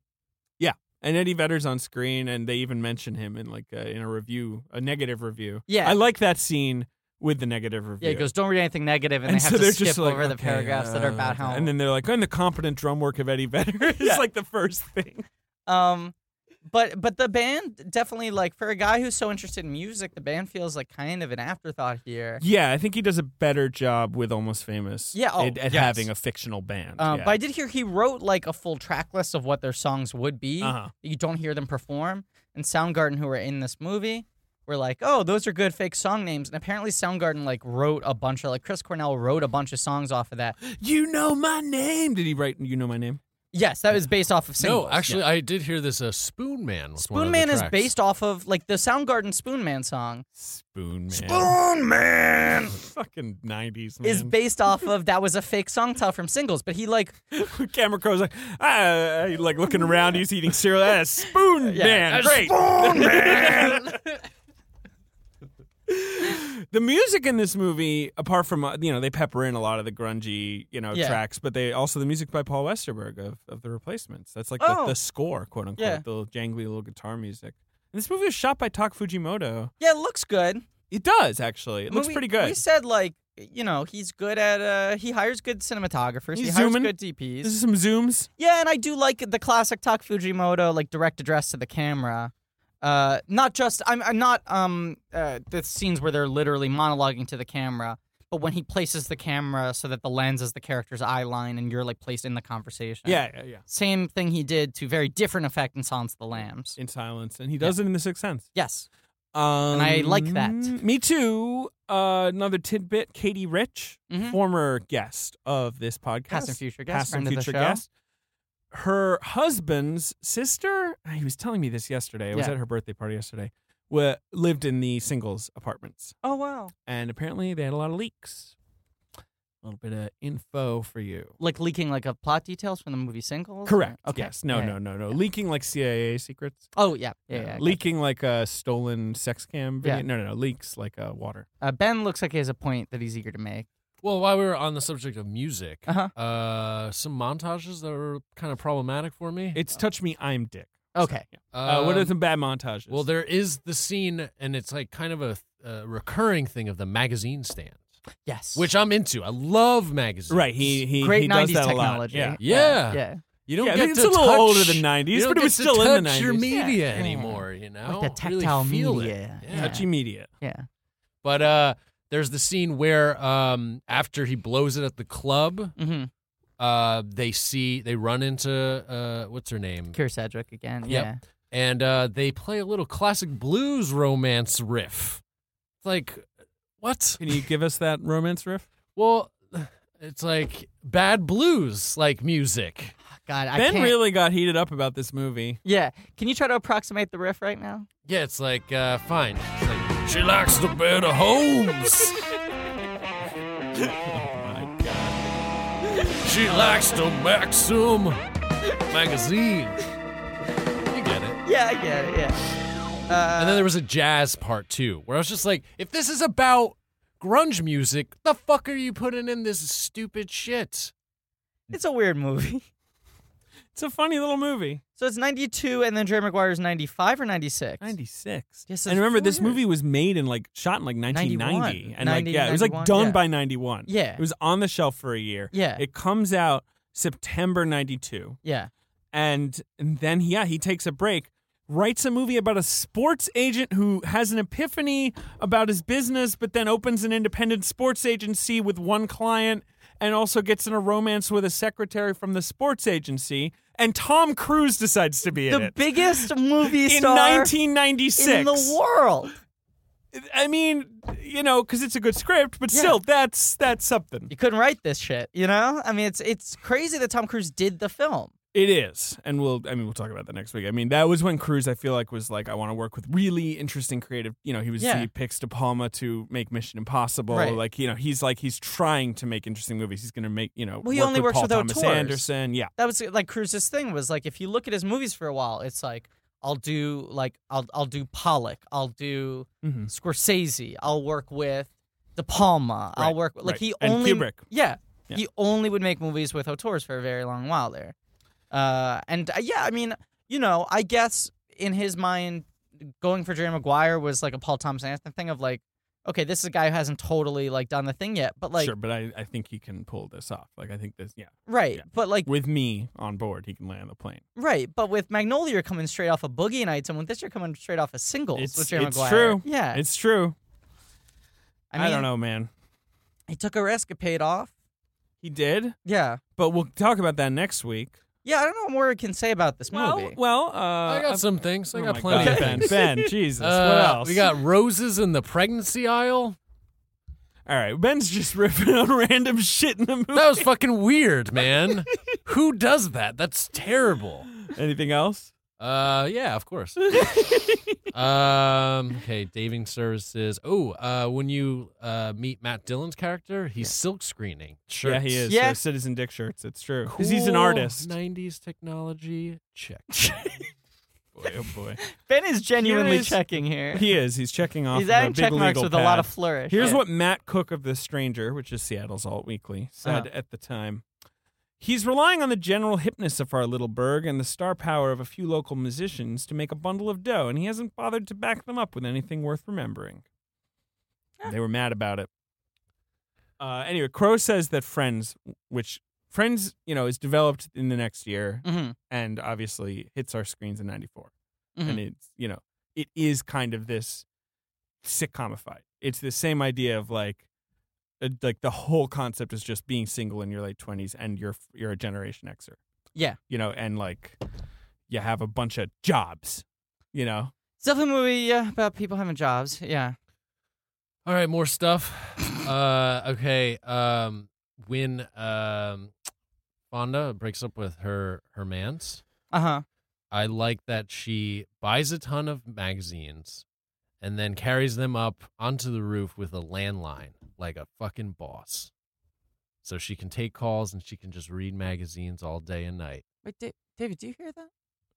[SPEAKER 3] And Eddie Vedder's on screen, and they even mention him in like uh, in a review, a negative review.
[SPEAKER 2] Yeah.
[SPEAKER 3] I like that scene with the negative review.
[SPEAKER 2] Yeah, he goes, don't read anything negative, and,
[SPEAKER 3] and
[SPEAKER 2] they have
[SPEAKER 3] so
[SPEAKER 2] to
[SPEAKER 3] they're
[SPEAKER 2] skip
[SPEAKER 3] just like,
[SPEAKER 2] over the
[SPEAKER 3] okay,
[SPEAKER 2] paragraphs that are about
[SPEAKER 3] uh,
[SPEAKER 2] how.
[SPEAKER 3] and then they're like, and the competent drum work of Eddie Vedder is
[SPEAKER 2] Yeah.
[SPEAKER 3] like the first thing.
[SPEAKER 2] um, but but the band definitely like for a guy who's so interested in music, the band feels like kind of an afterthought here.
[SPEAKER 3] Yeah, I think he does a better job with Almost Famous.
[SPEAKER 2] Yeah, oh,
[SPEAKER 3] at, at
[SPEAKER 2] yes.
[SPEAKER 3] having a fictional band.
[SPEAKER 2] Um,
[SPEAKER 3] yeah.
[SPEAKER 2] But I did hear he wrote like a full track list of what their songs would be.
[SPEAKER 3] Uh-huh.
[SPEAKER 2] You don't hear them perform. And Soundgarden, who were in this movie, were like, "Oh, those are good fake song names." And apparently, Soundgarden like wrote a bunch of like Chris Cornell wrote a bunch of songs off of that.
[SPEAKER 3] you know my name. Did he write You Know My Name?
[SPEAKER 2] Yes, that was based off of singles.
[SPEAKER 4] no, actually, I did hear this. Uh, Spoon Man. Was one
[SPEAKER 2] Spoon
[SPEAKER 4] of
[SPEAKER 2] Man
[SPEAKER 4] the
[SPEAKER 2] is
[SPEAKER 4] tracks.
[SPEAKER 2] based off of like the Soundgarden Spoon Man song
[SPEAKER 3] Spoon Man.
[SPEAKER 1] man.
[SPEAKER 3] Fucking 90s,
[SPEAKER 2] is
[SPEAKER 3] man.
[SPEAKER 2] based off of that was a fake song title from singles. But he like
[SPEAKER 3] Camera crew's like, ah, like looking around, he's eating cereal. Ah, Spoon
[SPEAKER 2] Yeah,
[SPEAKER 3] Man. Great. the music in this movie, apart from uh, you know, they pepper in a lot of the grungy you know
[SPEAKER 2] Yeah.
[SPEAKER 3] tracks, but they also the music by Paul Westerberg of, of the Replacements. That's like
[SPEAKER 2] Oh.
[SPEAKER 3] the, the score, quote unquote,
[SPEAKER 2] Yeah.
[SPEAKER 3] the little jangly little guitar music. And this movie was shot by Tak Fujimoto.
[SPEAKER 2] yeah, it looks good.
[SPEAKER 3] It does actually. It
[SPEAKER 2] I mean,
[SPEAKER 3] looks
[SPEAKER 2] we-
[SPEAKER 3] pretty good.
[SPEAKER 2] We said like you know he's good at uh he hires good cinematographers. he
[SPEAKER 3] He's
[SPEAKER 2] hires
[SPEAKER 3] zooming.
[SPEAKER 2] good
[SPEAKER 3] this is
[SPEAKER 2] DPs.
[SPEAKER 3] some zooms.
[SPEAKER 2] Yeah, and I do like the classic Tak Fujimoto like direct address to the camera. Uh, not just I'm, I'm not um uh, the scenes where they're literally monologuing to the camera, but when he places the camera so that the lens is the character's eye line and you're like placed in the conversation.
[SPEAKER 3] Yeah, yeah, yeah.
[SPEAKER 2] Same thing he did to very different effect in Silence of the Lambs.
[SPEAKER 3] In silence, and he does it in The Sixth Sense.
[SPEAKER 2] Yes.
[SPEAKER 3] Um,
[SPEAKER 2] I like that.
[SPEAKER 3] Me too. Uh, another tidbit: Katie Rich,
[SPEAKER 2] Mhm.
[SPEAKER 3] former guest of this podcast,
[SPEAKER 2] Past and future guest,
[SPEAKER 3] past and
[SPEAKER 2] friend of the
[SPEAKER 3] future
[SPEAKER 2] show.
[SPEAKER 3] guest. Her husband's sister. ah, He was telling me this yesterday. I was
[SPEAKER 2] Yeah.
[SPEAKER 3] at her birthday party yesterday. wa- lived in the singles apartments,
[SPEAKER 2] Oh wow.
[SPEAKER 3] and apparently they had a lot of leaks. A little bit of info for you.
[SPEAKER 2] Like leaking like a plot details from the movie Singles. or-
[SPEAKER 3] Correct.
[SPEAKER 2] Okay.
[SPEAKER 3] Yes. No.
[SPEAKER 2] Yeah.
[SPEAKER 3] No. No. No. Leaking like CIA secrets. Uh,
[SPEAKER 2] Oh yeah, yeah. yeah, I got
[SPEAKER 3] leaking like a stolen sex cam. Video.
[SPEAKER 2] Yeah.
[SPEAKER 3] No. No. No. Leaks like uh, water.
[SPEAKER 2] it. Uh, ben looks like he has a point that he's eager to make.
[SPEAKER 4] Well, while we were on the subject of music,
[SPEAKER 2] Uh-huh.
[SPEAKER 4] uh, some montages that were kind of problematic for me.
[SPEAKER 3] It's touch me, I'm dick.
[SPEAKER 2] Okay.
[SPEAKER 3] Uh, what are
[SPEAKER 4] Um,
[SPEAKER 3] some bad montages?
[SPEAKER 4] Well, there is the scene, and it's like kind of a uh, recurring thing of the magazine stand,
[SPEAKER 2] Yes.
[SPEAKER 4] which I'm into. I love magazines.
[SPEAKER 3] right. He he
[SPEAKER 2] great
[SPEAKER 3] he does
[SPEAKER 2] '90s
[SPEAKER 3] that
[SPEAKER 2] technology.
[SPEAKER 3] a lot. Yeah.
[SPEAKER 4] Yeah.
[SPEAKER 2] Yeah.
[SPEAKER 4] You
[SPEAKER 3] Yeah,
[SPEAKER 4] don't
[SPEAKER 3] I
[SPEAKER 4] get
[SPEAKER 3] mean, it's
[SPEAKER 4] to
[SPEAKER 3] a little
[SPEAKER 4] touch-
[SPEAKER 3] older than 90s,
[SPEAKER 4] you don't
[SPEAKER 3] but it
[SPEAKER 4] get
[SPEAKER 3] was
[SPEAKER 4] to
[SPEAKER 3] still in the
[SPEAKER 4] touch Your
[SPEAKER 3] 90s.
[SPEAKER 4] media
[SPEAKER 2] Yeah.
[SPEAKER 4] anymore, you know,
[SPEAKER 2] the
[SPEAKER 4] Really
[SPEAKER 2] tactile
[SPEAKER 4] feel it.
[SPEAKER 2] media.
[SPEAKER 4] Yeah.
[SPEAKER 3] Touchy media.
[SPEAKER 2] Yeah.
[SPEAKER 4] But uh, there's the scene where um, after he blows it at the club,
[SPEAKER 2] Mm-hmm.
[SPEAKER 4] uh, they see they run into uh, what's her name,
[SPEAKER 2] Cure Sedgwick again.
[SPEAKER 4] Yep.
[SPEAKER 2] Yeah.
[SPEAKER 4] and uh, they play a little classic blues romance riff. It's like what?
[SPEAKER 3] Can you give us that romance riff?
[SPEAKER 4] Well, it's like bad blues like music.
[SPEAKER 2] God, I
[SPEAKER 3] ben
[SPEAKER 2] can't.
[SPEAKER 3] really got heated up about this movie.
[SPEAKER 2] yeah. Can you try to approximate the riff right now?
[SPEAKER 4] Yeah, it's like uh, fine. It's like she likes the better homes. She likes the Maxim magazine. You get it.
[SPEAKER 2] Yeah, I get it. Yeah.
[SPEAKER 4] And then there was a jazz part too, where I was just like, if this is about grunge music, the fuck are you putting in this stupid shit?
[SPEAKER 2] It's a weird movie.
[SPEAKER 3] It's a funny little movie.
[SPEAKER 2] So it's 92, and then Jerry Maguire's 95 or 96?
[SPEAKER 3] 96.
[SPEAKER 2] Yes,
[SPEAKER 3] and
[SPEAKER 2] it's
[SPEAKER 3] remember, this
[SPEAKER 2] weird.
[SPEAKER 3] movie was made in like shot in like 1990,
[SPEAKER 2] 91.
[SPEAKER 3] and like yeah, it was like
[SPEAKER 2] 91,
[SPEAKER 3] done
[SPEAKER 2] yeah.
[SPEAKER 3] by 91.
[SPEAKER 2] Yeah.
[SPEAKER 3] it was on the shelf for a year.
[SPEAKER 2] Yeah.
[SPEAKER 3] it comes out September 92.
[SPEAKER 2] Yeah.
[SPEAKER 3] and then yeah he takes a break writes a movie about a sports agent who has an epiphany about his business but then opens an independent sports agency with one client and also gets in a romance with a secretary from the sports agency and tom cruise decides to be in
[SPEAKER 2] The
[SPEAKER 3] it
[SPEAKER 2] biggest movie
[SPEAKER 3] in
[SPEAKER 2] star
[SPEAKER 3] 1996
[SPEAKER 2] in the world.
[SPEAKER 3] i mean you know because it's a good script but still that's that's something
[SPEAKER 2] You couldn't write this shit, you know? I mean, it's it's crazy that Tom Cruise did the film.
[SPEAKER 3] It is, and we'll. I mean, we'll talk about that next week. I mean, that was when Cruz, I feel like, was like, I want to work with really interesting creative. You know, he was
[SPEAKER 2] Yeah.
[SPEAKER 3] he picks De Palma to make Mission Impossible.
[SPEAKER 2] Right.
[SPEAKER 3] Like, you know, he's like he's trying to make interesting movies. He's going to make you know.
[SPEAKER 2] Well, he
[SPEAKER 3] work
[SPEAKER 2] only
[SPEAKER 3] with
[SPEAKER 2] works
[SPEAKER 3] Paul
[SPEAKER 2] with
[SPEAKER 3] Thomas
[SPEAKER 2] auteurs.
[SPEAKER 3] Anderson. Yeah,
[SPEAKER 2] that was like Cruz's thing was like if you look at his movies for a while, it's like I'll do like I'll I'll do Pollock, I'll do
[SPEAKER 3] Mhm.
[SPEAKER 2] Scorsese, I'll work with De Palma, I'll
[SPEAKER 3] Right,
[SPEAKER 2] work like
[SPEAKER 3] right.
[SPEAKER 2] he
[SPEAKER 3] And
[SPEAKER 2] only
[SPEAKER 3] Kubrick.
[SPEAKER 2] Yeah,
[SPEAKER 3] Yeah.
[SPEAKER 2] he only would make movies with auteurs for a very long while there. Uh, and uh, yeah, I mean, you know, I guess in his mind, going for Jerry Maguire was like a Paul Thomas Anderson thing of like, okay, this is a guy who hasn't totally like done the thing yet, but like
[SPEAKER 3] sure, but I, I think he can pull this off. Like I think this, yeah,
[SPEAKER 2] right,
[SPEAKER 3] Yeah.
[SPEAKER 2] but like
[SPEAKER 3] with me on board, he can land the plane.
[SPEAKER 2] right, but with Magnolia you're coming straight off a Boogie Nights, and with this you're coming straight off a singles.
[SPEAKER 3] It's-
[SPEAKER 2] with Jerry
[SPEAKER 3] it's
[SPEAKER 2] Maguire.
[SPEAKER 3] true.
[SPEAKER 2] Yeah,
[SPEAKER 3] It's true.
[SPEAKER 2] I, mean,
[SPEAKER 3] I don't know, man.
[SPEAKER 2] He took a risk. It paid off.
[SPEAKER 3] He did,
[SPEAKER 2] Yeah,
[SPEAKER 3] but we'll talk about that next week.
[SPEAKER 2] yeah. I don't know what more we can say about this
[SPEAKER 3] Well,
[SPEAKER 2] movie.
[SPEAKER 3] well, uh,
[SPEAKER 4] I got
[SPEAKER 3] I've-
[SPEAKER 4] some things. I
[SPEAKER 3] oh
[SPEAKER 4] got
[SPEAKER 3] my
[SPEAKER 4] plenty
[SPEAKER 3] God,
[SPEAKER 4] of
[SPEAKER 3] Ben,
[SPEAKER 4] things.
[SPEAKER 3] ben Jesus, what
[SPEAKER 4] Uh,
[SPEAKER 3] else?
[SPEAKER 4] We got roses in the pregnancy aisle.
[SPEAKER 3] all right. Ben's just ripping on random shit in the movie.
[SPEAKER 4] That was fucking weird, man. Who does that? That's terrible.
[SPEAKER 3] Anything else?
[SPEAKER 4] Uh, yeah, of course. um, okay, dating services. Oh, uh, when you uh meet Matt Dillon's character, he's silk screening. Sure,
[SPEAKER 3] Yeah, he is.
[SPEAKER 2] Yeah.
[SPEAKER 3] They're Citizen Dick shirts. It's true. 'Cause he's an artist.
[SPEAKER 4] Nineties technology. Check.
[SPEAKER 3] boy, oh boy.
[SPEAKER 2] ben is genuinely
[SPEAKER 3] is-
[SPEAKER 2] checking here.
[SPEAKER 3] He is. He's checking off.
[SPEAKER 2] He's
[SPEAKER 3] the
[SPEAKER 2] adding
[SPEAKER 3] big
[SPEAKER 2] check marks
[SPEAKER 3] legal
[SPEAKER 2] with a lot of
[SPEAKER 3] pad.
[SPEAKER 2] flourish.
[SPEAKER 3] Here's
[SPEAKER 2] Yeah.
[SPEAKER 3] what Matt Cook of The Stranger, which is Seattle's Alt Weekly, said at the time. He's relying on the general hipness of our little burg and the star power of a few local musicians to make a bundle of dough, and he hasn't bothered to back them up with anything worth remembering. They were mad about it. Uh, anyway, Crow says that Friends, which Friends, you know, is developed in the next year
[SPEAKER 2] Mhm.
[SPEAKER 3] and obviously hits our screens in 94
[SPEAKER 2] Mhm.
[SPEAKER 4] Mm-hmm.
[SPEAKER 3] and it's you know it is kind of this sitcomified it's the same idea of like uh, like the whole concept is just being single in your late 20s and you're you're a generation xer
[SPEAKER 2] Yeah.
[SPEAKER 3] you know and like you have a bunch of jobs you know
[SPEAKER 2] It's definitely a movie yeah, about people having jobs. Yeah.
[SPEAKER 4] All right, more stuff. uh, okay. Um, when um, Fonda breaks up with her her man's,
[SPEAKER 2] Uh huh.
[SPEAKER 4] I like that she buys a ton of magazines and then carries them up onto the roof with a landline like a fucking boss. So she can take calls and she can just read magazines all day and night.
[SPEAKER 2] Wait, Da- David, do you hear that?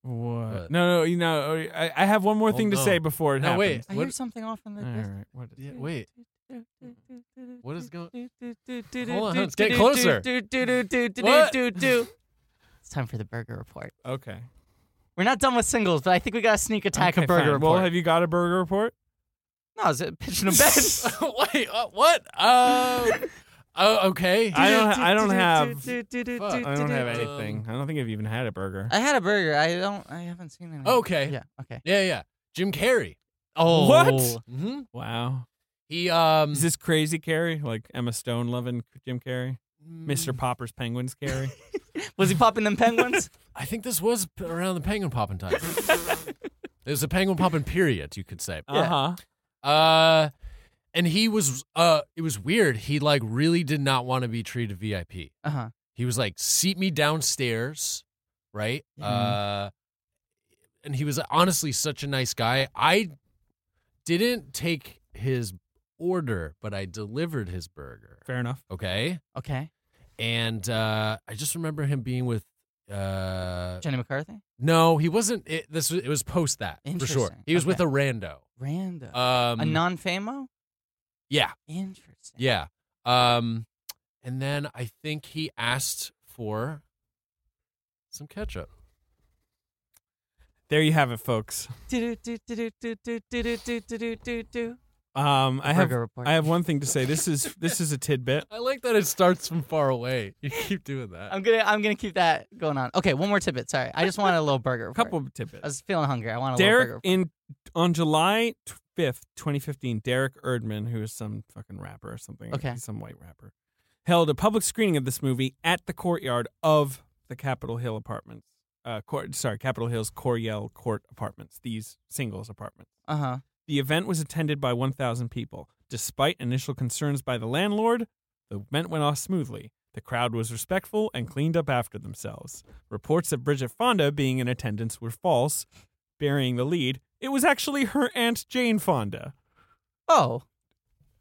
[SPEAKER 3] what
[SPEAKER 4] What?
[SPEAKER 3] no no you know i, I have one more
[SPEAKER 4] Oh,
[SPEAKER 3] thing to
[SPEAKER 4] no.
[SPEAKER 3] say before it
[SPEAKER 4] No,
[SPEAKER 3] happens
[SPEAKER 4] wait.
[SPEAKER 2] I
[SPEAKER 4] What-
[SPEAKER 2] hear something off in the
[SPEAKER 3] all
[SPEAKER 2] distance.
[SPEAKER 3] right what is
[SPEAKER 4] Yeah, wait. What is going
[SPEAKER 2] Hold
[SPEAKER 4] let's get closer. What?
[SPEAKER 2] It's time for the burger report.
[SPEAKER 3] okay
[SPEAKER 2] We're not done with singles, but I think we got a sneak attack
[SPEAKER 3] okay,
[SPEAKER 2] of burger
[SPEAKER 3] fine.
[SPEAKER 2] report.
[SPEAKER 3] well have you got a burger report
[SPEAKER 2] no, is it pitching a bed?
[SPEAKER 4] Wait, uh, what? Uh, oh, okay.
[SPEAKER 3] I don't ha- I don't have-
[SPEAKER 4] Fuck.
[SPEAKER 3] i don't have
[SPEAKER 4] Um,
[SPEAKER 3] anything i don't think i've even had a burger
[SPEAKER 2] I had a burger. I don't. I haven't seen it.
[SPEAKER 4] Okay.
[SPEAKER 2] Yeah. Okay.
[SPEAKER 4] Yeah, yeah. Jim Carrey.
[SPEAKER 2] Oh.
[SPEAKER 3] What?
[SPEAKER 4] Mm-hmm.
[SPEAKER 3] wow
[SPEAKER 4] He um
[SPEAKER 3] Is this crazy Carrie? Like Emma Stone loving Jim Carrey?
[SPEAKER 4] mm,
[SPEAKER 2] Mm.
[SPEAKER 3] Mr. Popper's Penguins Carrie?
[SPEAKER 2] Was he popping them penguins?
[SPEAKER 4] I think this was p- around the penguin popping time. it was a penguin popping period, you could say.
[SPEAKER 3] Uh huh.
[SPEAKER 4] Uh, and he was uh, it was weird. He like really did not want to be treated VIP.
[SPEAKER 2] uh huh.
[SPEAKER 4] He was like, seat me downstairs, right?
[SPEAKER 2] Mm-hmm.
[SPEAKER 4] Uh, and he was honestly such a nice guy. I didn't take his order, but I delivered his burger.
[SPEAKER 3] Fair enough.
[SPEAKER 4] Okay.
[SPEAKER 2] Okay.
[SPEAKER 4] and uh, I just remember him being with. Uh,
[SPEAKER 2] Jenny McCarthy.
[SPEAKER 4] no, he wasn't. It, this was, it was post that for sure.
[SPEAKER 2] Interesting.
[SPEAKER 4] He was with
[SPEAKER 2] Okay.
[SPEAKER 4] a rando.
[SPEAKER 2] Random.
[SPEAKER 4] Um,
[SPEAKER 2] a non-famo.
[SPEAKER 4] yeah,
[SPEAKER 2] Interesting.
[SPEAKER 4] yeah. Um, and then I think he asked for some ketchup.
[SPEAKER 3] There you have it, folks. Um, I have
[SPEAKER 2] Burger report.
[SPEAKER 3] I have one thing to say. This is this is a tidbit.
[SPEAKER 4] I like that it starts from far away. You keep doing that.
[SPEAKER 2] I'm gonna I'm gonna keep that going on. Okay, one more tidbit. Sorry, I just wanted a little burger.
[SPEAKER 3] A
[SPEAKER 2] Report.
[SPEAKER 3] couple of
[SPEAKER 2] I
[SPEAKER 3] tidbits.
[SPEAKER 2] was feeling hungry. I want a little burger. Report.
[SPEAKER 3] Derek in on July fifth, twenty fifteen. Derek Erdman, who is some fucking rapper or something,
[SPEAKER 2] Okay.
[SPEAKER 3] he's some white rapper, held a public screening of this movie at the courtyard of the Capitol Hill Apartments. Uh, court, sorry, Capitol Hill's Coryell Court Apartments. These singles apartments.
[SPEAKER 2] Uh huh.
[SPEAKER 3] The event was attended by 1,000 people. Despite initial concerns by the landlord, the event went off smoothly. The crowd was respectful and cleaned up after themselves. Reports of Bridget Fonda being in attendance were false. Burying the lead, it was actually her Aunt Jane Fonda.
[SPEAKER 2] Oh,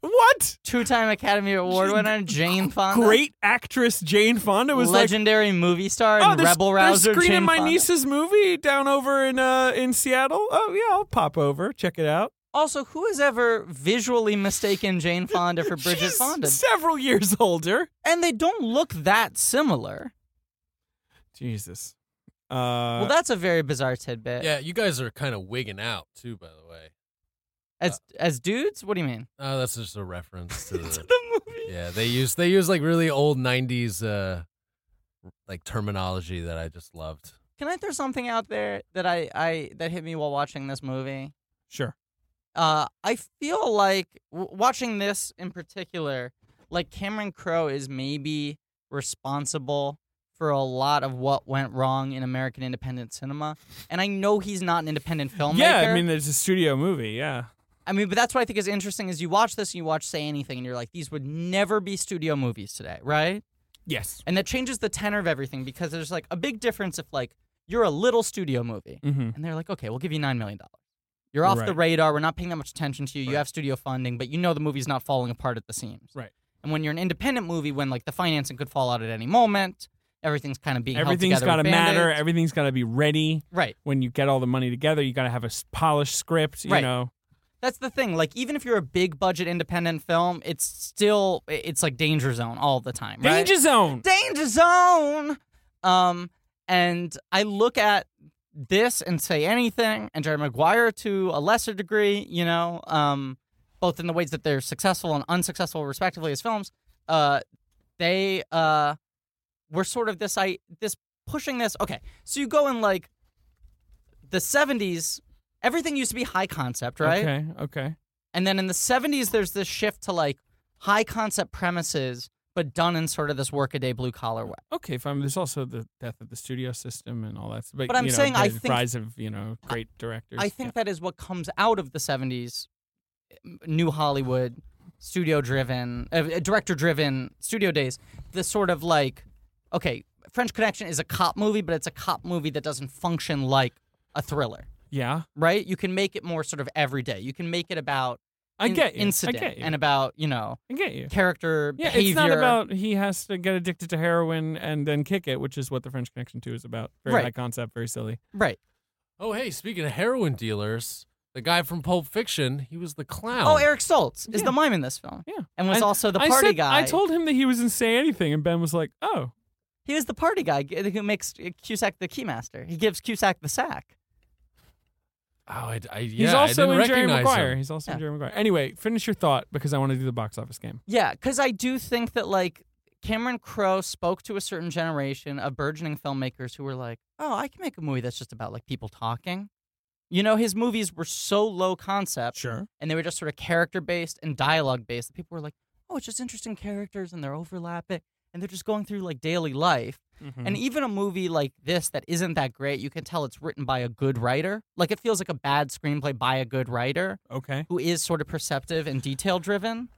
[SPEAKER 3] What?
[SPEAKER 2] two-time Academy Award winner Jane Fonda.
[SPEAKER 3] Great actress Jane Fonda was like,
[SPEAKER 2] legendary movie star
[SPEAKER 3] oh,
[SPEAKER 2] and
[SPEAKER 3] they're,
[SPEAKER 2] rebel
[SPEAKER 3] they're
[SPEAKER 2] rouser.
[SPEAKER 3] screening
[SPEAKER 2] Jane
[SPEAKER 3] my
[SPEAKER 2] Fonda.
[SPEAKER 3] niece's movie down over in uh, in Seattle. Oh yeah, I'll pop over, check it out.
[SPEAKER 2] Also, who has ever visually mistaken Jane Fonda for Bridget
[SPEAKER 3] She's
[SPEAKER 2] Fonda?
[SPEAKER 3] several years older.
[SPEAKER 2] And they don't look that similar.
[SPEAKER 3] Jesus. Uh,
[SPEAKER 2] well, that's a very bizarre tidbit.
[SPEAKER 4] Yeah, you guys are kind of wigging out too. By the way,
[SPEAKER 2] As
[SPEAKER 3] uh,
[SPEAKER 2] as dudes, what do you mean?
[SPEAKER 4] Oh, that's just a reference to the.
[SPEAKER 2] movie.
[SPEAKER 4] Yeah, they use they use like really old '90s uh, like terminology that I just loved.
[SPEAKER 2] Can I throw something out there that I, I that hit me while watching this movie?
[SPEAKER 3] Sure.
[SPEAKER 2] uh, I feel like w- watching this in particular, like Cameron Crowe is maybe responsible for a lot of what went wrong in American independent cinema. And I know he's not an independent filmmaker.
[SPEAKER 3] Yeah, I mean, it's a studio movie. Yeah.
[SPEAKER 2] I mean, but that's what I think is interesting is you watch this and you watch Say Anything and you're like, these would never be studio movies today, right?
[SPEAKER 3] Yes.
[SPEAKER 2] And that changes the tenor of everything because there's like a big difference if like you're a little studio movie
[SPEAKER 3] Mm-hmm.
[SPEAKER 2] and they're like, okay, we'll give you $9 million. You're off the
[SPEAKER 3] Right.
[SPEAKER 2] radar. We're not paying that much attention to you. You
[SPEAKER 3] Right.
[SPEAKER 2] have studio funding, but you know the movie's not falling apart at the seams.
[SPEAKER 3] Right.
[SPEAKER 2] And when you're an independent movie, when like the financing could fall out at any moment, everything's kind of being
[SPEAKER 3] Everything's
[SPEAKER 2] got to
[SPEAKER 3] matter. Everything's got to be ready.
[SPEAKER 2] Right.
[SPEAKER 3] When you get all the money together, you got to have a s- polished script. You
[SPEAKER 2] Right.
[SPEAKER 3] know.
[SPEAKER 2] That's the thing. Like even if you're a big budget independent film, it's still it's like danger zone all the time. right?
[SPEAKER 3] Danger zone.
[SPEAKER 2] danger zone. Um, and I look at this and say anything, and Jerry Maguire to a lesser degree, you know, um, both in the ways that they're successful and unsuccessful, respectively, as films. Uh, they uh, were sort of this I this pushing this. Okay, so you go in like the '70s. Everything used to be high concept, right?
[SPEAKER 3] Okay. Okay.
[SPEAKER 2] And then in the 70s, there's this shift to like high concept premises, but done in sort of this workaday blue collar way.
[SPEAKER 3] Okay. Fine. There's also the death of the studio system and all that. But,
[SPEAKER 2] But I'm
[SPEAKER 3] you know,
[SPEAKER 2] saying
[SPEAKER 3] the
[SPEAKER 2] I think-
[SPEAKER 3] rise of you know great directors.
[SPEAKER 2] I think that is what comes out of the 70s, m- new Hollywood, studio driven, uh, director driven studio days. This sort of like, okay, French Connection is a cop movie, but it's a cop movie that doesn't function like a thriller,
[SPEAKER 3] Yeah. Yeah.
[SPEAKER 2] right? You can make it more sort of everyday. You can make it about
[SPEAKER 3] I
[SPEAKER 2] in-
[SPEAKER 3] get you.
[SPEAKER 2] incident
[SPEAKER 3] I get you.
[SPEAKER 2] and about, you know,
[SPEAKER 3] I get you.
[SPEAKER 2] character
[SPEAKER 3] Yeah,
[SPEAKER 2] behavior.
[SPEAKER 3] it's not about he has to get addicted to heroin and then kick it, which is what the French Connection 2 is about. Very
[SPEAKER 2] Right.
[SPEAKER 3] high concept, very silly.
[SPEAKER 2] right.
[SPEAKER 4] Oh, hey, speaking of heroin dealers, the guy from Pulp Fiction, he was the clown.
[SPEAKER 2] Oh, Eric Stoltz is
[SPEAKER 3] Yeah.
[SPEAKER 2] the mime in this film.
[SPEAKER 3] Yeah.
[SPEAKER 2] And was
[SPEAKER 3] And
[SPEAKER 2] also the
[SPEAKER 3] I
[SPEAKER 2] party
[SPEAKER 3] said-
[SPEAKER 2] guy.
[SPEAKER 3] I told him that he was in Say Anything, and Ben was like, oh.
[SPEAKER 2] he was the party guy g- who makes uh, Cusack the keymaster. He gives Cusack the sack.
[SPEAKER 4] Oh, I, I, yeah,
[SPEAKER 3] He's
[SPEAKER 4] I
[SPEAKER 3] also
[SPEAKER 4] didn't
[SPEAKER 3] in Jerry
[SPEAKER 4] recognize
[SPEAKER 3] Maguire.
[SPEAKER 4] him.
[SPEAKER 3] He's also in
[SPEAKER 2] Yeah.
[SPEAKER 3] Jerry Maguire. Anyway, finish your thought because I want to do the box office game.
[SPEAKER 2] Yeah, because I do think that like Cameron Crowe spoke to a certain generation of burgeoning filmmakers who were like, "Oh, I can make a movie that's just about like people talking." You know, his movies were so low concept,
[SPEAKER 3] Sure.
[SPEAKER 2] and they were just sort of character based and dialogue based. that People were like, "Oh, it's just interesting characters, and they're overlapping, and they're just going through like daily life." And even a movie like this that isn't that great, you can tell it's written by a good writer. Like it feels like a bad screenplay by a good writer
[SPEAKER 3] okay.
[SPEAKER 2] who is sort of perceptive and detail driven.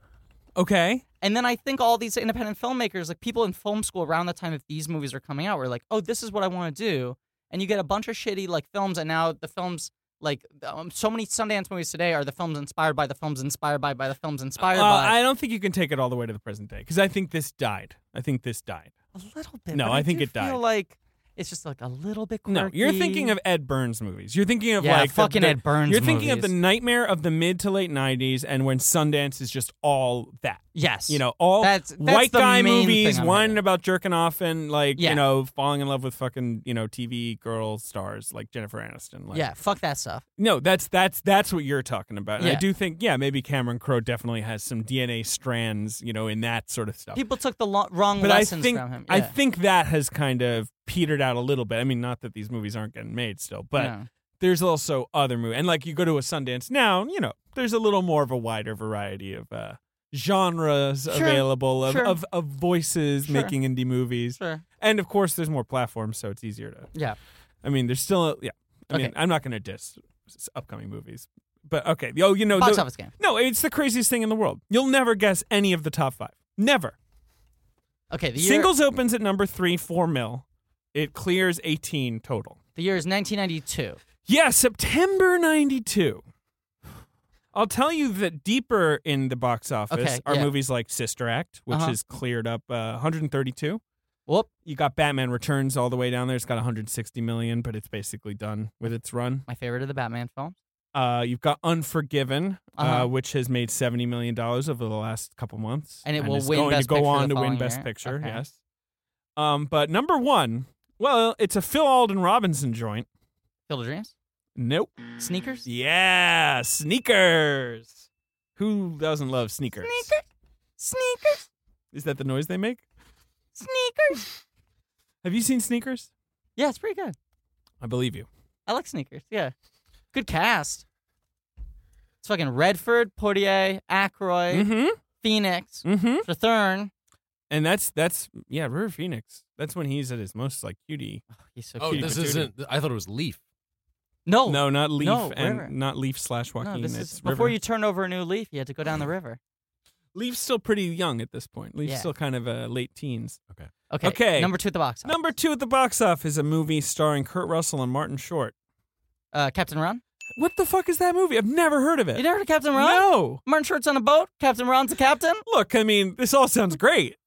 [SPEAKER 3] Okay.
[SPEAKER 2] And then I think all these independent filmmakers, like people in film school around the time that these movies are coming out, were like, oh, this is what I want to do. And you get a bunch of shitty like films, and now the films. Like um, so many Sundance movies today are the films inspired by the films inspired by by the films inspired
[SPEAKER 3] Uh,
[SPEAKER 2] by
[SPEAKER 3] I don't think you can take it all the way to the present day because I think this died. I think this died.
[SPEAKER 2] a little bit.
[SPEAKER 3] No,
[SPEAKER 2] but
[SPEAKER 3] I think
[SPEAKER 2] do
[SPEAKER 3] it died.
[SPEAKER 2] Feel like it's just like a little bit. Quirky.
[SPEAKER 3] No, you're thinking of Ed Burns movies. You're thinking of
[SPEAKER 2] Yeah,
[SPEAKER 3] like the-
[SPEAKER 2] fucking
[SPEAKER 3] the-
[SPEAKER 2] Ed Burns
[SPEAKER 3] You're thinking of
[SPEAKER 2] movies.
[SPEAKER 3] the nightmare of the mid to late '90s, and when Sundance is just all that.
[SPEAKER 2] yes,
[SPEAKER 3] You know, all
[SPEAKER 2] That's- that's
[SPEAKER 3] white
[SPEAKER 2] the
[SPEAKER 3] guy
[SPEAKER 2] main
[SPEAKER 3] movies,
[SPEAKER 2] thing I'm
[SPEAKER 3] whining
[SPEAKER 2] hitting.
[SPEAKER 3] about jerking off and like
[SPEAKER 2] Yeah.
[SPEAKER 3] you know falling in love with fucking you know TV girl stars like Jennifer Aniston. Like,
[SPEAKER 2] yeah, fuck that stuff.
[SPEAKER 3] no, that's that's that's what you're talking about. And I
[SPEAKER 2] Yeah.
[SPEAKER 3] do think yeah, maybe Cameron Crowe definitely has some DNA strands you know in that sort of stuff.
[SPEAKER 2] People took the lo- wrong
[SPEAKER 3] but I
[SPEAKER 2] lessons
[SPEAKER 3] think
[SPEAKER 2] from him.
[SPEAKER 3] I
[SPEAKER 2] Yeah.
[SPEAKER 3] think that has kind of petered out a little bit. I mean, not that these movies aren't getting made still, but
[SPEAKER 2] No.
[SPEAKER 3] there's also other movies. And like you go to a Sundance now, you know, there's a little more of a wider variety of uh, genres
[SPEAKER 2] Sure.
[SPEAKER 3] available of,
[SPEAKER 2] Sure.
[SPEAKER 3] of, of voices
[SPEAKER 2] Sure.
[SPEAKER 3] making indie movies.
[SPEAKER 2] sure,
[SPEAKER 3] And of course, there's more platforms, so it's easier to.
[SPEAKER 2] yeah,
[SPEAKER 3] I mean, there's still, uh, yeah. I mean,
[SPEAKER 2] Okay.
[SPEAKER 3] I'm not going to diss s- upcoming movies, but okay. Oh, you know,
[SPEAKER 2] box
[SPEAKER 3] the-
[SPEAKER 2] office game.
[SPEAKER 3] no, it's the craziest thing in the world. You'll never guess any of the top five. Never.
[SPEAKER 2] Okay, the year
[SPEAKER 3] Singles opens at number three, four mil. It clears 18 total.
[SPEAKER 2] the year is 1992.
[SPEAKER 3] Yeah, September 92. I'll tell you that deeper in the box office
[SPEAKER 2] Okay,
[SPEAKER 3] are
[SPEAKER 2] yeah.
[SPEAKER 3] movies like Sister Act, which
[SPEAKER 2] Uh-huh.
[SPEAKER 3] has cleared up uh, 132.
[SPEAKER 2] Whoop,
[SPEAKER 3] You got Batman Returns all the way down there. It's got 160 million, but it's basically done with its run.
[SPEAKER 2] my favorite of the Batman films.
[SPEAKER 3] Uh, you've got Unforgiven, uh
[SPEAKER 2] Uh-huh.
[SPEAKER 3] which has made 70 million dollars over the last couple months,
[SPEAKER 2] And it will
[SPEAKER 3] is
[SPEAKER 2] win
[SPEAKER 3] going
[SPEAKER 2] Best
[SPEAKER 3] to go
[SPEAKER 2] Picture
[SPEAKER 3] on
[SPEAKER 2] the
[SPEAKER 3] to win
[SPEAKER 2] following
[SPEAKER 3] Best
[SPEAKER 2] year?
[SPEAKER 3] Picture.
[SPEAKER 2] Okay.
[SPEAKER 3] Yes. Um, but number one, well, it's a Phil Alden Robinson joint.
[SPEAKER 2] Field of Dreams.
[SPEAKER 3] Nope.
[SPEAKER 2] Sneakers?
[SPEAKER 3] Yeah, sneakers. Who doesn't love sneakers?
[SPEAKER 2] Sneakers?
[SPEAKER 3] Is that the noise they make?
[SPEAKER 2] Sneakers?
[SPEAKER 3] Have you seen sneakers?
[SPEAKER 2] Yeah, it's pretty good.
[SPEAKER 3] I believe you.
[SPEAKER 2] I like sneakers. Yeah. Good cast. It's fucking Redford, Portier, Ackroyd,
[SPEAKER 3] Mm-hmm.
[SPEAKER 2] Phoenix,
[SPEAKER 3] Mm-hmm.
[SPEAKER 2] Strathern.
[SPEAKER 3] And that's that's yeah, River Phoenix. That's when he's at his most like cutie.
[SPEAKER 2] He's so
[SPEAKER 4] Oh,
[SPEAKER 2] cute.
[SPEAKER 3] Cutie
[SPEAKER 4] this
[SPEAKER 3] patootie.
[SPEAKER 4] isn't. I thought it was Leaf.
[SPEAKER 2] no,
[SPEAKER 3] no, not Leaf
[SPEAKER 2] Oh, no,
[SPEAKER 3] and
[SPEAKER 2] River.
[SPEAKER 3] not Leaf slash Joaquin.
[SPEAKER 2] no, this
[SPEAKER 3] it's
[SPEAKER 2] is before
[SPEAKER 3] River.
[SPEAKER 2] you turn over a new leaf. You had to go down the river.
[SPEAKER 3] Leaf's still pretty young at this point. Leaf's
[SPEAKER 2] Yeah.
[SPEAKER 3] still kind of uh, late teens.
[SPEAKER 2] Okay.
[SPEAKER 3] Okay.
[SPEAKER 2] Number two at the box. office.
[SPEAKER 3] Number two at the box office is a movie starring Kurt Russell and Martin Short.
[SPEAKER 2] Uh, Captain Ron.
[SPEAKER 3] What the fuck is that movie? I've never heard of it.
[SPEAKER 2] You never heard of Captain Ron?
[SPEAKER 3] no.
[SPEAKER 2] Martin Short's on a boat. Captain Ron's a captain.
[SPEAKER 3] Look, I mean, this all sounds great.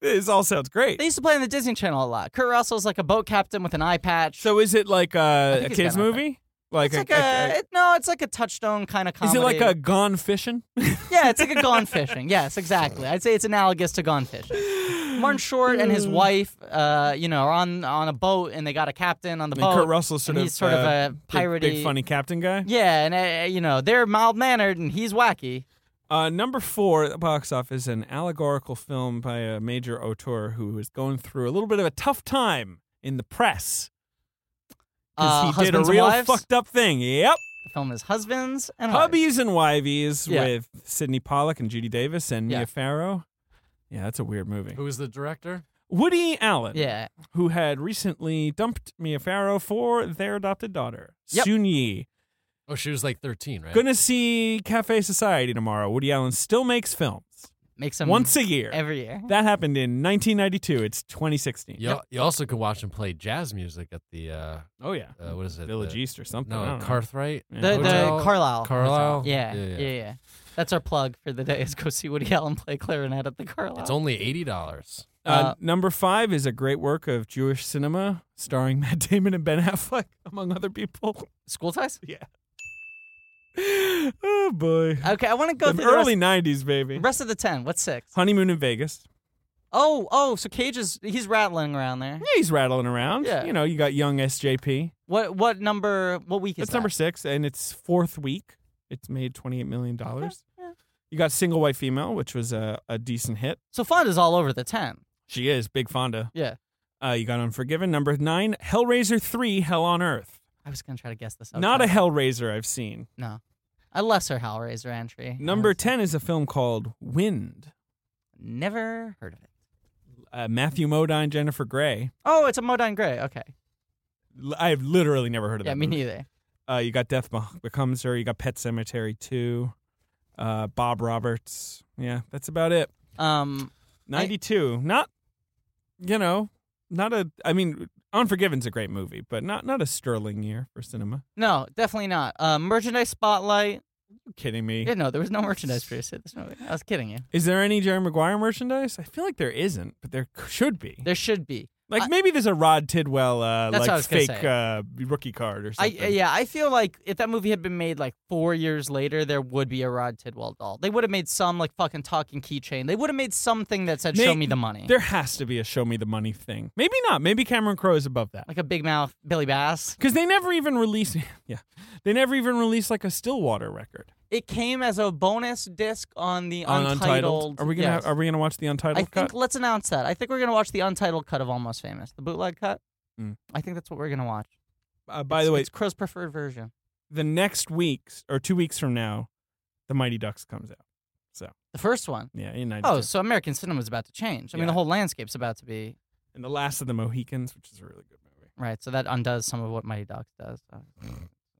[SPEAKER 3] This all sounds great.
[SPEAKER 2] They used to play on the Disney Channel a lot. Kurt Russell's like a boat captain with an eye patch.
[SPEAKER 3] So is it like a,
[SPEAKER 2] think
[SPEAKER 3] a
[SPEAKER 2] it's
[SPEAKER 3] kids
[SPEAKER 2] got nothing.
[SPEAKER 3] movie? Like
[SPEAKER 2] it's like a, it- no, it's like a touchstone kind of
[SPEAKER 3] is
[SPEAKER 2] comedy.
[SPEAKER 3] it like a Gone Fishing?
[SPEAKER 2] yeah? It's like a Gone Fishing. Yes, exactly. I'd say it's analogous to Gone Fishing. Martin Short and his
[SPEAKER 3] Mm.
[SPEAKER 2] wife, uh, you know, are on on a boat and they got a captain on the
[SPEAKER 3] and
[SPEAKER 2] boat.
[SPEAKER 3] Kurt Russell's sort
[SPEAKER 2] Oh, and
[SPEAKER 3] of
[SPEAKER 2] he's sort of
[SPEAKER 3] uh,
[SPEAKER 2] a piratey,
[SPEAKER 3] big, big funny captain guy.
[SPEAKER 2] Yeah, and uh, you know they're mild mannered and he's wacky.
[SPEAKER 3] Uh, number four at the box office, an allegorical film by a major auteur who is going through a little bit of a tough time in the press
[SPEAKER 2] Uh,
[SPEAKER 3] because he did a
[SPEAKER 2] Husbands and
[SPEAKER 3] real
[SPEAKER 2] Wives?
[SPEAKER 3] fucked up thing. Yep,
[SPEAKER 2] The film is husbands and Wives.
[SPEAKER 3] hubbies and wivies
[SPEAKER 2] Yeah.
[SPEAKER 3] with Sidney Pollack and Judy Davis and
[SPEAKER 2] Yeah.
[SPEAKER 3] Mia Farrow. Yeah, that's a weird movie.
[SPEAKER 4] Who was the director?
[SPEAKER 3] Woody Allen,
[SPEAKER 2] Yeah,
[SPEAKER 3] who had recently dumped Mia Farrow for their adopted daughter
[SPEAKER 2] Yep.
[SPEAKER 3] Soon Yi.
[SPEAKER 4] Oh, she was like 13, right?
[SPEAKER 3] Gonna see Cafe Society tomorrow. Woody Allen still makes films
[SPEAKER 2] makes him
[SPEAKER 3] once a year.
[SPEAKER 2] every year.
[SPEAKER 3] That happened in 1992. It's 2016.
[SPEAKER 4] You, you also could watch him play jazz music at the uh,
[SPEAKER 3] Oh yeah.
[SPEAKER 4] uh what is it?
[SPEAKER 3] Village
[SPEAKER 4] The-
[SPEAKER 3] East or something. I
[SPEAKER 4] No,
[SPEAKER 3] don't know.
[SPEAKER 4] Carthright.
[SPEAKER 3] Yeah.
[SPEAKER 2] The,
[SPEAKER 4] Hotel-
[SPEAKER 2] the Carlisle.
[SPEAKER 4] Carlisle?
[SPEAKER 2] Yeah,
[SPEAKER 4] Yeah,
[SPEAKER 2] yeah,
[SPEAKER 4] yeah.
[SPEAKER 2] yeah, That's our plug for the day. Is go see Woody Allen play clarinet at the Carlisle.
[SPEAKER 4] It's only eighty dollars.
[SPEAKER 3] Uh,
[SPEAKER 2] Uh,
[SPEAKER 3] number five is a great work of Jewish cinema starring Matt Damon and Ben Affleck, among other people.
[SPEAKER 2] School ties.
[SPEAKER 3] yeah. oh boy.
[SPEAKER 2] Okay, I want to go
[SPEAKER 3] the
[SPEAKER 2] through
[SPEAKER 3] early
[SPEAKER 2] the rest,
[SPEAKER 3] 90s, baby.
[SPEAKER 2] rest of the ten. What's six?
[SPEAKER 3] Honeymoon in Vegas.
[SPEAKER 2] Oh, oh, so Cage is he's rattling around there.
[SPEAKER 3] Yeah, he's rattling around.
[SPEAKER 2] Yeah.
[SPEAKER 3] You know, you got young SJP.
[SPEAKER 2] What what number? What week is
[SPEAKER 3] That's
[SPEAKER 2] that?
[SPEAKER 3] number six, and it's fourth week. It's made $28 million. You got Single White Female, which was a, a decent hit.
[SPEAKER 2] So Fonda's all over the ten.
[SPEAKER 3] She is. Big Fonda.
[SPEAKER 2] Yeah,
[SPEAKER 3] Uh, you got Unforgiven. Number nine, Hellraiser 3, Hell on Earth.
[SPEAKER 2] I was gonna try to guess this. Out
[SPEAKER 3] Not a Hellraiser I've seen.
[SPEAKER 2] no, a lesser Hellraiser entry.
[SPEAKER 3] Number
[SPEAKER 2] Yes.
[SPEAKER 3] 10 is a film called Wind.
[SPEAKER 2] Never heard of it.
[SPEAKER 3] Uh, Matthew Modine, Jennifer Grey.
[SPEAKER 2] Oh, it's a Modine Gray. Okay,
[SPEAKER 3] L- I've literally never heard of
[SPEAKER 2] yeah,
[SPEAKER 3] that
[SPEAKER 2] me
[SPEAKER 3] movie.
[SPEAKER 2] neither.
[SPEAKER 3] Uh, you got Death Beh- Becomes Her. You got Pet Cemetery 2. Uh, Bob Roberts. Yeah, that's about it.
[SPEAKER 2] Um,
[SPEAKER 3] 92. not, you know, not a, I mean, Unforgiven's a great movie, but not not a sterling year for cinema.
[SPEAKER 2] no, definitely not. Uh, merchandise spotlight.
[SPEAKER 3] You kidding me?
[SPEAKER 2] Yeah, no, there was no merchandise for this movie. I was kidding you.
[SPEAKER 3] Is there any Jerry Maguire merchandise? I feel like there isn't, but there c- should be.
[SPEAKER 2] There should be.
[SPEAKER 3] Like
[SPEAKER 2] I-
[SPEAKER 3] maybe there's a Rod Tidwell uh,
[SPEAKER 2] That's what I
[SPEAKER 3] like
[SPEAKER 2] was gonna
[SPEAKER 3] fake
[SPEAKER 2] say.
[SPEAKER 3] uh, rookie card or
[SPEAKER 2] I
[SPEAKER 3] something.
[SPEAKER 2] yeah, I feel like if that movie had been made like four years later, there would be a Rod Tidwell doll. They would have made some like fucking talking keychain. They would have made something that said
[SPEAKER 3] May-
[SPEAKER 2] "Show me the money,"
[SPEAKER 3] There has to be a show me the money thing. Maybe not. Maybe Cameron Crowe is above that.
[SPEAKER 2] like a big mouth Billy Bass.
[SPEAKER 3] Because they never even release yeah. They never even released like a Stillwater record.
[SPEAKER 2] It came as a bonus disc on the
[SPEAKER 3] on
[SPEAKER 2] Untitled.
[SPEAKER 3] Are we gonna
[SPEAKER 2] yes.
[SPEAKER 3] are we gonna watch the untitled
[SPEAKER 2] I think
[SPEAKER 3] cut?
[SPEAKER 2] let's announce that. I think we're gonna watch the Untitled cut of Almost Famous, the bootleg cut.
[SPEAKER 3] Mm.
[SPEAKER 2] I think that's what we're gonna watch.
[SPEAKER 3] Uh, by
[SPEAKER 2] It's-
[SPEAKER 3] the way,
[SPEAKER 2] it's Crow's preferred version.
[SPEAKER 3] the next week or two weeks from now, the Mighty Ducks comes out.
[SPEAKER 2] The first one.
[SPEAKER 3] Yeah, in ninety two.
[SPEAKER 2] Oh, so American cinema's about to change. I mean,
[SPEAKER 3] Yeah.
[SPEAKER 2] the whole landscape's about to be
[SPEAKER 3] and the last of the Mohicans, which is a really good movie.
[SPEAKER 2] Right, so that undoes some of what Mighty Ducks does. Uh,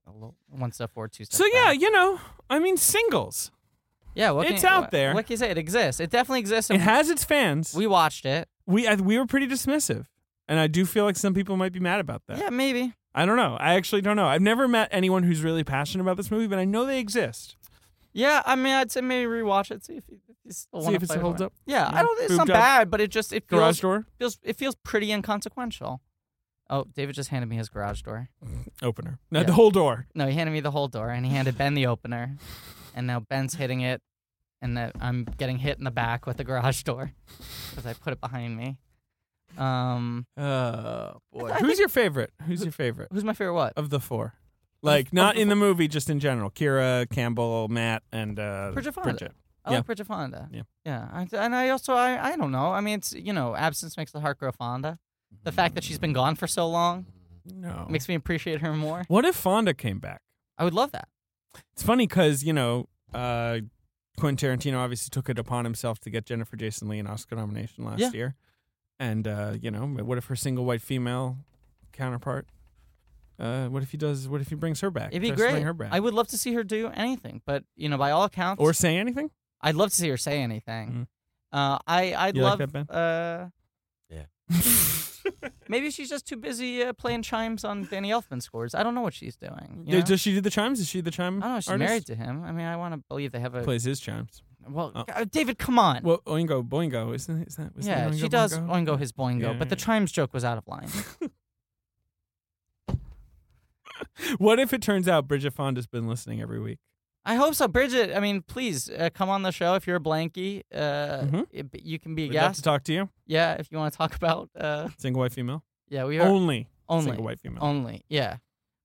[SPEAKER 2] a little, one step forward, two steps.
[SPEAKER 3] So yeah,
[SPEAKER 2] back.
[SPEAKER 3] you know, I mean singles.
[SPEAKER 2] yeah, what can
[SPEAKER 3] it's
[SPEAKER 2] you-
[SPEAKER 3] out
[SPEAKER 2] what-
[SPEAKER 3] there.
[SPEAKER 2] What can you say? It exists. It definitely exists.
[SPEAKER 3] It
[SPEAKER 2] and
[SPEAKER 3] has its fans.
[SPEAKER 2] we watched it.
[SPEAKER 3] we I, we were pretty dismissive, and I do feel like some people might be mad about that.
[SPEAKER 2] Yeah, maybe.
[SPEAKER 3] I don't know. I actually don't know. I've never met anyone who's really passionate about this movie, but I know they exist.
[SPEAKER 2] Yeah, I mean, I'd say maybe rewatch it, see if you, if you still
[SPEAKER 3] See
[SPEAKER 2] want
[SPEAKER 3] if
[SPEAKER 2] to
[SPEAKER 3] it
[SPEAKER 2] play
[SPEAKER 3] holds
[SPEAKER 2] for it.
[SPEAKER 3] up.
[SPEAKER 2] Yeah,
[SPEAKER 3] Yeah,
[SPEAKER 2] I don't. It's not
[SPEAKER 3] boobed up.
[SPEAKER 2] bad, but it just it
[SPEAKER 3] Garage
[SPEAKER 2] feels,
[SPEAKER 3] door
[SPEAKER 2] feels it feels pretty inconsequential. Oh, David just handed me his garage door.
[SPEAKER 3] opener. No,
[SPEAKER 2] Yeah.
[SPEAKER 3] the whole door.
[SPEAKER 2] No, he handed me the whole door, and he handed Ben the opener, and now Ben's hitting it, and that I'm getting hit in the back with the garage door because I put it behind me. Um.
[SPEAKER 3] Oh boy.
[SPEAKER 2] I Oh,
[SPEAKER 3] Who's your favorite? Who's your favorite
[SPEAKER 2] Who's my favorite? What?
[SPEAKER 3] of the four? Like not in the movie, just in general. Kira, Campbell, Matt, and uh,
[SPEAKER 2] Bridget Fonda.
[SPEAKER 3] Bridget.
[SPEAKER 2] I
[SPEAKER 3] Yeah.
[SPEAKER 2] like Oh, Bridget Fonda.
[SPEAKER 3] Yeah.
[SPEAKER 2] Yeah. I, and I also, I, I don't know. I mean, it's, you know, absence makes the heart grow fonder. The fact that she's been gone for so long
[SPEAKER 3] No.
[SPEAKER 2] makes me appreciate her more.
[SPEAKER 3] What if Fonda came back?
[SPEAKER 2] I would love that.
[SPEAKER 3] It's funny because you know uh, Quentin Tarantino obviously took it upon himself to get Jennifer Jason Lee an Oscar nomination last
[SPEAKER 2] Yeah.
[SPEAKER 3] year, and uh, you know what if her single white female counterpart? Uh, what if he does? What if he brings her back?
[SPEAKER 2] It'd be
[SPEAKER 3] Tries to
[SPEAKER 2] great.
[SPEAKER 3] Bring her back.
[SPEAKER 2] I would love to see her do anything, but you know, by all accounts,
[SPEAKER 3] or say anything.
[SPEAKER 2] I'd love to see her say anything. Uh, I I'd
[SPEAKER 3] You like
[SPEAKER 2] love.
[SPEAKER 3] that, Ben?
[SPEAKER 2] uh,
[SPEAKER 4] Yeah.
[SPEAKER 2] Maybe she's just too busy uh, playing chimes on Danny Elfman scores. I don't know what she's doing. you
[SPEAKER 3] Does-
[SPEAKER 2] know?
[SPEAKER 3] Does she do the chimes? Is she the
[SPEAKER 2] I
[SPEAKER 3] chime?
[SPEAKER 2] don't know. Oh, She's
[SPEAKER 3] artist?
[SPEAKER 2] married to him. I mean, I want to believe they have a.
[SPEAKER 3] Plays his chimes.
[SPEAKER 2] Well,
[SPEAKER 3] Oh.
[SPEAKER 2] uh, David, come on.
[SPEAKER 3] Well, Oingo Boingo, isn't is that? Is
[SPEAKER 2] yeah,
[SPEAKER 3] that Oingo
[SPEAKER 2] she does
[SPEAKER 3] Boingo?
[SPEAKER 2] oingo his boingo,
[SPEAKER 3] Yeah,
[SPEAKER 2] but the
[SPEAKER 3] yeah.
[SPEAKER 2] chimes joke was out of line.
[SPEAKER 3] What if it turns out Bridget Fonda's been listening every week?
[SPEAKER 2] I hope so, Bridget. I mean, please uh, come on the show if you're a blankie. Uh,
[SPEAKER 3] Mhm.
[SPEAKER 2] it- you can be a
[SPEAKER 3] We'd love to
[SPEAKER 2] guest.
[SPEAKER 3] talk to you,
[SPEAKER 2] Yeah, if you want to talk about. Uh,
[SPEAKER 3] single white female.
[SPEAKER 2] yeah, we are
[SPEAKER 3] Only,
[SPEAKER 2] only
[SPEAKER 3] single white female.
[SPEAKER 2] Only, yeah.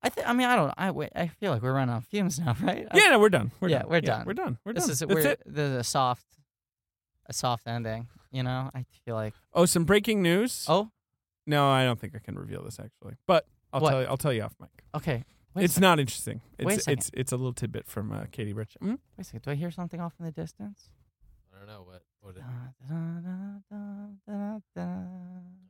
[SPEAKER 2] I th- I mean, I don't. I wait, I feel like we're running on fumes now, right? I-
[SPEAKER 3] Yeah, no, we're done. We're
[SPEAKER 2] Uh, Yeah,
[SPEAKER 3] done.
[SPEAKER 2] we're done.
[SPEAKER 3] We're done. We're
[SPEAKER 2] this
[SPEAKER 3] done.
[SPEAKER 2] is
[SPEAKER 3] That's
[SPEAKER 2] we're,
[SPEAKER 3] it.
[SPEAKER 2] This is a soft, a soft ending. You know, I feel like.
[SPEAKER 3] Oh, some breaking news.
[SPEAKER 2] Oh,
[SPEAKER 3] No, I don't think I can reveal this actually, but I'll
[SPEAKER 2] What?
[SPEAKER 3] tell you. I'll tell you off mic.
[SPEAKER 2] okay. Wait a
[SPEAKER 3] It's
[SPEAKER 2] second.
[SPEAKER 3] not interesting. It's,
[SPEAKER 2] Wait a second.
[SPEAKER 3] it's it's a little tidbit from uh, Katie Rich. Hmm?
[SPEAKER 2] Wait a second. Do I hear something off in the distance?
[SPEAKER 4] I don't know what. what
[SPEAKER 2] Da, da, da, da, da,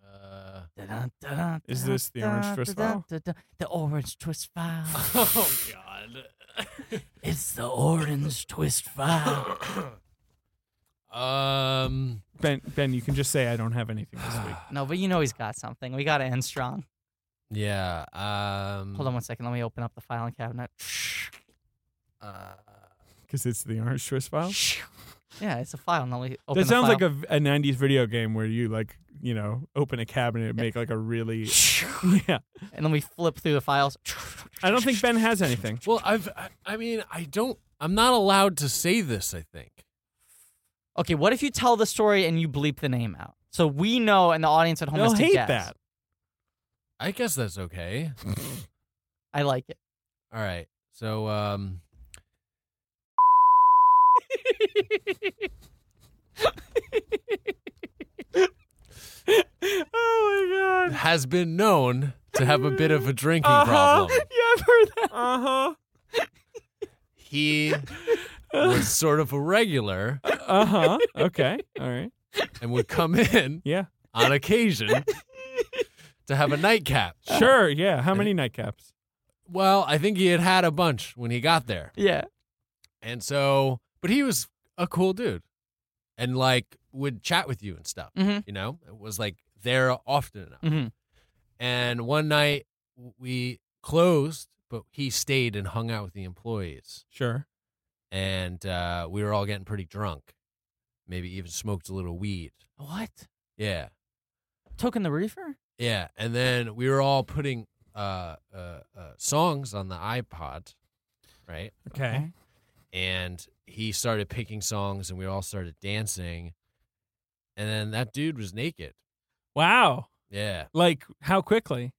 [SPEAKER 2] da.
[SPEAKER 4] uh,
[SPEAKER 2] Da, da, da,
[SPEAKER 3] Is
[SPEAKER 2] da,
[SPEAKER 3] this the
[SPEAKER 2] da,
[SPEAKER 3] Orange Twist
[SPEAKER 2] da,
[SPEAKER 3] file?
[SPEAKER 2] da, da, da. The orange twist file.
[SPEAKER 4] oh God.
[SPEAKER 2] it's the orange twist file.
[SPEAKER 4] um.
[SPEAKER 3] Ben Ben, you can just say I don't have anything this week.
[SPEAKER 2] No, but you know he's got something. We gotta end strong.
[SPEAKER 4] Yeah. Um.
[SPEAKER 2] Hold on one second. Let me open up the filing cabinet.
[SPEAKER 3] because it's the Orange Twist
[SPEAKER 4] uh,
[SPEAKER 3] file.
[SPEAKER 2] Yeah, it's a file. Now we open the
[SPEAKER 3] That sounds
[SPEAKER 2] file.
[SPEAKER 3] like a, v- a '90s video game where you like you know open a cabinet and make like a really yeah.
[SPEAKER 2] and then we flip through the files.
[SPEAKER 3] I don't think Ben has anything.
[SPEAKER 4] Well, I've. I, I mean, I don't. I'm not allowed to say this. I think.
[SPEAKER 2] Okay, what if you tell the story and you bleep the name out? So we know, and the audience at home
[SPEAKER 3] They'll
[SPEAKER 2] has to
[SPEAKER 3] hate
[SPEAKER 2] guess.
[SPEAKER 3] that.
[SPEAKER 4] I guess that's okay.
[SPEAKER 2] I like it.
[SPEAKER 4] All right. So, um,
[SPEAKER 3] oh my god.
[SPEAKER 4] has been known to have a bit of a drinking
[SPEAKER 3] Uh-huh.
[SPEAKER 4] problem.
[SPEAKER 3] Yeah, I've heard that. Uh huh.
[SPEAKER 4] He was sort of a regular
[SPEAKER 3] Uh huh. Okay. All right.
[SPEAKER 4] and would come in
[SPEAKER 3] Yeah.
[SPEAKER 4] on occasion to have a nightcap.
[SPEAKER 3] Sure. Yeah. How many nightcaps?
[SPEAKER 4] Well, I think he had had a bunch when he got there.
[SPEAKER 2] Yeah.
[SPEAKER 4] And so, but he was a cool dude and like would chat with you and stuff,
[SPEAKER 3] Mm-hmm.
[SPEAKER 2] Mhm.
[SPEAKER 4] you know, it was like there often enough.
[SPEAKER 2] Mhm.
[SPEAKER 4] And one night we closed, but he stayed and hung out with the employees.
[SPEAKER 3] Sure.
[SPEAKER 4] And uh, we were all getting pretty drunk, maybe even smoked a little weed.
[SPEAKER 2] What?
[SPEAKER 4] Yeah.
[SPEAKER 2] Token the reefer?
[SPEAKER 4] Yeah, and then we were all putting uh, uh, uh, songs on the iPod, right?
[SPEAKER 3] Okay.
[SPEAKER 4] And he started picking songs, and we all started dancing. And then that dude was naked.
[SPEAKER 3] Wow.
[SPEAKER 4] Yeah,
[SPEAKER 3] Like how quickly?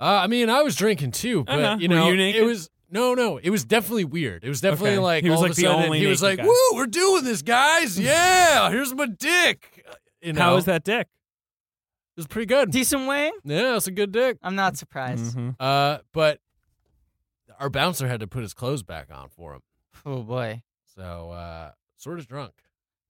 [SPEAKER 4] uh, I mean, I was drinking too, but
[SPEAKER 3] Uh-huh.
[SPEAKER 4] you
[SPEAKER 3] Were
[SPEAKER 4] know,
[SPEAKER 3] you naked?
[SPEAKER 4] it was no, no, it was definitely weird. It was definitely
[SPEAKER 3] Okay.
[SPEAKER 4] like
[SPEAKER 3] He was
[SPEAKER 4] all
[SPEAKER 3] like
[SPEAKER 4] of a
[SPEAKER 3] the
[SPEAKER 4] sudden
[SPEAKER 3] only
[SPEAKER 4] he was like,
[SPEAKER 3] naked guy.
[SPEAKER 4] "Woo, we're doing this, guys! Yeah, here's my dick." Uh, You know,
[SPEAKER 3] How is that dick?
[SPEAKER 4] It was pretty good.
[SPEAKER 2] Decent Wayne?
[SPEAKER 4] Yeah, it's a good dick.
[SPEAKER 2] I'm not surprised.
[SPEAKER 3] Mhm.
[SPEAKER 4] Uh, but our bouncer had to put his clothes back on for him.
[SPEAKER 3] Mm-hmm.
[SPEAKER 2] Oh boy.
[SPEAKER 4] So uh, sort of drunk.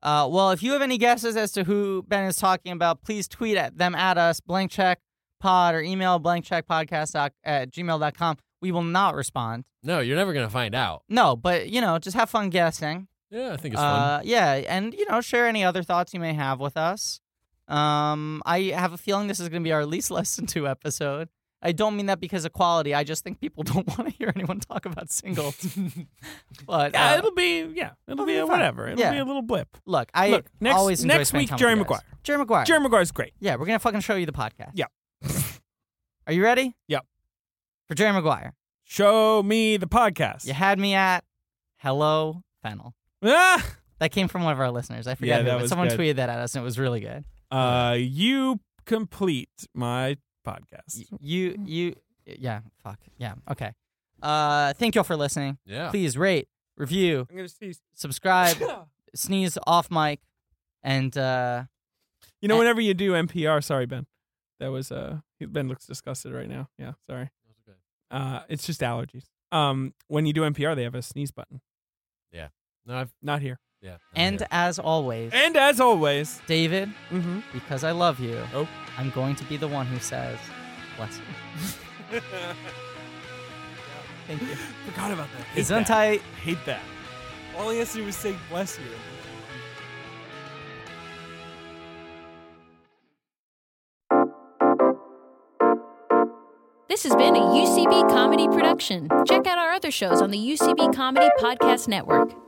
[SPEAKER 2] Uh, well, if you have any guesses as to who Ben is talking about, please tweet at them at us, blank check pod, or email blank check podcast doc- at gmail.com. We will not respond.
[SPEAKER 4] No, you're never gonna find out.
[SPEAKER 2] No, but, you know, just have fun guessing.
[SPEAKER 4] Yeah, I think it's fun.
[SPEAKER 2] Uh, yeah, and you know, share any other thoughts you may have with us. Um, I have a feeling this is going to be our least listened to episode. I don't mean that because of quality. I just think people don't want to hear anyone talk about singles. but
[SPEAKER 3] Yeah,
[SPEAKER 2] uh,
[SPEAKER 3] it'll be yeah. It'll
[SPEAKER 2] it'll
[SPEAKER 3] be
[SPEAKER 2] be
[SPEAKER 3] a
[SPEAKER 2] fun.
[SPEAKER 3] whatever. It'll
[SPEAKER 2] Yeah.
[SPEAKER 3] be a little blip.
[SPEAKER 2] look, I
[SPEAKER 3] Look, next-
[SPEAKER 2] always enjoy
[SPEAKER 3] next
[SPEAKER 2] spending
[SPEAKER 3] week,
[SPEAKER 2] time with
[SPEAKER 3] Jerry
[SPEAKER 2] you guys.
[SPEAKER 3] Maguire.
[SPEAKER 2] Jerry Maguire.
[SPEAKER 3] Jerry Maguire's great.
[SPEAKER 2] yeah, we're gonna fucking show you the podcast.
[SPEAKER 3] Yeah.
[SPEAKER 2] Are you ready?
[SPEAKER 3] Yep.
[SPEAKER 2] For Jerry Maguire,
[SPEAKER 3] Show me the podcast.
[SPEAKER 2] you had me at hello fennel.
[SPEAKER 3] Ah!
[SPEAKER 2] That came from one of our listeners. I
[SPEAKER 3] Yeah,
[SPEAKER 2] forget
[SPEAKER 3] that
[SPEAKER 2] who, but
[SPEAKER 3] was
[SPEAKER 2] someone
[SPEAKER 3] good.
[SPEAKER 2] tweeted that at us, and it was really good.
[SPEAKER 3] Uh, you complete my podcast.
[SPEAKER 2] Y- You, you, yeah, fuck. Yeah. Okay. Uh thank y'all for listening.
[SPEAKER 3] Oh.
[SPEAKER 4] Yeah.
[SPEAKER 2] Please rate, review,
[SPEAKER 3] I'm gonna sneeze.
[SPEAKER 2] subscribe, sneeze off mic, and uh
[SPEAKER 3] Oh, You know, whenever you do NPR, sorry Ben, that was uh Ben looks disgusted right now. Yeah, sorry. Uh, it's just allergies. Um, when you do NPR, they have a sneeze button.
[SPEAKER 4] No, I've,
[SPEAKER 3] Not here.
[SPEAKER 4] yeah. I'm
[SPEAKER 2] and
[SPEAKER 4] here.
[SPEAKER 2] as always,
[SPEAKER 3] And as always,
[SPEAKER 2] David,
[SPEAKER 3] mm-hmm.
[SPEAKER 2] because I love you,
[SPEAKER 3] Oh.
[SPEAKER 2] I'm going to be the one who says bless you. Thank you.
[SPEAKER 3] forgot about that. Hate that.
[SPEAKER 2] Gesundheit.
[SPEAKER 3] Hate that. All he has to do is say bless you.
[SPEAKER 5] This has been a UCB comedy production. Check out our other shows on the UCB Comedy Podcast Network.